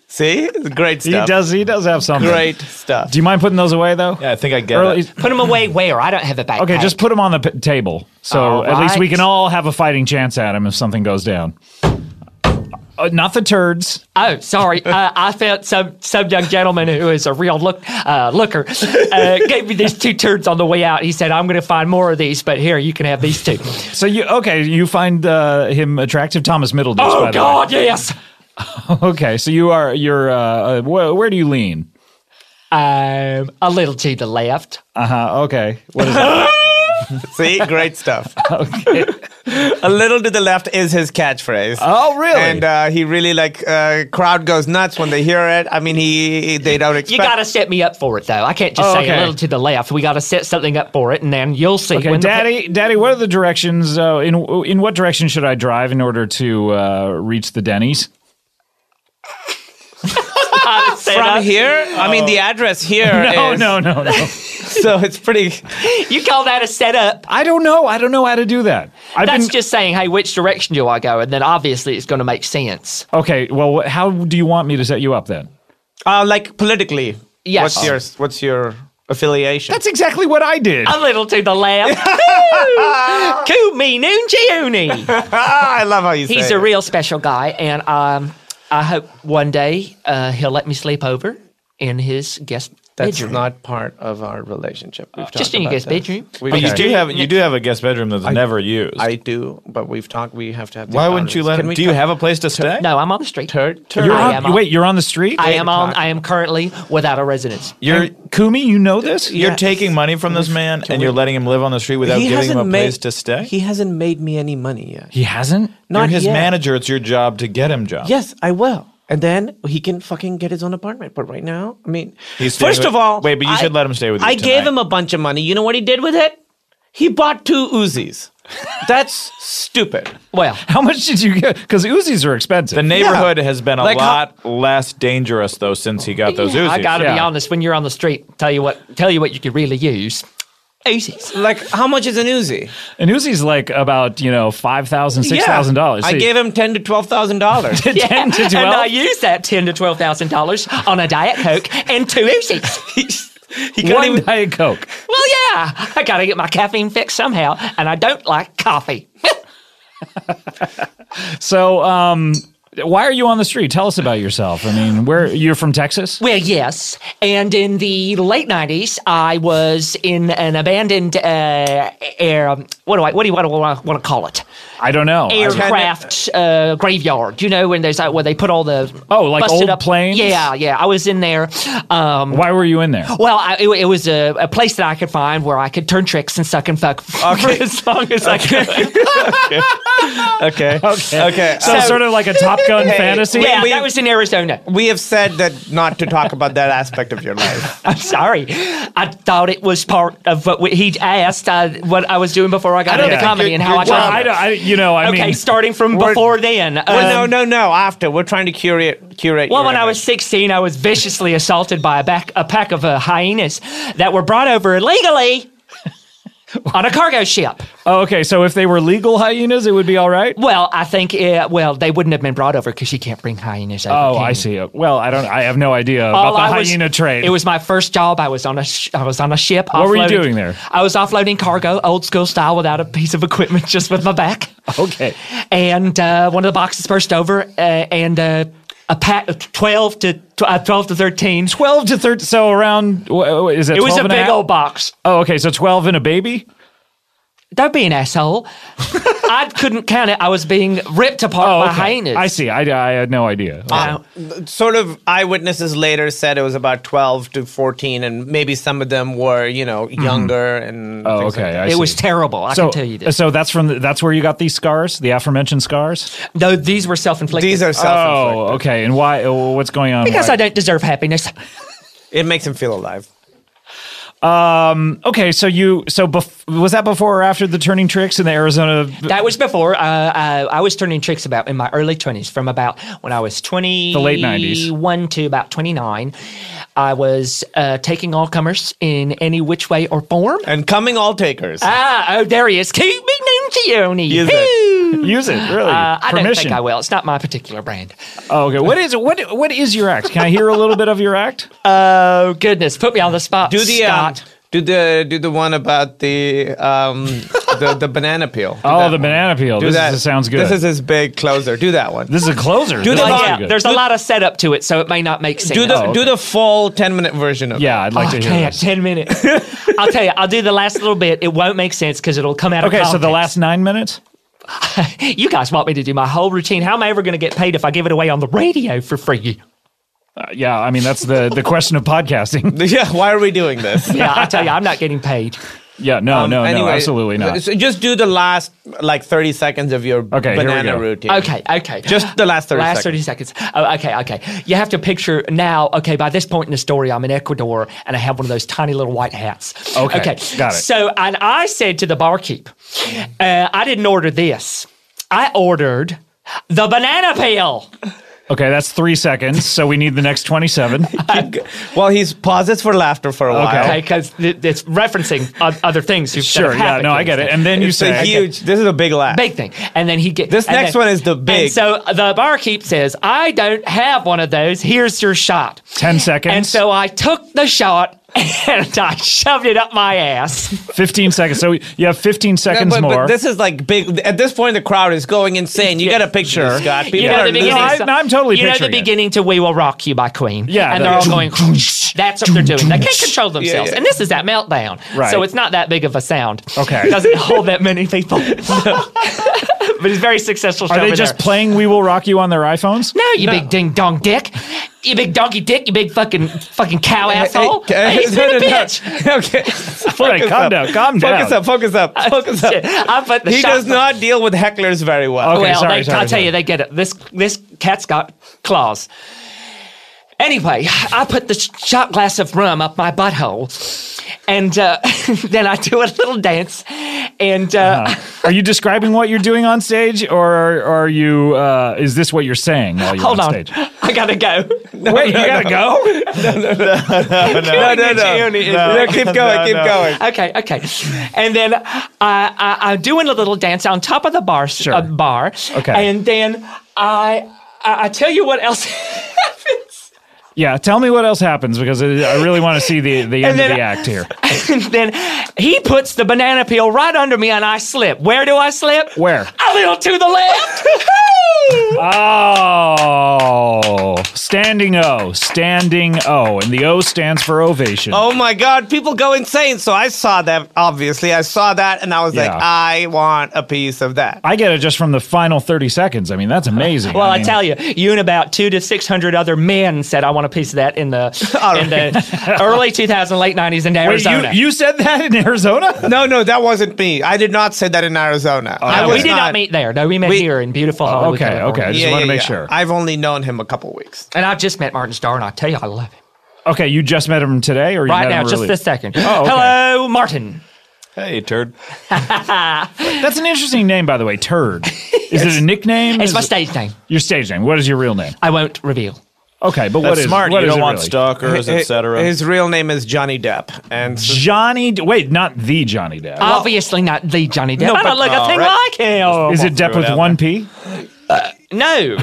[SPEAKER 19] See, It's great
[SPEAKER 1] He
[SPEAKER 19] stuff.
[SPEAKER 1] does. He does have something.
[SPEAKER 19] Great stuff.
[SPEAKER 1] Do you mind putting those away though? Yeah, I think I get
[SPEAKER 18] Put them away where? I don't have a backpack.
[SPEAKER 1] Okay, just put them on the p- table. So
[SPEAKER 18] All
[SPEAKER 1] at least we
[SPEAKER 18] right.
[SPEAKER 1] can all have a fighting chance at him if something goes down. Uh, not the turds.
[SPEAKER 18] Oh, sorry. uh, I found some some young gentleman who is a real look uh, looker. Uh, gave me these two turds on the way out. He said, "I'm going to find more of these, but here you can have these two."
[SPEAKER 1] So you okay? You find uh, him attractive, Thomas Middleditch.
[SPEAKER 18] Oh,
[SPEAKER 1] by the
[SPEAKER 18] God,
[SPEAKER 1] way.
[SPEAKER 18] yes.
[SPEAKER 1] okay, so you are you're uh, uh wh- where do you lean?
[SPEAKER 18] Um, a little to the left.
[SPEAKER 1] Uh huh. Okay. What is that?
[SPEAKER 19] See, great stuff.
[SPEAKER 1] okay.
[SPEAKER 19] A little to the left is his catchphrase.
[SPEAKER 1] Oh, really?
[SPEAKER 19] And uh, he really like uh, crowd goes nuts when they hear it. I mean, he they don't expect.
[SPEAKER 18] You gotta set me up for it though. I can't just
[SPEAKER 19] Oh,
[SPEAKER 18] say
[SPEAKER 19] okay.
[SPEAKER 18] a little to the left. We gotta set something up for it, and then you'll see.
[SPEAKER 1] Okay,
[SPEAKER 18] when the-
[SPEAKER 1] Daddy, Daddy, what are the directions? Uh, in in what direction should I drive in order to uh, reach the Denny's?
[SPEAKER 18] uh,
[SPEAKER 19] from here. I mean, the address here.
[SPEAKER 1] No,
[SPEAKER 19] is-
[SPEAKER 1] no, no, no.
[SPEAKER 19] so it's pretty.
[SPEAKER 18] you call that a setup?
[SPEAKER 1] I don't know. I don't know how to do that. I've
[SPEAKER 18] That's
[SPEAKER 1] been-
[SPEAKER 18] just saying, hey, which direction do I go? And then obviously it's going to make sense.
[SPEAKER 1] Okay, well, wh- how do you want me to set you up then?
[SPEAKER 19] Uh, like politically.
[SPEAKER 18] Yes.
[SPEAKER 19] What's your What's your affiliation?
[SPEAKER 1] That's exactly what I did.
[SPEAKER 18] A little to the left.
[SPEAKER 19] Ah.
[SPEAKER 18] Kumi Nunjiuni.
[SPEAKER 19] I love how you say
[SPEAKER 18] He's
[SPEAKER 19] it.
[SPEAKER 18] a real special guy, and um, I hope one day uh, he'll let me sleep over in his guest
[SPEAKER 19] That's
[SPEAKER 18] bedroom.
[SPEAKER 19] not part of our relationship. We've
[SPEAKER 18] just
[SPEAKER 19] talked
[SPEAKER 18] in your
[SPEAKER 19] about
[SPEAKER 18] guest
[SPEAKER 19] that.
[SPEAKER 18] bedroom.
[SPEAKER 19] We've
[SPEAKER 20] But you
[SPEAKER 19] talked-
[SPEAKER 20] do have you do have a guest bedroom that's
[SPEAKER 19] I-
[SPEAKER 20] never used.
[SPEAKER 19] I do, but we've talked. We have to have. these
[SPEAKER 20] Why wouldn't you
[SPEAKER 19] boundaries.
[SPEAKER 20] let?
[SPEAKER 19] Can
[SPEAKER 20] Him,
[SPEAKER 19] we
[SPEAKER 20] do you
[SPEAKER 19] cut-
[SPEAKER 20] have a place to stay?
[SPEAKER 18] No, I'm on the street.
[SPEAKER 19] Turd,
[SPEAKER 20] turd. You're
[SPEAKER 18] I
[SPEAKER 20] on-
[SPEAKER 18] am
[SPEAKER 20] wait, you're on the street?
[SPEAKER 18] I am on. I am currently without a residence.
[SPEAKER 20] You're
[SPEAKER 1] Kumi. You know this.
[SPEAKER 20] You're taking money from this man, and you're letting him live on the street without
[SPEAKER 19] He
[SPEAKER 20] giving him
[SPEAKER 19] hasn't
[SPEAKER 20] a
[SPEAKER 19] made-
[SPEAKER 20] place to stay.
[SPEAKER 19] He hasn't made me any money yet.
[SPEAKER 1] He hasn't.
[SPEAKER 20] You're
[SPEAKER 19] Not
[SPEAKER 20] his
[SPEAKER 19] yet.
[SPEAKER 20] manager. It's your job to get him jobs.
[SPEAKER 19] Yes, I will. And then he can fucking get his own apartment. But right now, I mean,
[SPEAKER 20] He's staying
[SPEAKER 19] first
[SPEAKER 20] with-
[SPEAKER 19] of all,
[SPEAKER 20] wait, but you
[SPEAKER 19] I-
[SPEAKER 20] should let him stay with you
[SPEAKER 19] I gave
[SPEAKER 20] tonight.
[SPEAKER 19] him a bunch of money. You know what he did with it? He bought two Uzis. That's stupid.
[SPEAKER 18] Well,
[SPEAKER 1] how much did you get? Because Uzis are expensive.
[SPEAKER 20] The neighborhood has been a
[SPEAKER 18] Like how-
[SPEAKER 20] lot less dangerous though since he got those Uzis.
[SPEAKER 18] I gotta be honest. When you're on the street, tell you what, tell you what you could really use. Uzis.
[SPEAKER 19] Like how much is an Uzi?
[SPEAKER 1] An Uzi's like about you know five thousand, six thousand dollars.
[SPEAKER 19] I gave him ten to twelve thousand dollars.
[SPEAKER 18] Yeah,
[SPEAKER 1] to
[SPEAKER 18] And
[SPEAKER 1] 12?
[SPEAKER 18] I used that ten to twelve thousand dollars on a diet coke and two Uzis.
[SPEAKER 1] one diet coke.
[SPEAKER 18] well, yeah, I gotta get my caffeine fix somehow, and I don't like coffee.
[SPEAKER 1] So, um, why are you on the street? Tell us about yourself. I mean, where you're from Texas?
[SPEAKER 18] Well, yes. And in the late '90s, I was in an abandoned uh, air. um, What do I? What do you want to want to call it?
[SPEAKER 1] I don't know.
[SPEAKER 18] Aircraft uh, graveyard. You know, when there's that where they put all the
[SPEAKER 1] oh, like old
[SPEAKER 18] up.
[SPEAKER 1] planes?
[SPEAKER 18] Yeah, yeah. I was in there. Um,
[SPEAKER 1] Why were you in there?
[SPEAKER 18] Well, I, it, it was a, a place that I could find where I could turn tricks and suck and fuck for as long as I could.
[SPEAKER 19] okay.
[SPEAKER 1] Okay.
[SPEAKER 19] Okay. um,
[SPEAKER 1] So, sort of like a Top Gun fantasy.
[SPEAKER 18] Yeah, that was in Arizona.
[SPEAKER 19] We have said that not to talk about that aspect of your life.
[SPEAKER 18] I'm sorry. I thought it was part of what we, he asked uh, what I was doing before I got into comedy and how I got.
[SPEAKER 1] well, I, don't- I- you know, I
[SPEAKER 18] okay,
[SPEAKER 1] mean,
[SPEAKER 18] starting from before then.
[SPEAKER 19] well,
[SPEAKER 18] um,
[SPEAKER 19] no, no, no. After we're trying to curate, curate.
[SPEAKER 18] Well,
[SPEAKER 19] your
[SPEAKER 18] when I was 16, I was viciously assaulted by a, back, a pack of uh, hyenas that were brought over illegally on a cargo ship.
[SPEAKER 1] Oh, okay, so if they were legal hyenas, it would be all right.
[SPEAKER 18] Well, I think uh well they wouldn't have been brought over because you can't bring hyenas over.
[SPEAKER 1] Oh,
[SPEAKER 18] can
[SPEAKER 1] I
[SPEAKER 18] you?
[SPEAKER 1] see. Well, I don't. I have no idea about
[SPEAKER 18] All
[SPEAKER 1] the
[SPEAKER 18] I was-
[SPEAKER 1] hyena trade.
[SPEAKER 18] It was my first job. I was on a sh- I was on a ship.
[SPEAKER 1] What were you
[SPEAKER 18] offloading-
[SPEAKER 1] doing there?
[SPEAKER 18] I was offloading cargo, old school style, without a piece of equipment, just with my back.
[SPEAKER 1] Okay.
[SPEAKER 18] And uh, one of the boxes burst over, uh, and uh, a pack of twelve to tw- uh, twelve to thirteen.
[SPEAKER 1] Twelve to thirteen. So around wh- wh- is it?
[SPEAKER 18] It was
[SPEAKER 1] 12
[SPEAKER 18] a
[SPEAKER 1] and
[SPEAKER 18] big
[SPEAKER 1] half?
[SPEAKER 18] old box.
[SPEAKER 1] Oh, okay. So twelve and a baby.
[SPEAKER 18] Don't be an asshole. I couldn't count it. I was being ripped apart
[SPEAKER 1] Oh,
[SPEAKER 18] by
[SPEAKER 1] okay.
[SPEAKER 18] hyenas.
[SPEAKER 1] I see. I, I had no idea.
[SPEAKER 19] Uh, sort of eyewitnesses later said it was about 12 to 14 and maybe some of them were you know younger and
[SPEAKER 1] Mm-hmm. Oh,
[SPEAKER 19] things like
[SPEAKER 1] okay.
[SPEAKER 19] that.
[SPEAKER 1] I see. So- So that's from the, that's where you got these scars, the aforementioned scars.
[SPEAKER 18] No, these were self-inflicted.
[SPEAKER 19] These are self-inflicted.
[SPEAKER 1] Oh, okay. And why? oh, What's going on?
[SPEAKER 18] because
[SPEAKER 1] Why-
[SPEAKER 18] I don't deserve happiness.
[SPEAKER 19] it makes him feel alive
[SPEAKER 1] Um. Okay. So you. So bef- was that before or after the turning tricks in the Arizona?
[SPEAKER 18] That was before uh, uh, I was turning tricks about in my early 20s, from about when I was 20,
[SPEAKER 1] The late 90s.
[SPEAKER 18] 1 to about 29. I was uh, taking all comers in any which way or form.
[SPEAKER 19] and coming all takers
[SPEAKER 18] Ah, oh, there he is. Keep me Nunchioni.
[SPEAKER 19] Use it.
[SPEAKER 1] Use it, really.
[SPEAKER 18] Uh, I don't
[SPEAKER 1] Permission.
[SPEAKER 18] think I will. It's not my particular brand.
[SPEAKER 1] Oh, okay. What is what? What is your act? Can I hear a little bit of your act?
[SPEAKER 18] Oh goodness, put me on the spot.
[SPEAKER 19] do the um, do the do the one about the um the, the banana peel Do
[SPEAKER 1] Oh,
[SPEAKER 19] that
[SPEAKER 1] the
[SPEAKER 19] one.
[SPEAKER 1] banana peel.
[SPEAKER 19] Do
[SPEAKER 1] This
[SPEAKER 19] that.
[SPEAKER 1] is- sounds good.
[SPEAKER 19] this is his big closer do that one
[SPEAKER 1] This is a closer.
[SPEAKER 19] do the,
[SPEAKER 18] Like,
[SPEAKER 19] long-
[SPEAKER 18] yeah, there's a lot of setup to it, so it may not make sense.
[SPEAKER 19] do the do the full 10 minute version of
[SPEAKER 1] Oh, yeah i'd
[SPEAKER 18] Oh, okay, ten minutes. I'll tell you, I'll do the last little bit. It won't make sense because it'll come out.
[SPEAKER 1] Okay,
[SPEAKER 18] of
[SPEAKER 1] so the
[SPEAKER 18] context.
[SPEAKER 1] last nine minutes.
[SPEAKER 18] you guys want me to do my whole routine. How am I ever going to get paid if I give it away on the radio for free?
[SPEAKER 1] Uh, yeah, I mean that's the the question of podcasting.
[SPEAKER 19] yeah, why are we doing this?
[SPEAKER 18] yeah, I tell you, I'm not getting paid.
[SPEAKER 1] Yeah, no, no, no,
[SPEAKER 19] Um, Anyway,
[SPEAKER 1] absolutely not.
[SPEAKER 19] So just do the last like 30 seconds of your
[SPEAKER 1] here we
[SPEAKER 19] banana
[SPEAKER 1] go.
[SPEAKER 19] routine.
[SPEAKER 18] Okay, okay.
[SPEAKER 19] Just the last 30
[SPEAKER 18] Last 30
[SPEAKER 19] seconds.
[SPEAKER 18] seconds. Oh, okay, okay. You have to picture now, okay, by this point in the story, I'm in Ecuador and I have one of those tiny little white hats.
[SPEAKER 1] Okay, got it.
[SPEAKER 18] So, and I said to the barkeep, uh, I didn't order this. I ordered the banana peel.
[SPEAKER 1] Okay, that's three seconds. So we need the next twenty-seven.
[SPEAKER 19] well, he's pauses for laughter for a
[SPEAKER 1] while.
[SPEAKER 18] Okay, because it's referencing o- other things. who've- that
[SPEAKER 1] Sure,
[SPEAKER 18] have
[SPEAKER 1] yeah,
[SPEAKER 18] happened
[SPEAKER 1] no,
[SPEAKER 18] to
[SPEAKER 1] I
[SPEAKER 18] us.
[SPEAKER 1] get it. And then you It's a say- huge-
[SPEAKER 19] This is a big laugh.
[SPEAKER 18] Big thing. And then he gets.
[SPEAKER 19] This next one is the big-
[SPEAKER 18] so the barkeep says, I don't have one of those. Here's your shot.
[SPEAKER 1] 10 seconds.
[SPEAKER 18] And so I took the shot and I shoved it up my ass.
[SPEAKER 1] Fifteen seconds. So you have fifteen seconds
[SPEAKER 19] but,
[SPEAKER 1] more.
[SPEAKER 19] But this is like big. At this point, the crowd is going insane. You got a picture, Scott. People
[SPEAKER 18] you know the
[SPEAKER 19] are losing-
[SPEAKER 18] beginning. so- You know the
[SPEAKER 19] picturing it.
[SPEAKER 18] beginning to "We Will Rock You" by Queen.
[SPEAKER 19] Yeah,
[SPEAKER 18] and
[SPEAKER 19] the-
[SPEAKER 18] they're all going. That's what they're doing. They can't control themselves,
[SPEAKER 19] yeah.
[SPEAKER 18] and this is that meltdown.
[SPEAKER 19] Right.
[SPEAKER 18] So it's not that big of a sound.
[SPEAKER 1] Okay.
[SPEAKER 18] It doesn't hold that many people. but it's very successful. show
[SPEAKER 1] Are they
[SPEAKER 18] over
[SPEAKER 1] just
[SPEAKER 18] there.
[SPEAKER 1] playing "We Will Rock You" on their iPhones?
[SPEAKER 18] No, you big ding dong dick. You big donkey dick. You big fucking fucking cow
[SPEAKER 1] Hey, hey,
[SPEAKER 18] asshole.
[SPEAKER 1] hey,
[SPEAKER 18] Hey, he's
[SPEAKER 1] no,
[SPEAKER 18] been a
[SPEAKER 1] no, no.
[SPEAKER 18] bitch.
[SPEAKER 19] okay.
[SPEAKER 1] Frank, calm down, calm down.
[SPEAKER 19] Focus up. Focus up. Focus up.
[SPEAKER 18] I put the
[SPEAKER 19] he
[SPEAKER 18] shot-
[SPEAKER 19] does not deal with hecklers very well.
[SPEAKER 18] well, they, I'll tell you, they get it. This this cat's got claws. Anyway, I put the sh- shot glass of rum up my butthole, and uh, then I do a little dance. And uh,
[SPEAKER 1] Are you describing what you're doing on stage, or are you? Uh, is this what you're saying while you're
[SPEAKER 18] hold
[SPEAKER 1] on
[SPEAKER 18] on,
[SPEAKER 1] stage?
[SPEAKER 18] I gotta go.
[SPEAKER 1] Wait, you gotta go?
[SPEAKER 18] no,
[SPEAKER 1] no, no, no. No. No, no.
[SPEAKER 18] Okay, okay. And then I, I, I'm doing a little dance on top of the bar. Sure. Uh, bar.
[SPEAKER 1] Okay.
[SPEAKER 18] And then I, I, I tell you what else happens.
[SPEAKER 1] Yeah, tell me what else happens because I I really want to see the, the end
[SPEAKER 18] And then-
[SPEAKER 1] of the act here.
[SPEAKER 18] and then he puts the banana peel right under me and I slip. Where do I slip?
[SPEAKER 1] Where?
[SPEAKER 18] A little to the left.
[SPEAKER 1] Oh, standing O, standing O, and the O stands for ovation.
[SPEAKER 19] Oh my God! People go insane. So I saw that. Obviously, I saw that, and I was like,
[SPEAKER 1] Yeah.
[SPEAKER 19] I want a piece of that.
[SPEAKER 1] I get it just from the final thirty seconds. I mean, that's amazing.
[SPEAKER 18] Well, I,
[SPEAKER 1] mean-
[SPEAKER 18] tell you, you and about two to six hundred other men said, "I want a piece of that." In the in the early 2000s, late 90s in Arizona.
[SPEAKER 1] said that in Arizona? Oh,
[SPEAKER 19] No, no, that wasn't me. I did not say that in Arizona. I
[SPEAKER 18] No, Uh,
[SPEAKER 19] was
[SPEAKER 18] we did not, meet there. No, we met here in beautiful Hollywood. California.
[SPEAKER 19] Yeah, yeah, yeah. I've only known him a couple weeks.
[SPEAKER 18] And I've just met Martin Starr, and I tell you, I love him
[SPEAKER 1] Okay, you just met him today, or you
[SPEAKER 18] right
[SPEAKER 1] met
[SPEAKER 18] now,
[SPEAKER 1] him
[SPEAKER 18] just
[SPEAKER 1] really-
[SPEAKER 18] this second.
[SPEAKER 1] Oh, okay.
[SPEAKER 18] Hello, Martin.
[SPEAKER 1] Hey, turd. That's an interesting name, by the way. Turd. Is it a nickname?
[SPEAKER 18] It's
[SPEAKER 1] Is
[SPEAKER 18] my
[SPEAKER 1] it-
[SPEAKER 18] stage name.
[SPEAKER 1] Your stage name. What is your real name?
[SPEAKER 18] I won't reveal.
[SPEAKER 1] Okay, but what
[SPEAKER 19] That's
[SPEAKER 1] is
[SPEAKER 19] smart.
[SPEAKER 1] What
[SPEAKER 19] You
[SPEAKER 1] is
[SPEAKER 19] don't
[SPEAKER 1] it
[SPEAKER 19] want
[SPEAKER 1] really?
[SPEAKER 19] stalkers, Hi- hi- etc.. his real name is Johnny Depp, and
[SPEAKER 1] Johnny. D- Wait, not the Johnny Depp.
[SPEAKER 18] Obviously not the Johnny Depp.
[SPEAKER 1] No,
[SPEAKER 18] I
[SPEAKER 1] but-
[SPEAKER 18] don't look a
[SPEAKER 1] all
[SPEAKER 18] thing
[SPEAKER 1] right.
[SPEAKER 18] like him.
[SPEAKER 1] Is it Depp with one P?
[SPEAKER 18] Uh, No.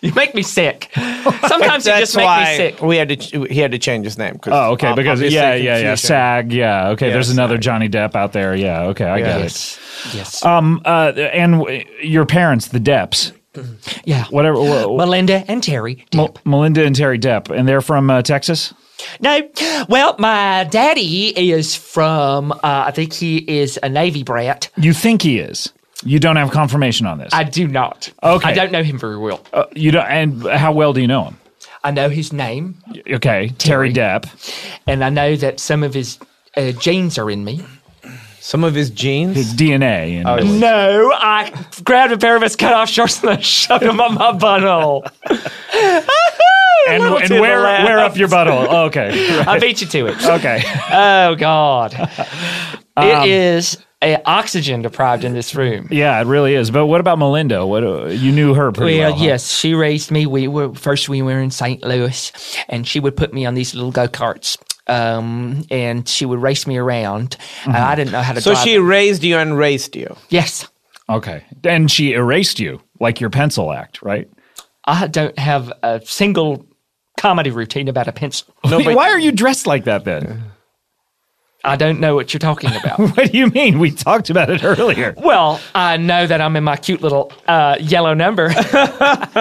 [SPEAKER 18] you make me sick. Sometimes you
[SPEAKER 19] That's
[SPEAKER 18] just make
[SPEAKER 19] why
[SPEAKER 18] me sick.
[SPEAKER 19] We had to. ch- He had to change his name. 'cause
[SPEAKER 1] Oh, okay.
[SPEAKER 19] ob-
[SPEAKER 1] Because
[SPEAKER 19] obviously
[SPEAKER 1] yeah, yeah, yeah.
[SPEAKER 19] confusion.
[SPEAKER 1] SAG. Yeah. Okay.
[SPEAKER 19] Yeah,
[SPEAKER 1] there's another Johnny Depp out there. Yeah. Okay. I get
[SPEAKER 18] Yes.
[SPEAKER 1] it.
[SPEAKER 18] Yes.
[SPEAKER 1] Um. Uh. And w- your parents, the Depps.
[SPEAKER 18] Mm-hmm. Yeah.
[SPEAKER 1] Whatever.
[SPEAKER 18] Melinda and Terry.
[SPEAKER 1] Depp. Melinda and Terry Depp, and they're from uh, Texas.
[SPEAKER 18] No. Well, my daddy is from, uh, I think he is a Navy brat.
[SPEAKER 1] You think he is. You don't have confirmation on this.
[SPEAKER 18] I do not.
[SPEAKER 1] Okay.
[SPEAKER 18] I don't know him very well.
[SPEAKER 1] Uh, you don't. And how well do you know him?
[SPEAKER 18] I know his name,
[SPEAKER 1] Okay, Terry, Depp.
[SPEAKER 18] and I know that some of his uh, genes are in me.
[SPEAKER 19] Some of his genes? Oh,
[SPEAKER 1] His DNA. And
[SPEAKER 18] No, I grabbed a pair of his cut-off shorts and I shoved them up my butthole.
[SPEAKER 1] and
[SPEAKER 18] Little to
[SPEAKER 1] and
[SPEAKER 18] the
[SPEAKER 1] where
[SPEAKER 18] left.
[SPEAKER 1] where up your butthole? Oh, Okay,
[SPEAKER 18] I beat you to it.
[SPEAKER 1] Okay.
[SPEAKER 18] Oh God,
[SPEAKER 1] Um,
[SPEAKER 18] it is uh oxygen deprived in this room.
[SPEAKER 1] Yeah, it really is. But what about Melinda? What uh, you knew her pretty well?
[SPEAKER 18] well,
[SPEAKER 1] huh?
[SPEAKER 18] yes, she raised me. We were first we were in St. Louis, and she would put me on these little go karts, um, and she would race me around. And I didn't know how to.
[SPEAKER 19] So
[SPEAKER 18] drive
[SPEAKER 19] she raised you and raised you.
[SPEAKER 18] Yes.
[SPEAKER 1] Okay. And she erased you like your pencil act, right?
[SPEAKER 18] I don't have a single comedy routine about a pencil.
[SPEAKER 1] Why are you dressed like that then?
[SPEAKER 18] I don't know what you're talking about.
[SPEAKER 1] what do you mean? We talked about it earlier.
[SPEAKER 18] Well, I know that I'm in my cute little uh, yellow number.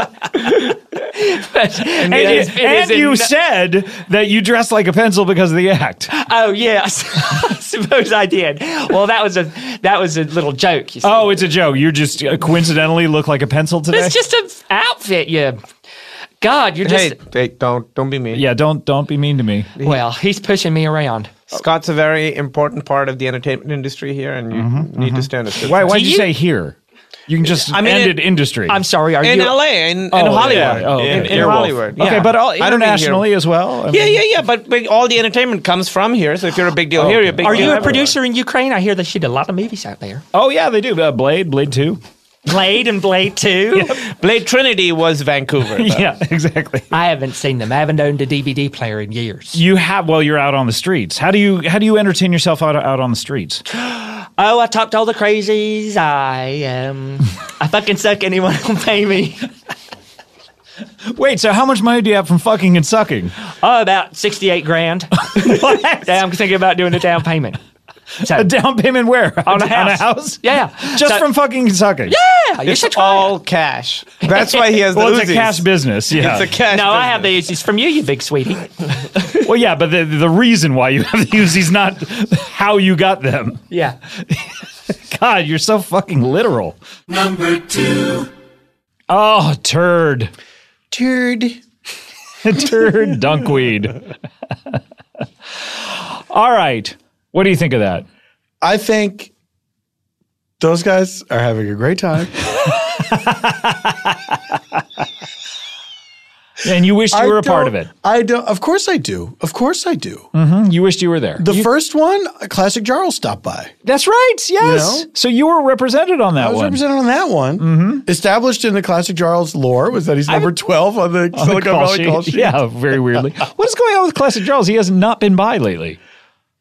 [SPEAKER 18] But
[SPEAKER 1] And,
[SPEAKER 18] it
[SPEAKER 1] you,
[SPEAKER 18] is- it
[SPEAKER 1] and
[SPEAKER 18] is in
[SPEAKER 1] you
[SPEAKER 18] no-
[SPEAKER 1] said that you dress like a pencil because of the act.
[SPEAKER 18] Oh yes, suppose I did. Well, that was a that was a little joke. You see.
[SPEAKER 1] Oh, it's a joke. You're just uh, coincidentally look like a pencil today.
[SPEAKER 18] It's just an outfit. You, God, you're just.
[SPEAKER 1] don't don't be mean. Yeah, don't don't be mean to me.
[SPEAKER 18] Well, he's pushing me around.
[SPEAKER 19] Scott's a very important part of the entertainment industry here, and you need to stand it.
[SPEAKER 1] Mm-hmm, Why why'd you, say here? You can just
[SPEAKER 19] I mean,
[SPEAKER 1] end
[SPEAKER 19] it-
[SPEAKER 1] it, industry.
[SPEAKER 18] I'm sorry. Are
[SPEAKER 19] in
[SPEAKER 18] you
[SPEAKER 19] LA, in, in
[SPEAKER 1] Oh,
[SPEAKER 19] Hollywood,
[SPEAKER 1] yeah, oh,
[SPEAKER 19] in,
[SPEAKER 1] okay.
[SPEAKER 19] in
[SPEAKER 1] Earwolf.
[SPEAKER 19] Hollywood.
[SPEAKER 1] Okay, but all-
[SPEAKER 19] I don't mean here.
[SPEAKER 1] internationally as well? I
[SPEAKER 19] yeah, yeah, yeah. But, but all the entertainment comes from here. So if you're a big
[SPEAKER 1] Oh,
[SPEAKER 19] deal here, you're a big
[SPEAKER 18] oh, Are
[SPEAKER 19] deal.
[SPEAKER 18] you a
[SPEAKER 19] everywhere.
[SPEAKER 18] producer in Ukraine? I hear they shoot a lot of movies out there.
[SPEAKER 1] Oh yeah, they do. Uh, Blade, Blade Two.
[SPEAKER 18] Blade and Blade Two.
[SPEAKER 19] Blade Trinity was Vancouver. though.
[SPEAKER 1] exactly.
[SPEAKER 18] I haven't seen them. I haven't owned a DVD player in years.
[SPEAKER 1] You have well, you're out on the streets. How do you how do you entertain yourself out out on the streets?
[SPEAKER 18] Oh, I talked to all the crazies. I um, I fucking suck. Anyone will pay me.
[SPEAKER 1] Wait, so how much money do you have from fucking and sucking?
[SPEAKER 18] Oh, about sixty-eight grand. Yeah, I'm thinking about doing a down payment.
[SPEAKER 1] a down payment where
[SPEAKER 18] On a house.
[SPEAKER 1] house?
[SPEAKER 18] Yeah,
[SPEAKER 1] Just
[SPEAKER 18] So-
[SPEAKER 1] from fucking and sucking.
[SPEAKER 18] Yeah, you
[SPEAKER 1] It's
[SPEAKER 18] should
[SPEAKER 19] all cash. That's why he has the
[SPEAKER 1] well, it's a
[SPEAKER 19] Uzis.
[SPEAKER 1] cash business. Yeah,
[SPEAKER 19] It's a cash
[SPEAKER 18] No, I have the Uzis from you, you big sweetie.
[SPEAKER 1] well, yeah, but the the reason why you have the Uzis not how you got them.
[SPEAKER 18] Yeah.
[SPEAKER 1] God, you're so fucking literal.
[SPEAKER 3] Number two.
[SPEAKER 1] Oh, turd.
[SPEAKER 19] Turd.
[SPEAKER 1] turd dunkweed. All right. What do you think of that?
[SPEAKER 2] I think those guys are having a great time.
[SPEAKER 1] And you wished you
[SPEAKER 2] I
[SPEAKER 1] were a part of
[SPEAKER 2] don't-
[SPEAKER 1] it.
[SPEAKER 2] I don't. Of course I do. Of course I do.
[SPEAKER 1] Mm-hmm. You wished you were there.
[SPEAKER 2] The first one, Classic Jarl stopped by.
[SPEAKER 1] That's right. Yes. So you were represented on that
[SPEAKER 2] I was
[SPEAKER 1] one. Mm-hmm.
[SPEAKER 2] represented on that one. Established in the Classic Jarl's lore was that he's number 12 on the
[SPEAKER 1] On the
[SPEAKER 2] Silicon
[SPEAKER 1] call
[SPEAKER 2] Valley call sheet.
[SPEAKER 1] Yeah, very weirdly. what is going on with Classic Charles? He has not been by lately.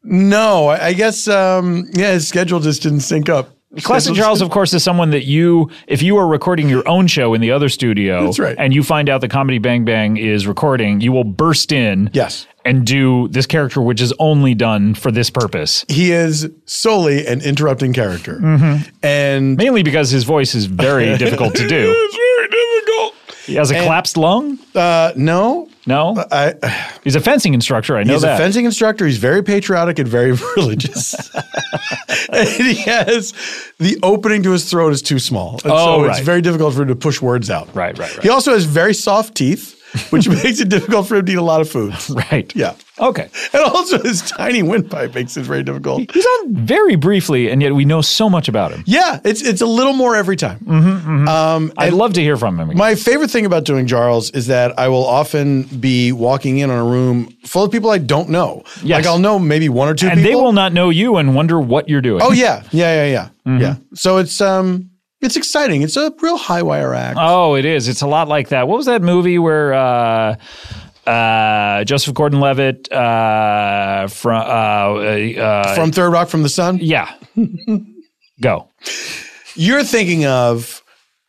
[SPEAKER 2] No, I, I guess, um, yeah, his schedule just didn't sync up.
[SPEAKER 1] Classic
[SPEAKER 2] Schedule
[SPEAKER 1] Charles,
[SPEAKER 2] just-
[SPEAKER 1] of course, is someone that you, if you are recording your own show in the other studio,
[SPEAKER 2] That's right.
[SPEAKER 1] and you find out the Comedy Bang Bang is recording, you will burst in, yes, and do this character, which is only done for this purpose.
[SPEAKER 2] He is solely an interrupting character. And
[SPEAKER 1] mainly because his voice is very difficult to do.
[SPEAKER 2] it's very difficult.
[SPEAKER 1] He has a
[SPEAKER 2] And-
[SPEAKER 1] collapsed lung.
[SPEAKER 2] Uh, no,
[SPEAKER 1] no.
[SPEAKER 2] I,
[SPEAKER 1] he's a fencing instructor. I know
[SPEAKER 2] he's
[SPEAKER 1] that.
[SPEAKER 2] a fencing instructor. He's very patriotic and very religious. and he has the opening to his throat is too small. And
[SPEAKER 1] Oh,
[SPEAKER 2] so
[SPEAKER 1] right.
[SPEAKER 2] it's very difficult for him to push words out.
[SPEAKER 1] Right, right, right.
[SPEAKER 2] He also has very soft teeth, which makes it difficult for him to eat a lot of food.
[SPEAKER 1] Right.
[SPEAKER 2] Yeah.
[SPEAKER 1] Okay.
[SPEAKER 2] And also his tiny windpipe makes it very difficult.
[SPEAKER 1] He's on very briefly, and yet we know so much about him. Mm-hmm,
[SPEAKER 2] Yeah, it's it's a little more every time. Um,
[SPEAKER 1] I'd love to hear from him. Again.
[SPEAKER 2] My favorite thing about doing Jarls is that I will often be walking in on a room full of people I don't know.
[SPEAKER 1] Yes.
[SPEAKER 2] Like I'll know maybe one or two
[SPEAKER 1] and
[SPEAKER 2] people.
[SPEAKER 1] they will not know you and wonder what you're doing.
[SPEAKER 2] Oh yeah, yeah, yeah, yeah,
[SPEAKER 1] Mhm.
[SPEAKER 2] yeah. So it's um, it's exciting. It's a real high wire act.
[SPEAKER 1] Oh, it is. It's a lot like that. What was that movie where uh, uh, Joseph Gordon-Levitt uh, from uh, uh,
[SPEAKER 2] from Third Rock from the Sun.
[SPEAKER 1] Yeah. Go.
[SPEAKER 2] You're thinking of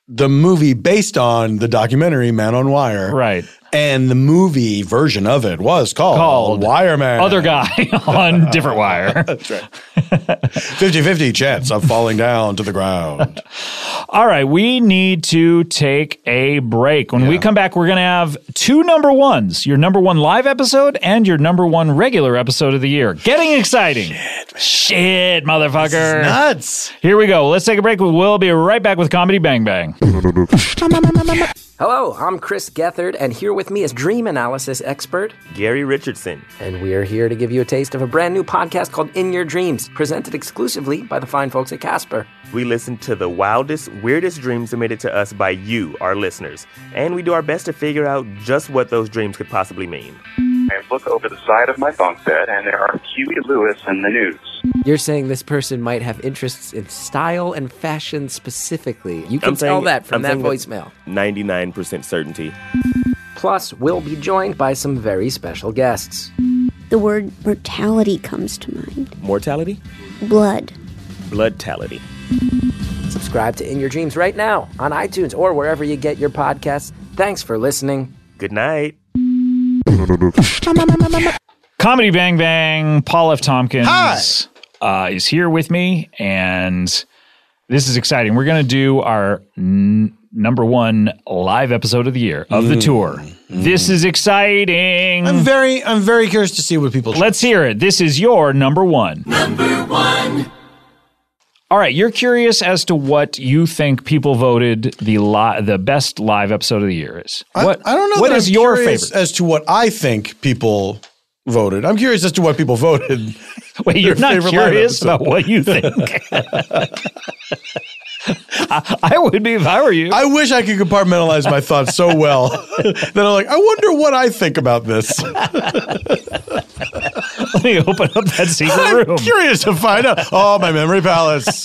[SPEAKER 2] the movie based on the documentary Man on Wire,
[SPEAKER 1] right?
[SPEAKER 2] And the movie version of it was called,
[SPEAKER 1] Called
[SPEAKER 2] Wireman.
[SPEAKER 1] other guy on different wire?
[SPEAKER 2] That's right. 50-50 chance of falling down to the ground.
[SPEAKER 1] All right, we need to take a break. When we come back, we're going to have two number ones your number one live episode and your number one regular episode of the year. Getting exciting. Shit, motherfucker.
[SPEAKER 2] nuts.
[SPEAKER 1] Here we go. Let's take a break. We'll be right back with Comedy Bang Bang.
[SPEAKER 21] Hello, I'm Chris Gethard, and here with me is dream analysis expert Gary Richardson. And we're here to give you a taste of a brand new podcast called In Your Dreams, presented exclusively by the fine folks at Casper.
[SPEAKER 22] We listen to the wildest, weirdest dreams submitted to us by you, our listeners, and we do our best to figure out just what those dreams could possibly mean.
[SPEAKER 23] I look over the side of my bunk bed, and there are Huey Lewis and the news.
[SPEAKER 21] You're saying this person might have interests in style and fashion specifically. You can
[SPEAKER 22] I'm
[SPEAKER 21] tell
[SPEAKER 22] saying-
[SPEAKER 21] that from
[SPEAKER 22] I'm
[SPEAKER 21] that
[SPEAKER 22] saying with
[SPEAKER 21] voicemail.
[SPEAKER 22] 99% certainty.
[SPEAKER 21] Plus, we'll be joined by some very special guests.
[SPEAKER 24] The word mortality comes to mind.
[SPEAKER 22] Mortality?
[SPEAKER 21] Blood.
[SPEAKER 22] Bloodtality.
[SPEAKER 21] Subscribe to In Your Dreams right now on iTunes or wherever you get your podcasts. Thanks for listening.
[SPEAKER 22] Good night.
[SPEAKER 1] Comedy Bang Bang, Paul F. Tompkins
[SPEAKER 21] Hi.
[SPEAKER 1] Uh, is here with me, and this is exciting. We're going to do our n- number one live episode of the year of the
[SPEAKER 2] Mm.
[SPEAKER 1] tour. This is exciting. I'm
[SPEAKER 2] very, I'm very curious to see what people.
[SPEAKER 1] Let's hear it. This is your number one. All right, you're curious as to what you think people voted the li- the best live episode of the year is. what
[SPEAKER 2] I don't know.
[SPEAKER 1] What
[SPEAKER 2] that
[SPEAKER 1] is
[SPEAKER 2] I'm
[SPEAKER 1] your
[SPEAKER 2] curious
[SPEAKER 1] favorite?
[SPEAKER 2] as to what I think people voted? I'm curious as to what people voted.
[SPEAKER 1] Wait, you're
[SPEAKER 2] Their
[SPEAKER 1] not
[SPEAKER 2] favorite line
[SPEAKER 1] curious
[SPEAKER 2] episode.
[SPEAKER 1] about what you think. I, I would be if I were you.
[SPEAKER 2] I wish I could compartmentalize my thoughts so well that I'm like, I wonder what I think about this.
[SPEAKER 1] Let me open up that secret room.
[SPEAKER 2] Curious to find out. Oh, my memory palace.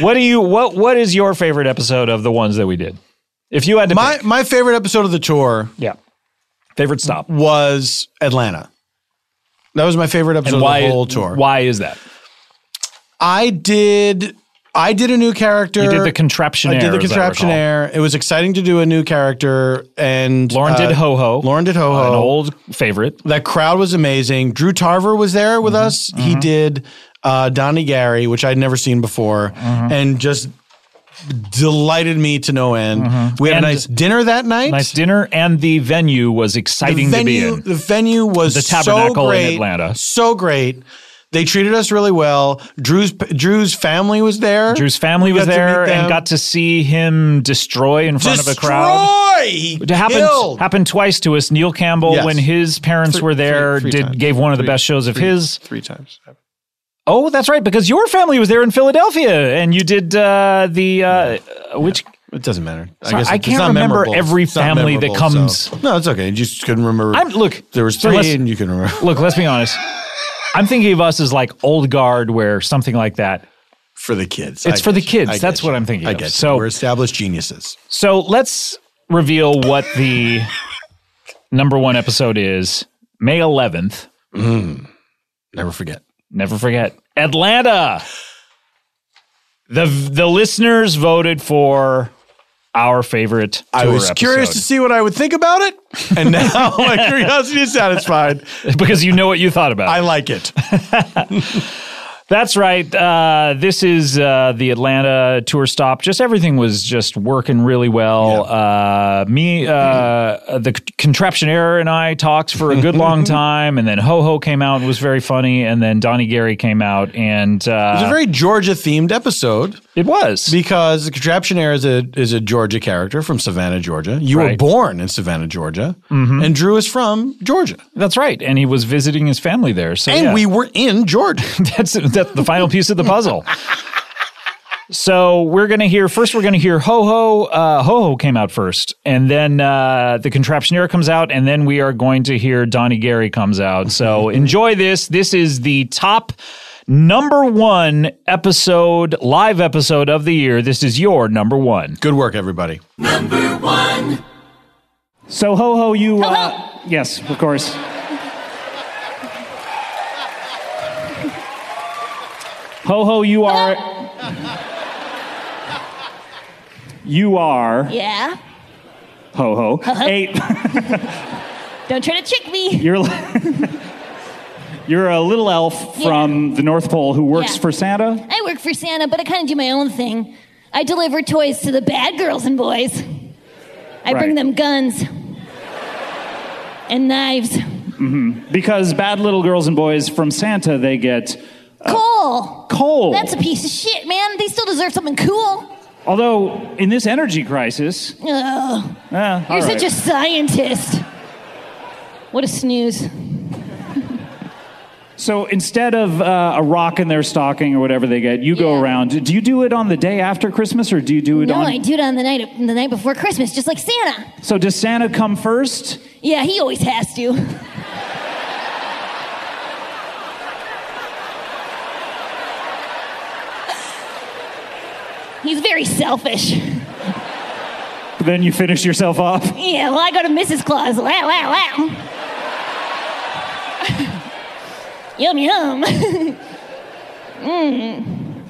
[SPEAKER 1] what do you what what is your favorite episode of the ones that we did? If you had to
[SPEAKER 2] my my favorite episode of the tour,
[SPEAKER 1] yeah, favorite stop
[SPEAKER 2] was Atlanta. That was my favorite episode
[SPEAKER 1] why-
[SPEAKER 2] of the whole tour.
[SPEAKER 1] Why is that?
[SPEAKER 2] I did. I did a new character.
[SPEAKER 1] You did the contraptionaire,
[SPEAKER 2] I did the
[SPEAKER 1] as I recall.
[SPEAKER 2] contraptionaire. It was exciting to do a new character, and uh,
[SPEAKER 1] Lauren did Ho Ho.
[SPEAKER 2] Lauren did Ho Ho,
[SPEAKER 1] An old favorite. Mm-hmm.
[SPEAKER 2] That crowd was amazing. Drew Tarver was there with us. He did uh, Donnie Gary, which I'd never seen before,
[SPEAKER 1] Mm-hmm.
[SPEAKER 2] and just delighted me to no end. We had
[SPEAKER 1] Mm-hmm. And-
[SPEAKER 2] a nice dinner that night.
[SPEAKER 1] Nice dinner, and the venue was exciting
[SPEAKER 2] the venue,
[SPEAKER 1] to be in.
[SPEAKER 2] The venue was
[SPEAKER 1] The Tabernacle
[SPEAKER 2] so
[SPEAKER 1] in
[SPEAKER 2] great,
[SPEAKER 1] Atlanta.
[SPEAKER 2] so great. They treated us really well. Drew's Drew's family was there.
[SPEAKER 1] Drew's family
[SPEAKER 2] We
[SPEAKER 1] was
[SPEAKER 2] got to
[SPEAKER 1] there
[SPEAKER 2] meet
[SPEAKER 1] and
[SPEAKER 2] them.
[SPEAKER 1] got to see him destroy in front of a crowd.
[SPEAKER 2] Destroy!
[SPEAKER 1] It happened
[SPEAKER 2] Killed!
[SPEAKER 1] happened twice to us. Neil Campbell,
[SPEAKER 2] Yes.
[SPEAKER 1] when his parents
[SPEAKER 2] Three-
[SPEAKER 1] were there,
[SPEAKER 2] three- three
[SPEAKER 1] did
[SPEAKER 2] times.
[SPEAKER 1] gave one of the
[SPEAKER 2] Three-
[SPEAKER 1] best shows of
[SPEAKER 2] three-
[SPEAKER 1] his.
[SPEAKER 2] three times.
[SPEAKER 1] Oh, that's right, because your family was there in Philadelphia, and you did uh, the uh, which
[SPEAKER 2] It doesn't matter.
[SPEAKER 1] So I
[SPEAKER 2] it's
[SPEAKER 1] can't
[SPEAKER 2] not
[SPEAKER 1] remember
[SPEAKER 2] memorable.
[SPEAKER 1] every
[SPEAKER 2] It's not
[SPEAKER 1] family that
[SPEAKER 2] memorable,
[SPEAKER 1] comes-
[SPEAKER 2] so- No, it's okay. You just couldn't remember.
[SPEAKER 1] I'm- look,
[SPEAKER 2] there was three,
[SPEAKER 1] unless-
[SPEAKER 2] and you can remember.
[SPEAKER 1] Look, let's be honest. I'm thinking of us as like old guard, where something like that.
[SPEAKER 2] For the kids,
[SPEAKER 1] It's
[SPEAKER 2] I
[SPEAKER 1] for the
[SPEAKER 2] get you.
[SPEAKER 1] kids.
[SPEAKER 2] I
[SPEAKER 1] That's
[SPEAKER 2] get
[SPEAKER 1] what
[SPEAKER 2] you.
[SPEAKER 1] I'm thinking
[SPEAKER 2] I
[SPEAKER 1] of.
[SPEAKER 2] get you.
[SPEAKER 1] So-
[SPEAKER 2] we're established geniuses.
[SPEAKER 1] So let's reveal what the number one episode is. May 11th.
[SPEAKER 2] Mm-hmm. Never forget.
[SPEAKER 1] Never forget Atlanta. The the listeners voted for our favorite.
[SPEAKER 2] I
[SPEAKER 1] tour
[SPEAKER 2] was
[SPEAKER 1] episode.
[SPEAKER 2] curious to see what I would think about it, and now my curiosity is satisfied.
[SPEAKER 1] because you know what you thought about.
[SPEAKER 2] I like it.
[SPEAKER 1] That's right. Uh, this is uh, the Atlanta tour stop. Just everything was just working really well. Uh, me, uh, the contraptionaire, and I talked for a good long time, and then Ho Ho came out and was very funny, and then Donnie Gary came out, and uh,
[SPEAKER 2] It was a very Georgia themed episode.
[SPEAKER 1] It was
[SPEAKER 2] because the contraptionaire is a is a Georgia character from Savannah, Georgia. You were
[SPEAKER 1] Right.
[SPEAKER 2] born in Savannah, Georgia,
[SPEAKER 1] Mhm.
[SPEAKER 2] and Drew is from Georgia.
[SPEAKER 1] That's right, and he was visiting his family there. So
[SPEAKER 2] And
[SPEAKER 1] yeah.
[SPEAKER 2] we were in Georgia.
[SPEAKER 1] that's that's the final piece of the puzzle. So we're gonna hear first. We're gonna hear Ho Ho. Uh, Ho Ho came out first, and then uh, the contraptionaire comes out, and then we are going to hear Donnie Gary comes out. So enjoy this. This is the top number one episode, live episode of the year. This is your number one.
[SPEAKER 2] Good work, everybody.
[SPEAKER 25] So ho ho, you. Uh, yes, of course. ho ho, you are. You are
[SPEAKER 8] Yeah.
[SPEAKER 25] ho ho
[SPEAKER 8] Ho-ho.
[SPEAKER 25] eight.
[SPEAKER 8] Don't try to trick me.
[SPEAKER 25] You're you're a little elf from the North Pole who works
[SPEAKER 8] Yeah.
[SPEAKER 25] for Santa.
[SPEAKER 8] I work for Santa, but I kind of do my own thing. I deliver toys to the bad girls and boys. I
[SPEAKER 25] Right.
[SPEAKER 8] bring them guns and knives.
[SPEAKER 1] Uh,
[SPEAKER 25] hmm Because bad little girls and boys from Santa they get.
[SPEAKER 8] Coal.
[SPEAKER 25] Coal.
[SPEAKER 8] That's a piece of shit, man. They still deserve something cool.
[SPEAKER 25] Although in this energy crisis,
[SPEAKER 8] Ugh.
[SPEAKER 25] eh, all
[SPEAKER 8] You're
[SPEAKER 25] right.
[SPEAKER 8] such a scientist. What a snooze.
[SPEAKER 25] So instead of uh, a rock in their stocking or whatever they get, you go around. Do you do it on the day after Christmas or do you do it
[SPEAKER 8] No,
[SPEAKER 25] on?
[SPEAKER 8] I do it on the night the night before Christmas, just like Santa.
[SPEAKER 25] So does Santa come first?
[SPEAKER 8] Yeah, he always has to. He's very selfish.
[SPEAKER 25] Then you finish yourself off.
[SPEAKER 8] Yeah, well, I go to Mrs. Claus. Wow, wow, wow. yum, yum. mm.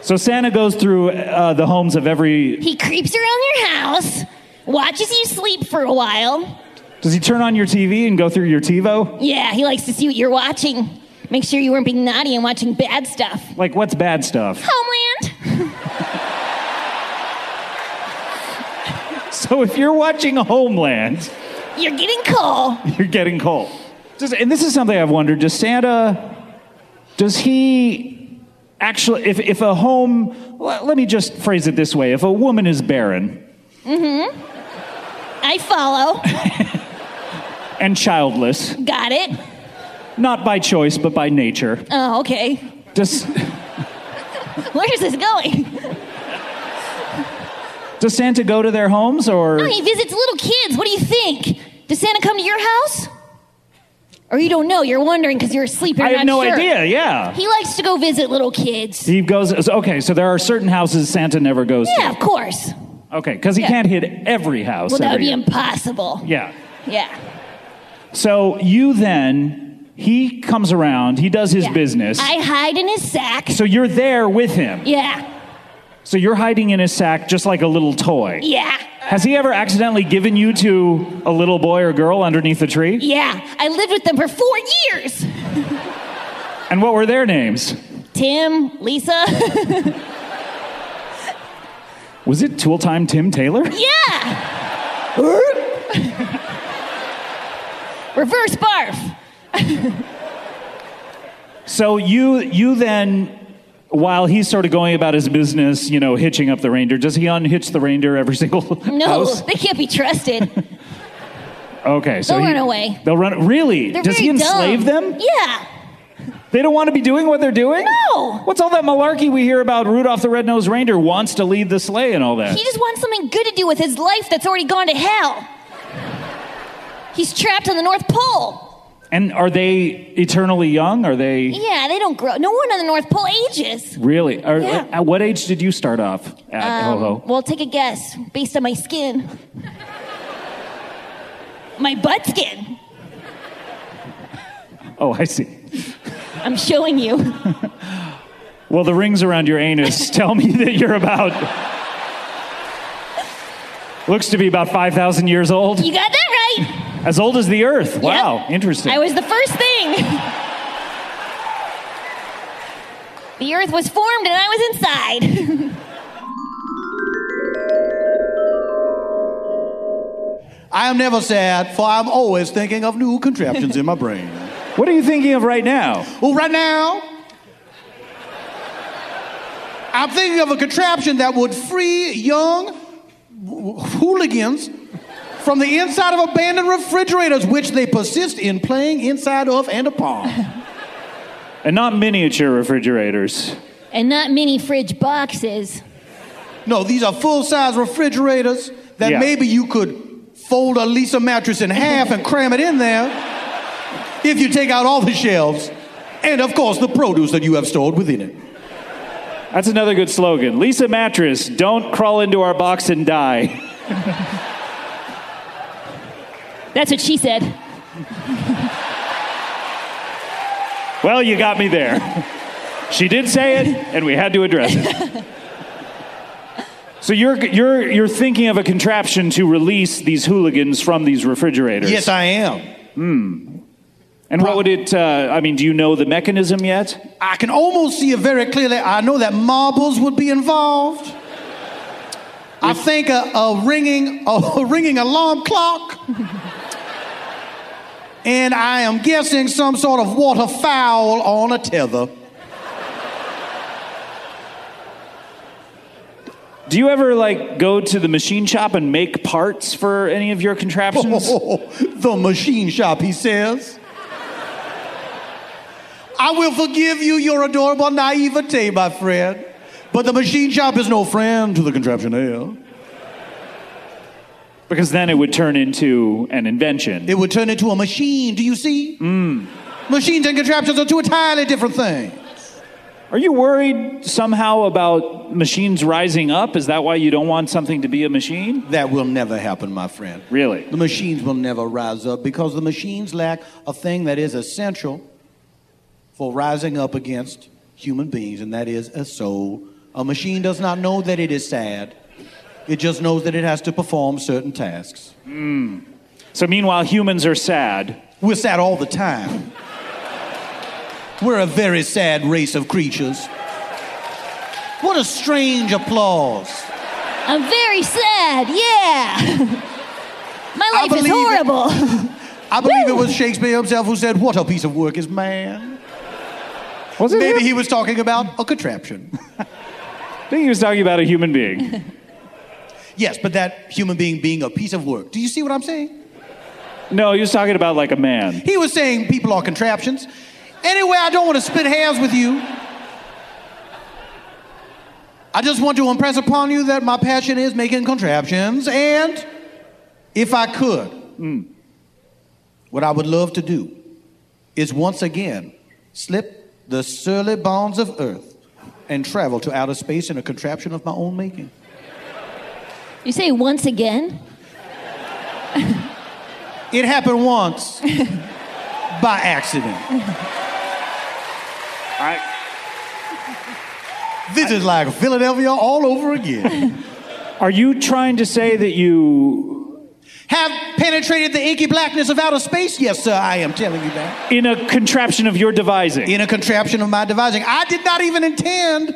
[SPEAKER 25] So Santa goes through uh, the homes of every.
[SPEAKER 8] He creeps around your house, watches you sleep for a while.
[SPEAKER 25] Does he turn on your TV and go through your TiVo?
[SPEAKER 8] Yeah, he likes to see what you're watching. Make sure you weren't being naughty and watching bad stuff.
[SPEAKER 25] Like what's bad stuff?
[SPEAKER 8] Homeland.
[SPEAKER 1] So if you're watching Homeland,
[SPEAKER 8] You're getting coal.
[SPEAKER 1] you're getting coal. Does- and this is something I've wondered: Does Santa? Does he actually? If if a home, let, let me just phrase it this way: If a woman is barren
[SPEAKER 8] Mm-hmm. I follow.
[SPEAKER 1] and childless,
[SPEAKER 8] Got it.
[SPEAKER 1] not by choice but by nature,
[SPEAKER 8] Oh, okay.
[SPEAKER 1] does
[SPEAKER 8] Where is this going?
[SPEAKER 1] does Santa go to their homes or?
[SPEAKER 8] No, he visits little kids. What do you think? Does Santa come to your house? Or you don't know? You're wondering because you're asleep. You're
[SPEAKER 1] I have
[SPEAKER 8] not
[SPEAKER 1] no
[SPEAKER 8] sure.
[SPEAKER 1] idea, yeah.
[SPEAKER 8] He likes to go visit little kids.
[SPEAKER 1] He goes. Okay, so there are certain houses Santa never goes
[SPEAKER 8] Yeah, of course.
[SPEAKER 1] to. Okay, because he
[SPEAKER 8] Yeah.
[SPEAKER 1] can't hit every house.
[SPEAKER 8] Well, that would
[SPEAKER 1] every
[SPEAKER 8] be
[SPEAKER 1] year.
[SPEAKER 8] impossible.
[SPEAKER 1] Yeah.
[SPEAKER 8] Yeah.
[SPEAKER 1] So you then he comes around. He does his
[SPEAKER 8] Yeah.
[SPEAKER 1] business.
[SPEAKER 8] I hide in his sack.
[SPEAKER 1] so you're there with him.
[SPEAKER 8] Yeah.
[SPEAKER 1] So you're hiding in his sack just like a little toy.
[SPEAKER 8] Yeah.
[SPEAKER 1] Has he ever accidentally given you to a little boy or girl underneath a tree?
[SPEAKER 8] Yeah. I lived with them for four years.
[SPEAKER 1] And what were their names?
[SPEAKER 8] Tim, Lisa.
[SPEAKER 1] Was it tool time Tim Taylor?
[SPEAKER 8] yeah. Reverse barf.
[SPEAKER 1] So you you then while he's sort of going about his business, you know, hitching up the reindeer, does he unhitch the reindeer every single
[SPEAKER 8] No,
[SPEAKER 1] house?
[SPEAKER 8] they can't be trusted.
[SPEAKER 1] Okay, so
[SPEAKER 8] They'll
[SPEAKER 1] he-
[SPEAKER 8] run away.
[SPEAKER 1] They'll run. Really?
[SPEAKER 8] They're
[SPEAKER 1] does
[SPEAKER 8] very
[SPEAKER 1] he enslave
[SPEAKER 8] dumb.
[SPEAKER 1] them?
[SPEAKER 8] Yeah.
[SPEAKER 1] They don't want to be doing what they're doing.
[SPEAKER 8] No.
[SPEAKER 1] What's all that malarkey we hear about Rudolph the Red-Nosed Reindeer wants to lead the sleigh and all that?
[SPEAKER 8] He just wants something good to do with his life that's already gone to hell. He's trapped on the North Pole.
[SPEAKER 1] and are they eternally young? Are they
[SPEAKER 8] Yeah, they don't grow. No one on the North Pole ages.
[SPEAKER 1] really? Are,
[SPEAKER 8] Yeah.
[SPEAKER 1] At what age did you start off at
[SPEAKER 8] Um,
[SPEAKER 1] Ho Ho?
[SPEAKER 8] Well, take a guess based on my skin. my butt skin.
[SPEAKER 1] Oh, I see.
[SPEAKER 8] I'm showing you.
[SPEAKER 1] Well, the rings around your anus tell me that you're about. Looks to be about 5,000 years old.
[SPEAKER 8] You got that right.
[SPEAKER 1] As old as the earth. Wow, interesting.
[SPEAKER 8] I was the first thing. the earth was formed and I was inside.
[SPEAKER 4] I am never sad, for I'm always thinking of new contraptions in my brain.
[SPEAKER 1] What are you thinking of right now?
[SPEAKER 4] Well, right now, I'm thinking of a contraption that would free young w- hooligans from the inside of abandoned refrigerators, which they persist in playing inside of and upon.
[SPEAKER 1] and not miniature refrigerators.
[SPEAKER 8] and not mini fridge boxes.
[SPEAKER 4] No, these are full size refrigerators that
[SPEAKER 1] Yeah.
[SPEAKER 4] maybe you could fold a Lisa mattress in half and cram it in there if you take out all the shelves and, of course, the produce that you have stored within it.
[SPEAKER 1] That's another good slogan. Lisa Mattress, don't crawl into our box and die.
[SPEAKER 8] That's what she said.
[SPEAKER 1] Well, you got me there. she did say it, and we had to address it. So you're, you're, you're thinking of a contraption to release these hooligans from these refrigerators?
[SPEAKER 4] Yes, I am.
[SPEAKER 1] Hmm. And what would it, uh, I mean, do you know the mechanism yet?
[SPEAKER 4] I can almost see it very clearly. I know that marbles would be involved. I think a, a ringing a, ringing alarm clock. and I am guessing some sort of waterfowl on a tether.
[SPEAKER 1] Do you ever, like, go to the machine shop and make parts for any of your contraptions?
[SPEAKER 4] the machine shop, he says. I will forgive you your adorable naivete, my friend. But the machine shop is no friend to the contraptionaire.
[SPEAKER 1] Because then it would turn into an invention.
[SPEAKER 4] It would turn into a machine, do you see? Machines and contraptions are two entirely different things.
[SPEAKER 1] Are you worried somehow about machines rising up? Is that why you don't want something to be a machine?
[SPEAKER 4] That will never happen, my friend.
[SPEAKER 1] Really?
[SPEAKER 4] The machines will never rise up because the machines lack a thing that is essential for rising up against human beings, and that is a soul. A machine does not know that it is sad, it just knows that it has to perform certain tasks.
[SPEAKER 1] Mm. So, meanwhile, humans are sad.
[SPEAKER 4] We're sad all the time. We're a very sad race of creatures. What a strange applause.
[SPEAKER 8] I'm very sad. Yeah. My
[SPEAKER 4] I
[SPEAKER 8] life is
[SPEAKER 4] believe it.
[SPEAKER 8] horrible.
[SPEAKER 4] I believe it was Shakespeare himself who said, What a piece of work is man.
[SPEAKER 1] Was it
[SPEAKER 4] Maybe
[SPEAKER 1] him?
[SPEAKER 4] he was talking about a contraption.
[SPEAKER 1] I think he was talking about a human being.
[SPEAKER 4] Yes, but that human being being a piece of work. Do you see what I'm saying?
[SPEAKER 1] No, he was talking about like a man.
[SPEAKER 4] He was saying people are contraptions. Anyway, I don't want to split hairs with you. I just want to impress upon you that my passion is making contraptions, and if I could, what I would love to do is once again slip the surly bounds of earth and travel to outer space in a contraption of my own making.
[SPEAKER 8] You say once again?
[SPEAKER 4] It happened once by accident. This is like Philadelphia all over again.
[SPEAKER 1] Are you trying to say that you
[SPEAKER 4] have penetrated the inky blackness of outer space? Yes, sir, I am telling you that.
[SPEAKER 1] In a contraption of your devising.
[SPEAKER 4] In a contraption of my devising. I did not even intend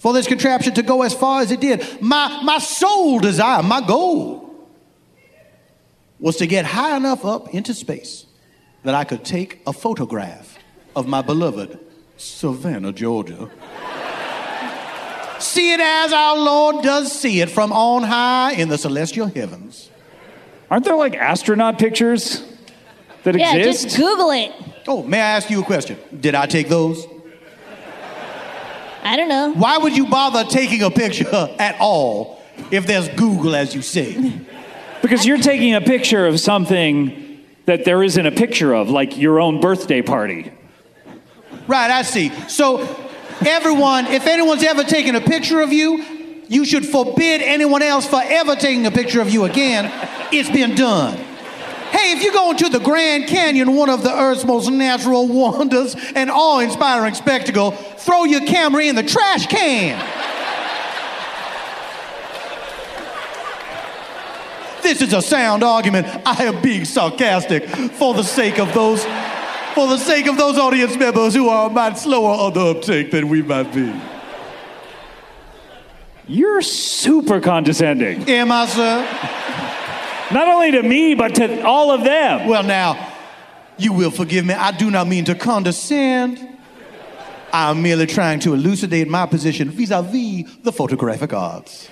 [SPEAKER 4] for this contraption to go as far as it did. My, my sole desire, my goal, was to get high enough up into space that I could take a photograph of my beloved Savannah, Georgia. See it as our Lord does see it from on high in the celestial heavens.
[SPEAKER 1] Aren't there like astronaut pictures that
[SPEAKER 8] yeah,
[SPEAKER 4] exist?
[SPEAKER 8] just Google it.
[SPEAKER 4] Oh, may I ask you a question? Did I take those?
[SPEAKER 8] I don't know.
[SPEAKER 4] Why would you bother taking a picture at all if there's Google, as you say?
[SPEAKER 1] Because you're taking a picture of something that there isn't a picture of, like your own birthday party.
[SPEAKER 4] Right, I see. So, everyone, if anyone's ever taken a picture of you, you should forbid anyone else for ever taking a picture of you again. It's been done. Hey, if you're going to the Grand Canyon, one of the Earth's most natural wonders and awe inspiring spectacle, throw your camera in the trash can. This is a sound argument. I am being sarcastic for the sake of those for the sake of those audience members who are much slower on the uptake than we might be.
[SPEAKER 1] You're super condescending.
[SPEAKER 4] Am I, sir?
[SPEAKER 1] Not only to me, but to all of them.
[SPEAKER 4] Well, now, you will forgive me. I do not mean to condescend. I'm merely trying to elucidate my position vis-a-vis the photographic arts.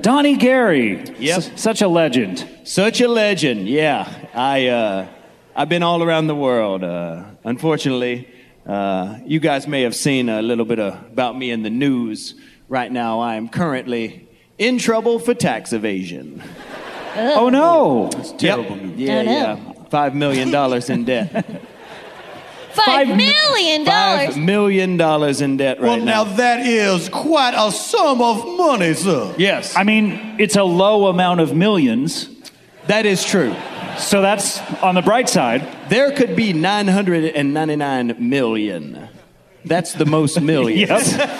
[SPEAKER 1] Donnie Gary.
[SPEAKER 25] Yep.
[SPEAKER 1] such a legend.
[SPEAKER 25] Such a legend, yeah. I, uh, I've been all around the world. Uh, unfortunately, uh, you guys may have seen a little bit of, about me in the news. Right now, I am currently in trouble for tax evasion.
[SPEAKER 1] Oh, no.
[SPEAKER 25] It's terrible news. Yeah,
[SPEAKER 8] Oh, no.
[SPEAKER 25] yeah. Five million dollars in debt.
[SPEAKER 8] Five million dollars.
[SPEAKER 25] Five million dollars in debt right
[SPEAKER 4] well, now. that is quite a sum of money, sir.
[SPEAKER 25] Yes.
[SPEAKER 1] I mean, it's a low amount of millions.
[SPEAKER 25] That is true.
[SPEAKER 1] So that's on the bright side.
[SPEAKER 25] There could be 999 million. That's the most millions.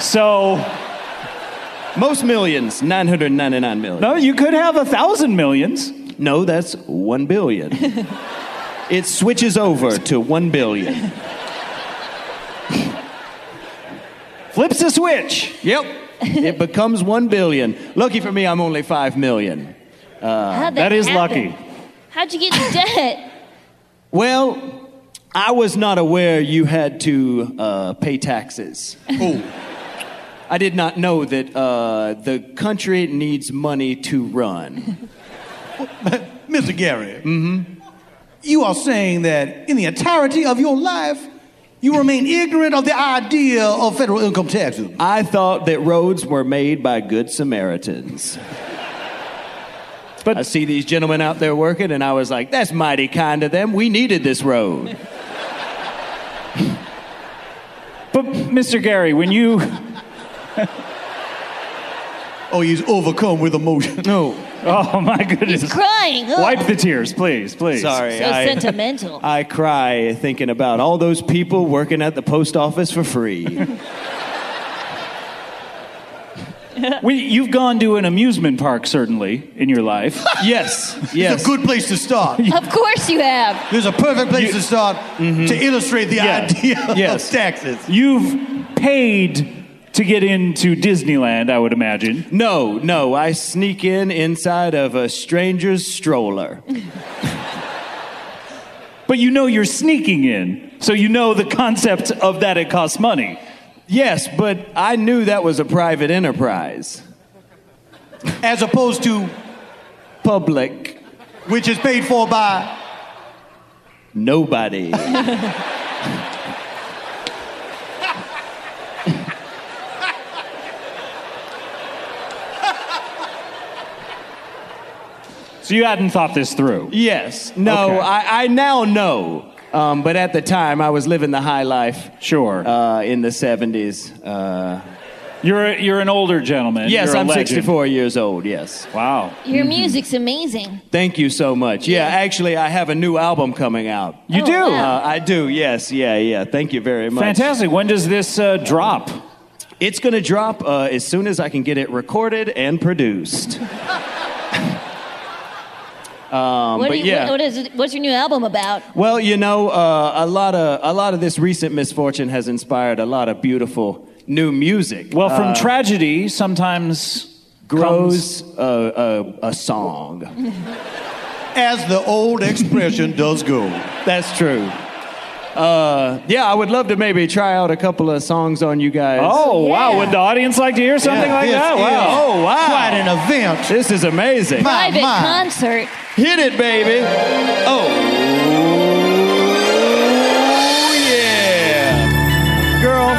[SPEAKER 1] So.
[SPEAKER 25] Most millions, 999 million.
[SPEAKER 1] No, you could have a thousand millions.
[SPEAKER 25] No, that's 1 billion. it switches over to 1 billion.
[SPEAKER 1] Flips a switch.
[SPEAKER 25] Yep. It becomes 1 billion. Lucky for me, I'm only 5 million. Uh,
[SPEAKER 8] How'd that happen? How'd you get in debt?
[SPEAKER 25] Well, I was not aware you had to uh, pay taxes. Oh. I did not know that uh, the country needs money to run.
[SPEAKER 4] Mr. Gary,
[SPEAKER 1] Mm-hmm.
[SPEAKER 4] you are saying that in the entirety of your life, you remain ignorant of the idea of federal income taxes.
[SPEAKER 25] I thought that roads were made by good Samaritans. But I see these gentlemen out there working, and I was like, that's mighty kind of them. We needed this road.
[SPEAKER 1] But, Mr. Gary, when you.
[SPEAKER 4] oh, he's overcome with emotion.
[SPEAKER 25] No.
[SPEAKER 1] Oh, my goodness.
[SPEAKER 8] He's crying. Ugh.
[SPEAKER 1] Wipe the tears, please, please.
[SPEAKER 25] Sorry.
[SPEAKER 8] So
[SPEAKER 25] I-
[SPEAKER 8] sentimental.
[SPEAKER 25] I cry thinking about all those people working at the post office for free.
[SPEAKER 11] we, you've gone to an amusement park, certainly, in your life. yes, yes.
[SPEAKER 4] It's a good place to start.
[SPEAKER 8] Of course you have.
[SPEAKER 4] There's a perfect place to start to illustrate the
[SPEAKER 11] Mm-hmm. Yeah.
[SPEAKER 4] idea
[SPEAKER 11] Yes.
[SPEAKER 4] of taxes.
[SPEAKER 11] You've paid to get into Disneyland, I would imagine.
[SPEAKER 25] No, no, I sneak in inside of a stranger's stroller.
[SPEAKER 11] But you know you're sneaking in, so you know the concept of that it costs money.
[SPEAKER 25] Yes, but I knew that was a private enterprise.
[SPEAKER 4] As opposed to
[SPEAKER 25] public,
[SPEAKER 4] which is paid for by
[SPEAKER 25] nobody.
[SPEAKER 11] So you hadn't thought this through.
[SPEAKER 25] Yes. No,
[SPEAKER 11] Okay.
[SPEAKER 25] I, I now know. Um, but at the time, I was living the high life.
[SPEAKER 11] Sure.
[SPEAKER 25] Uh, in the 70s. Uh,
[SPEAKER 11] you're, a, you're an older gentleman.
[SPEAKER 25] Yes,
[SPEAKER 11] You're a
[SPEAKER 25] I'm
[SPEAKER 11] legend.
[SPEAKER 25] 64 years old, yes.
[SPEAKER 11] Wow.
[SPEAKER 8] Your music's amazing.
[SPEAKER 25] Thank you so much. Yeah, actually, I have a new album coming out.
[SPEAKER 11] You do?
[SPEAKER 25] Uh, I do, yes. Yeah, yeah. Thank you very much.
[SPEAKER 11] Fantastic. When does this uh, drop?
[SPEAKER 25] It's going to drop uh, as soon as I can get it recorded and produced. um, but
[SPEAKER 8] what, do you,
[SPEAKER 25] yeah.
[SPEAKER 8] what is, what's your new album about?
[SPEAKER 25] Well, you know, uh, a lot of a lot of this recent misfortune has inspired a lot of beautiful new music.
[SPEAKER 11] Well, from
[SPEAKER 25] Uh,
[SPEAKER 11] tragedy, sometimes
[SPEAKER 25] grows a, a, a song.
[SPEAKER 4] as the old expression does go.
[SPEAKER 25] That's true. Uh, yeah, I would love to maybe try out a couple of songs on you guys.
[SPEAKER 11] Oh, wow. Would the audience like to hear something
[SPEAKER 25] Yeah,
[SPEAKER 11] like
[SPEAKER 25] this
[SPEAKER 11] that?
[SPEAKER 25] is-
[SPEAKER 11] Wow.
[SPEAKER 25] oh, wow.
[SPEAKER 11] Quite
[SPEAKER 4] an event.
[SPEAKER 25] This is amazing.
[SPEAKER 8] Private concert.
[SPEAKER 25] Hit it, baby. Oh. yeah. Girl,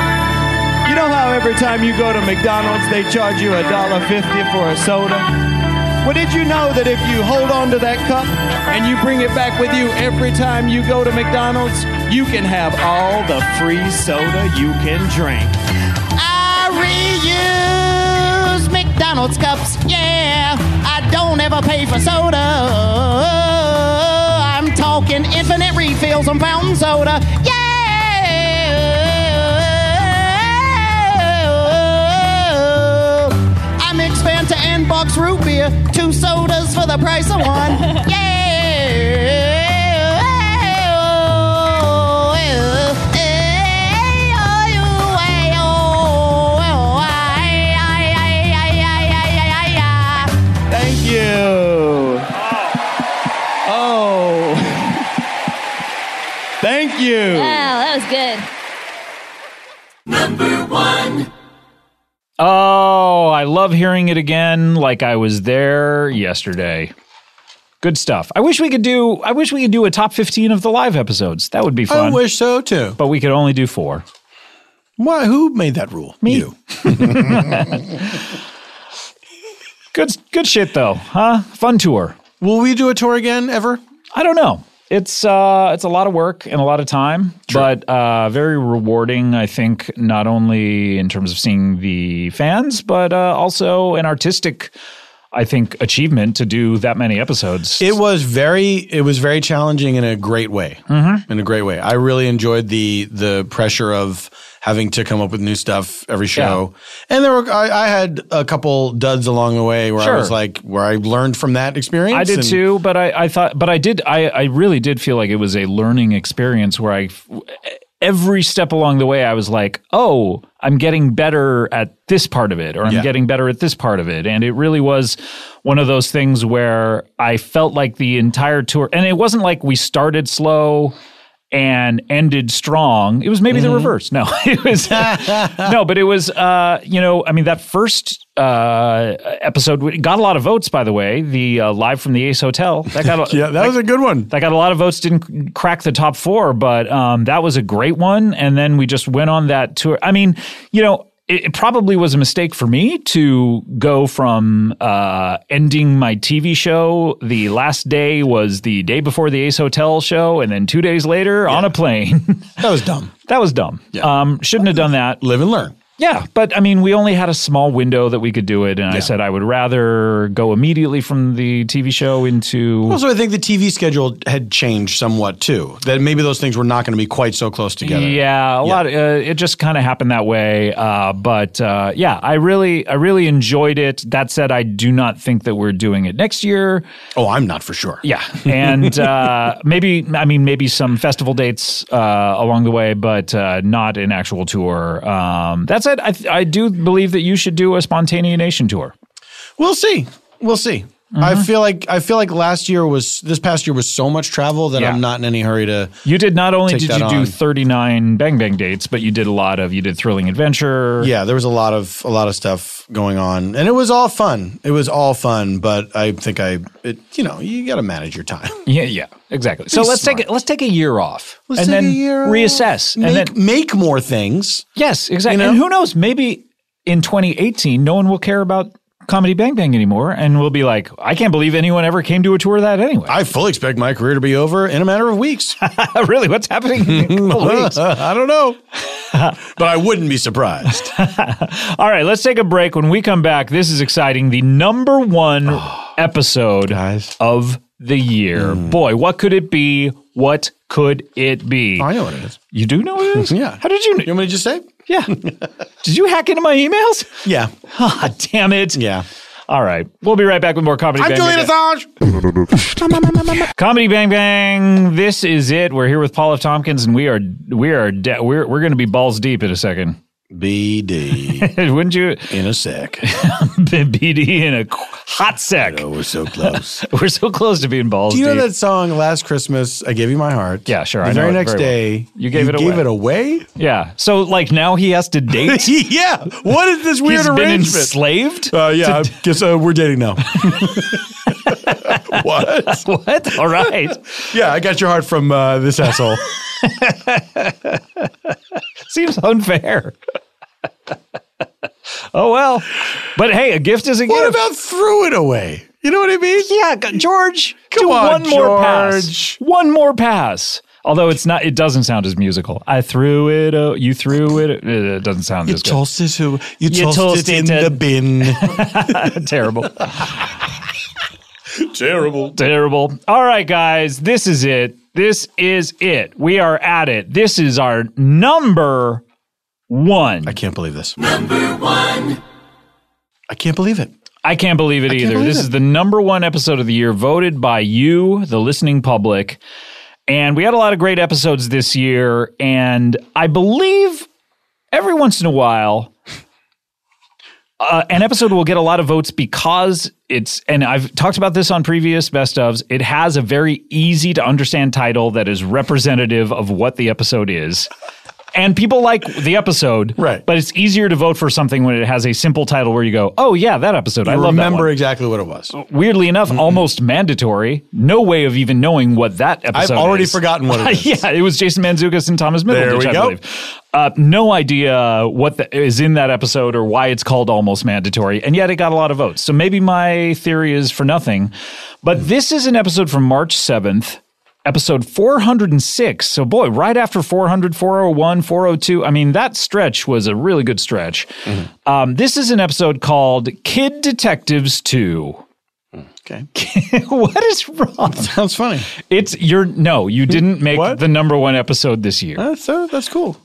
[SPEAKER 25] you know how every time you go to McDonald's, they charge you a dollar fifty for a soda? Well, did you know that if you hold on to that cup and you bring it back with you every time you go to McDonald's, you can have all the free soda you can drink?
[SPEAKER 26] I reuse McDonald's cups. Yeah, I don't ever pay for soda. I'm talking infinite refills on fountain soda. Yeah. I mix Fanta and box root beer, two sodas for the price of one. Yeah.
[SPEAKER 25] Thank you.
[SPEAKER 18] Ah.
[SPEAKER 25] Oh. Thank you.
[SPEAKER 8] Wow, that was good.
[SPEAKER 1] Oh, I love hearing it again like I was there yesterday. Good stuff. I wish we could do I wish we could do a top 15 of the live episodes. That would be fun. I wish
[SPEAKER 2] so too.
[SPEAKER 1] But we could only do 4.
[SPEAKER 2] Why who made that rule?
[SPEAKER 1] Me. You. good good shit though. Huh? Fun tour.
[SPEAKER 2] Will we do a tour again ever?
[SPEAKER 1] I don't know. It's uh it's a lot of work and a lot of time, but uh very rewarding, I think, not only in terms of seeing the fans, but uh also an artistic I think achievement to do that many episodes.
[SPEAKER 2] It was very it was very challenging in a great way. Mm-hmm. In a great way. I really enjoyed the the pressure of having to come up with new stuff every show. And there were I, I had a couple duds along the way where
[SPEAKER 1] Sure.
[SPEAKER 2] I was like where I learned from that experience.
[SPEAKER 1] I did
[SPEAKER 2] and-
[SPEAKER 1] too, but I, I thought, but I did, I, I really did feel like it was a learning experience where I, f- every step along the way, I was like, oh, I'm getting better at this part of it, or I'm
[SPEAKER 6] Yeah.
[SPEAKER 1] getting better at this part of it. And it really was one of those things where I felt like the entire tour, and it wasn't like we started slow and ended strong. It was maybe the reverse. No, it was no, but it was uh, you know, I mean that first uh, episode we- got a lot of votes. By the way, the uh, live from the Ace Hotel that got a, yeah, that, was a
[SPEAKER 2] good one.
[SPEAKER 1] That got a lot of votes. Didn't crack the top four, but um, that was a great one. And then we just went on that tour. I mean, you know. It it probably was a mistake for me to go from uh, ending my TV show. The last day was the day before the Ace Hotel show, and then two days later on a plane.
[SPEAKER 2] That was dumb.
[SPEAKER 1] That was dumb. Um, shouldn't have done that.
[SPEAKER 2] Live and learn.
[SPEAKER 1] Yeah, but I mean, we only had a small window that we could do it, and I said I would rather go immediately from the TV show into.
[SPEAKER 2] Also, I think the TV schedule had changed somewhat too. That maybe those things were not going to be quite so close together.
[SPEAKER 1] Yeah, a lot. Uh, it just kind of happened that way. Uh, but uh, yeah, I really, I really enjoyed it. That said, I do not think that we're doing it next year.
[SPEAKER 2] Oh, I'm not for sure.
[SPEAKER 1] Yeah, and uh, maybe I mean maybe some festival dates uh, along the way, but uh, not an actual tour. Um, that said, I, th- I do believe that you should do a Spontanea Nation tour. Mm-hmm.
[SPEAKER 2] We'll see. We'll see. I feel like I feel like last year was this past year was so much travel that
[SPEAKER 1] Yeah.
[SPEAKER 2] I'm not in any hurry to.
[SPEAKER 1] You did not only
[SPEAKER 2] Take
[SPEAKER 1] did
[SPEAKER 2] that
[SPEAKER 1] you do
[SPEAKER 2] on.
[SPEAKER 1] 39 Bang Bang dates, but you did a lot of you did Thrilling Adventure.
[SPEAKER 2] Yeah, there was a lot of a lot of stuff going on, and it was all fun. It was all fun, but I think I, it, you know, you got to manage your time.
[SPEAKER 1] Yeah, yeah, exactly.
[SPEAKER 2] Be
[SPEAKER 1] so let's take it. Let's take a year off
[SPEAKER 2] Let's
[SPEAKER 1] and
[SPEAKER 2] take
[SPEAKER 1] then
[SPEAKER 2] a year off.
[SPEAKER 1] reassess and
[SPEAKER 2] Make-
[SPEAKER 1] then
[SPEAKER 2] make more things.
[SPEAKER 1] Yes, exactly.
[SPEAKER 2] You know?
[SPEAKER 1] And who knows? Maybe in 2018, no one will care about Comedy Bang Bang anymore, and we'll be like, I can't believe anyone ever came to a tour of that anyway.
[SPEAKER 2] I fully expect my career to be over in a matter of weeks.
[SPEAKER 1] really, what's happening? in a couple of weeks?
[SPEAKER 2] I don't know, but I wouldn't be surprised.
[SPEAKER 1] All right, let's take a break. When we come back, this is exciting. The number one episode of the year.
[SPEAKER 2] Hmm.
[SPEAKER 1] Boy, what could it be? What could it be? I
[SPEAKER 2] Oh, know what it is.
[SPEAKER 1] You do know what it is? yeah. How did you know? You
[SPEAKER 2] want me to just say?
[SPEAKER 1] Yeah. did you hack into my emails?
[SPEAKER 2] Yeah.
[SPEAKER 1] Ah, damn it.
[SPEAKER 2] Yeah.
[SPEAKER 1] All right. We'll be right back with more comedy.
[SPEAKER 3] I'm
[SPEAKER 1] Bang
[SPEAKER 3] Julian
[SPEAKER 1] Bang.
[SPEAKER 3] Assange.
[SPEAKER 1] Comedy Bang Bang. This is it. We're here with Paul F. Tompkins, and we are we are de- we're we're going to be balls deep in a second.
[SPEAKER 2] BD.
[SPEAKER 1] Wouldn't you?
[SPEAKER 2] In a sec.
[SPEAKER 1] BD in a qu- hot sec.
[SPEAKER 2] we're so close.
[SPEAKER 1] we're so close to being balls.
[SPEAKER 2] Do you know
[SPEAKER 1] deep.
[SPEAKER 2] that song "Last Christmas"? I gave you my heart.
[SPEAKER 1] Yeah, sure.
[SPEAKER 2] The
[SPEAKER 1] I know
[SPEAKER 2] very
[SPEAKER 1] it
[SPEAKER 2] next
[SPEAKER 1] very
[SPEAKER 2] day,
[SPEAKER 1] well. You gave it away.
[SPEAKER 2] away?
[SPEAKER 1] Yeah. So like now he has to date.
[SPEAKER 2] yeah. What is this weird
[SPEAKER 1] He's been
[SPEAKER 2] arrangement?
[SPEAKER 1] enslaved?
[SPEAKER 2] Uh, yeah, I guess uh, we're dating now. what?
[SPEAKER 1] what? All right.
[SPEAKER 2] yeah, I got your heart from uh, this asshole.
[SPEAKER 1] Seems unfair. oh well. But hey, a gift is a
[SPEAKER 2] What
[SPEAKER 1] gift.
[SPEAKER 2] about threw it away? You know what I mean?
[SPEAKER 1] Yeah, g- George.
[SPEAKER 2] Come
[SPEAKER 1] do
[SPEAKER 2] on,
[SPEAKER 1] one more pass.
[SPEAKER 2] George.
[SPEAKER 1] One more pass. Although it's not, it doesn't sound as musical. I threw it. Uh, you threw it. uh, It doesn't sound
[SPEAKER 2] You
[SPEAKER 1] as good.
[SPEAKER 2] tossed it. You, tossed, it in the bin.
[SPEAKER 1] Terrible.
[SPEAKER 2] Terrible.
[SPEAKER 1] Terrible. All right, guys, this is it. This is it. We are at it. This is our number one. I
[SPEAKER 2] can't believe this. I can't believe it.
[SPEAKER 1] I can't believe it either.
[SPEAKER 2] believe
[SPEAKER 1] This
[SPEAKER 2] it.
[SPEAKER 1] is the number one episode of the year, voted by you, the listening public. And we had a lot of great episodes this year. And I believe every once in a while, uh, an episode will get a lot of votes because it's, and I've talked about this on previous best ofs, it has a very easy to understand title that is representative of what the episode is. And people like the episode, right? But it's easier to vote for something when it has a simple title where you go, "Oh yeah, that episode. I
[SPEAKER 2] You
[SPEAKER 1] love that
[SPEAKER 2] remember
[SPEAKER 1] one." Uh,
[SPEAKER 2] exactly what it was.
[SPEAKER 1] Weirdly enough, almost mandatory. No way of even knowing what that episode.
[SPEAKER 2] already
[SPEAKER 1] is.
[SPEAKER 2] forgotten what it is.
[SPEAKER 1] yeah, it was Jason Manzukas and Thomas
[SPEAKER 2] There
[SPEAKER 1] Middleditch.
[SPEAKER 2] we
[SPEAKER 1] I
[SPEAKER 2] go.
[SPEAKER 1] believe. Uh, no idea what the, is in that episode or why it's called almost mandatory, and yet it got a lot of votes. So maybe my theory is for nothing. But this is an episode from March seventh. Episode 406. So, boy, right after 400, 401, 402. I mean, that stretch was a really good stretch.
[SPEAKER 2] Mm-hmm.
[SPEAKER 1] Um, this is an episode called Kid Detectives 2.
[SPEAKER 2] Okay.
[SPEAKER 1] what is wrong?
[SPEAKER 2] Sounds funny.
[SPEAKER 1] It's your no, you didn't make the number one episode this year.
[SPEAKER 2] That's uh, that's cool.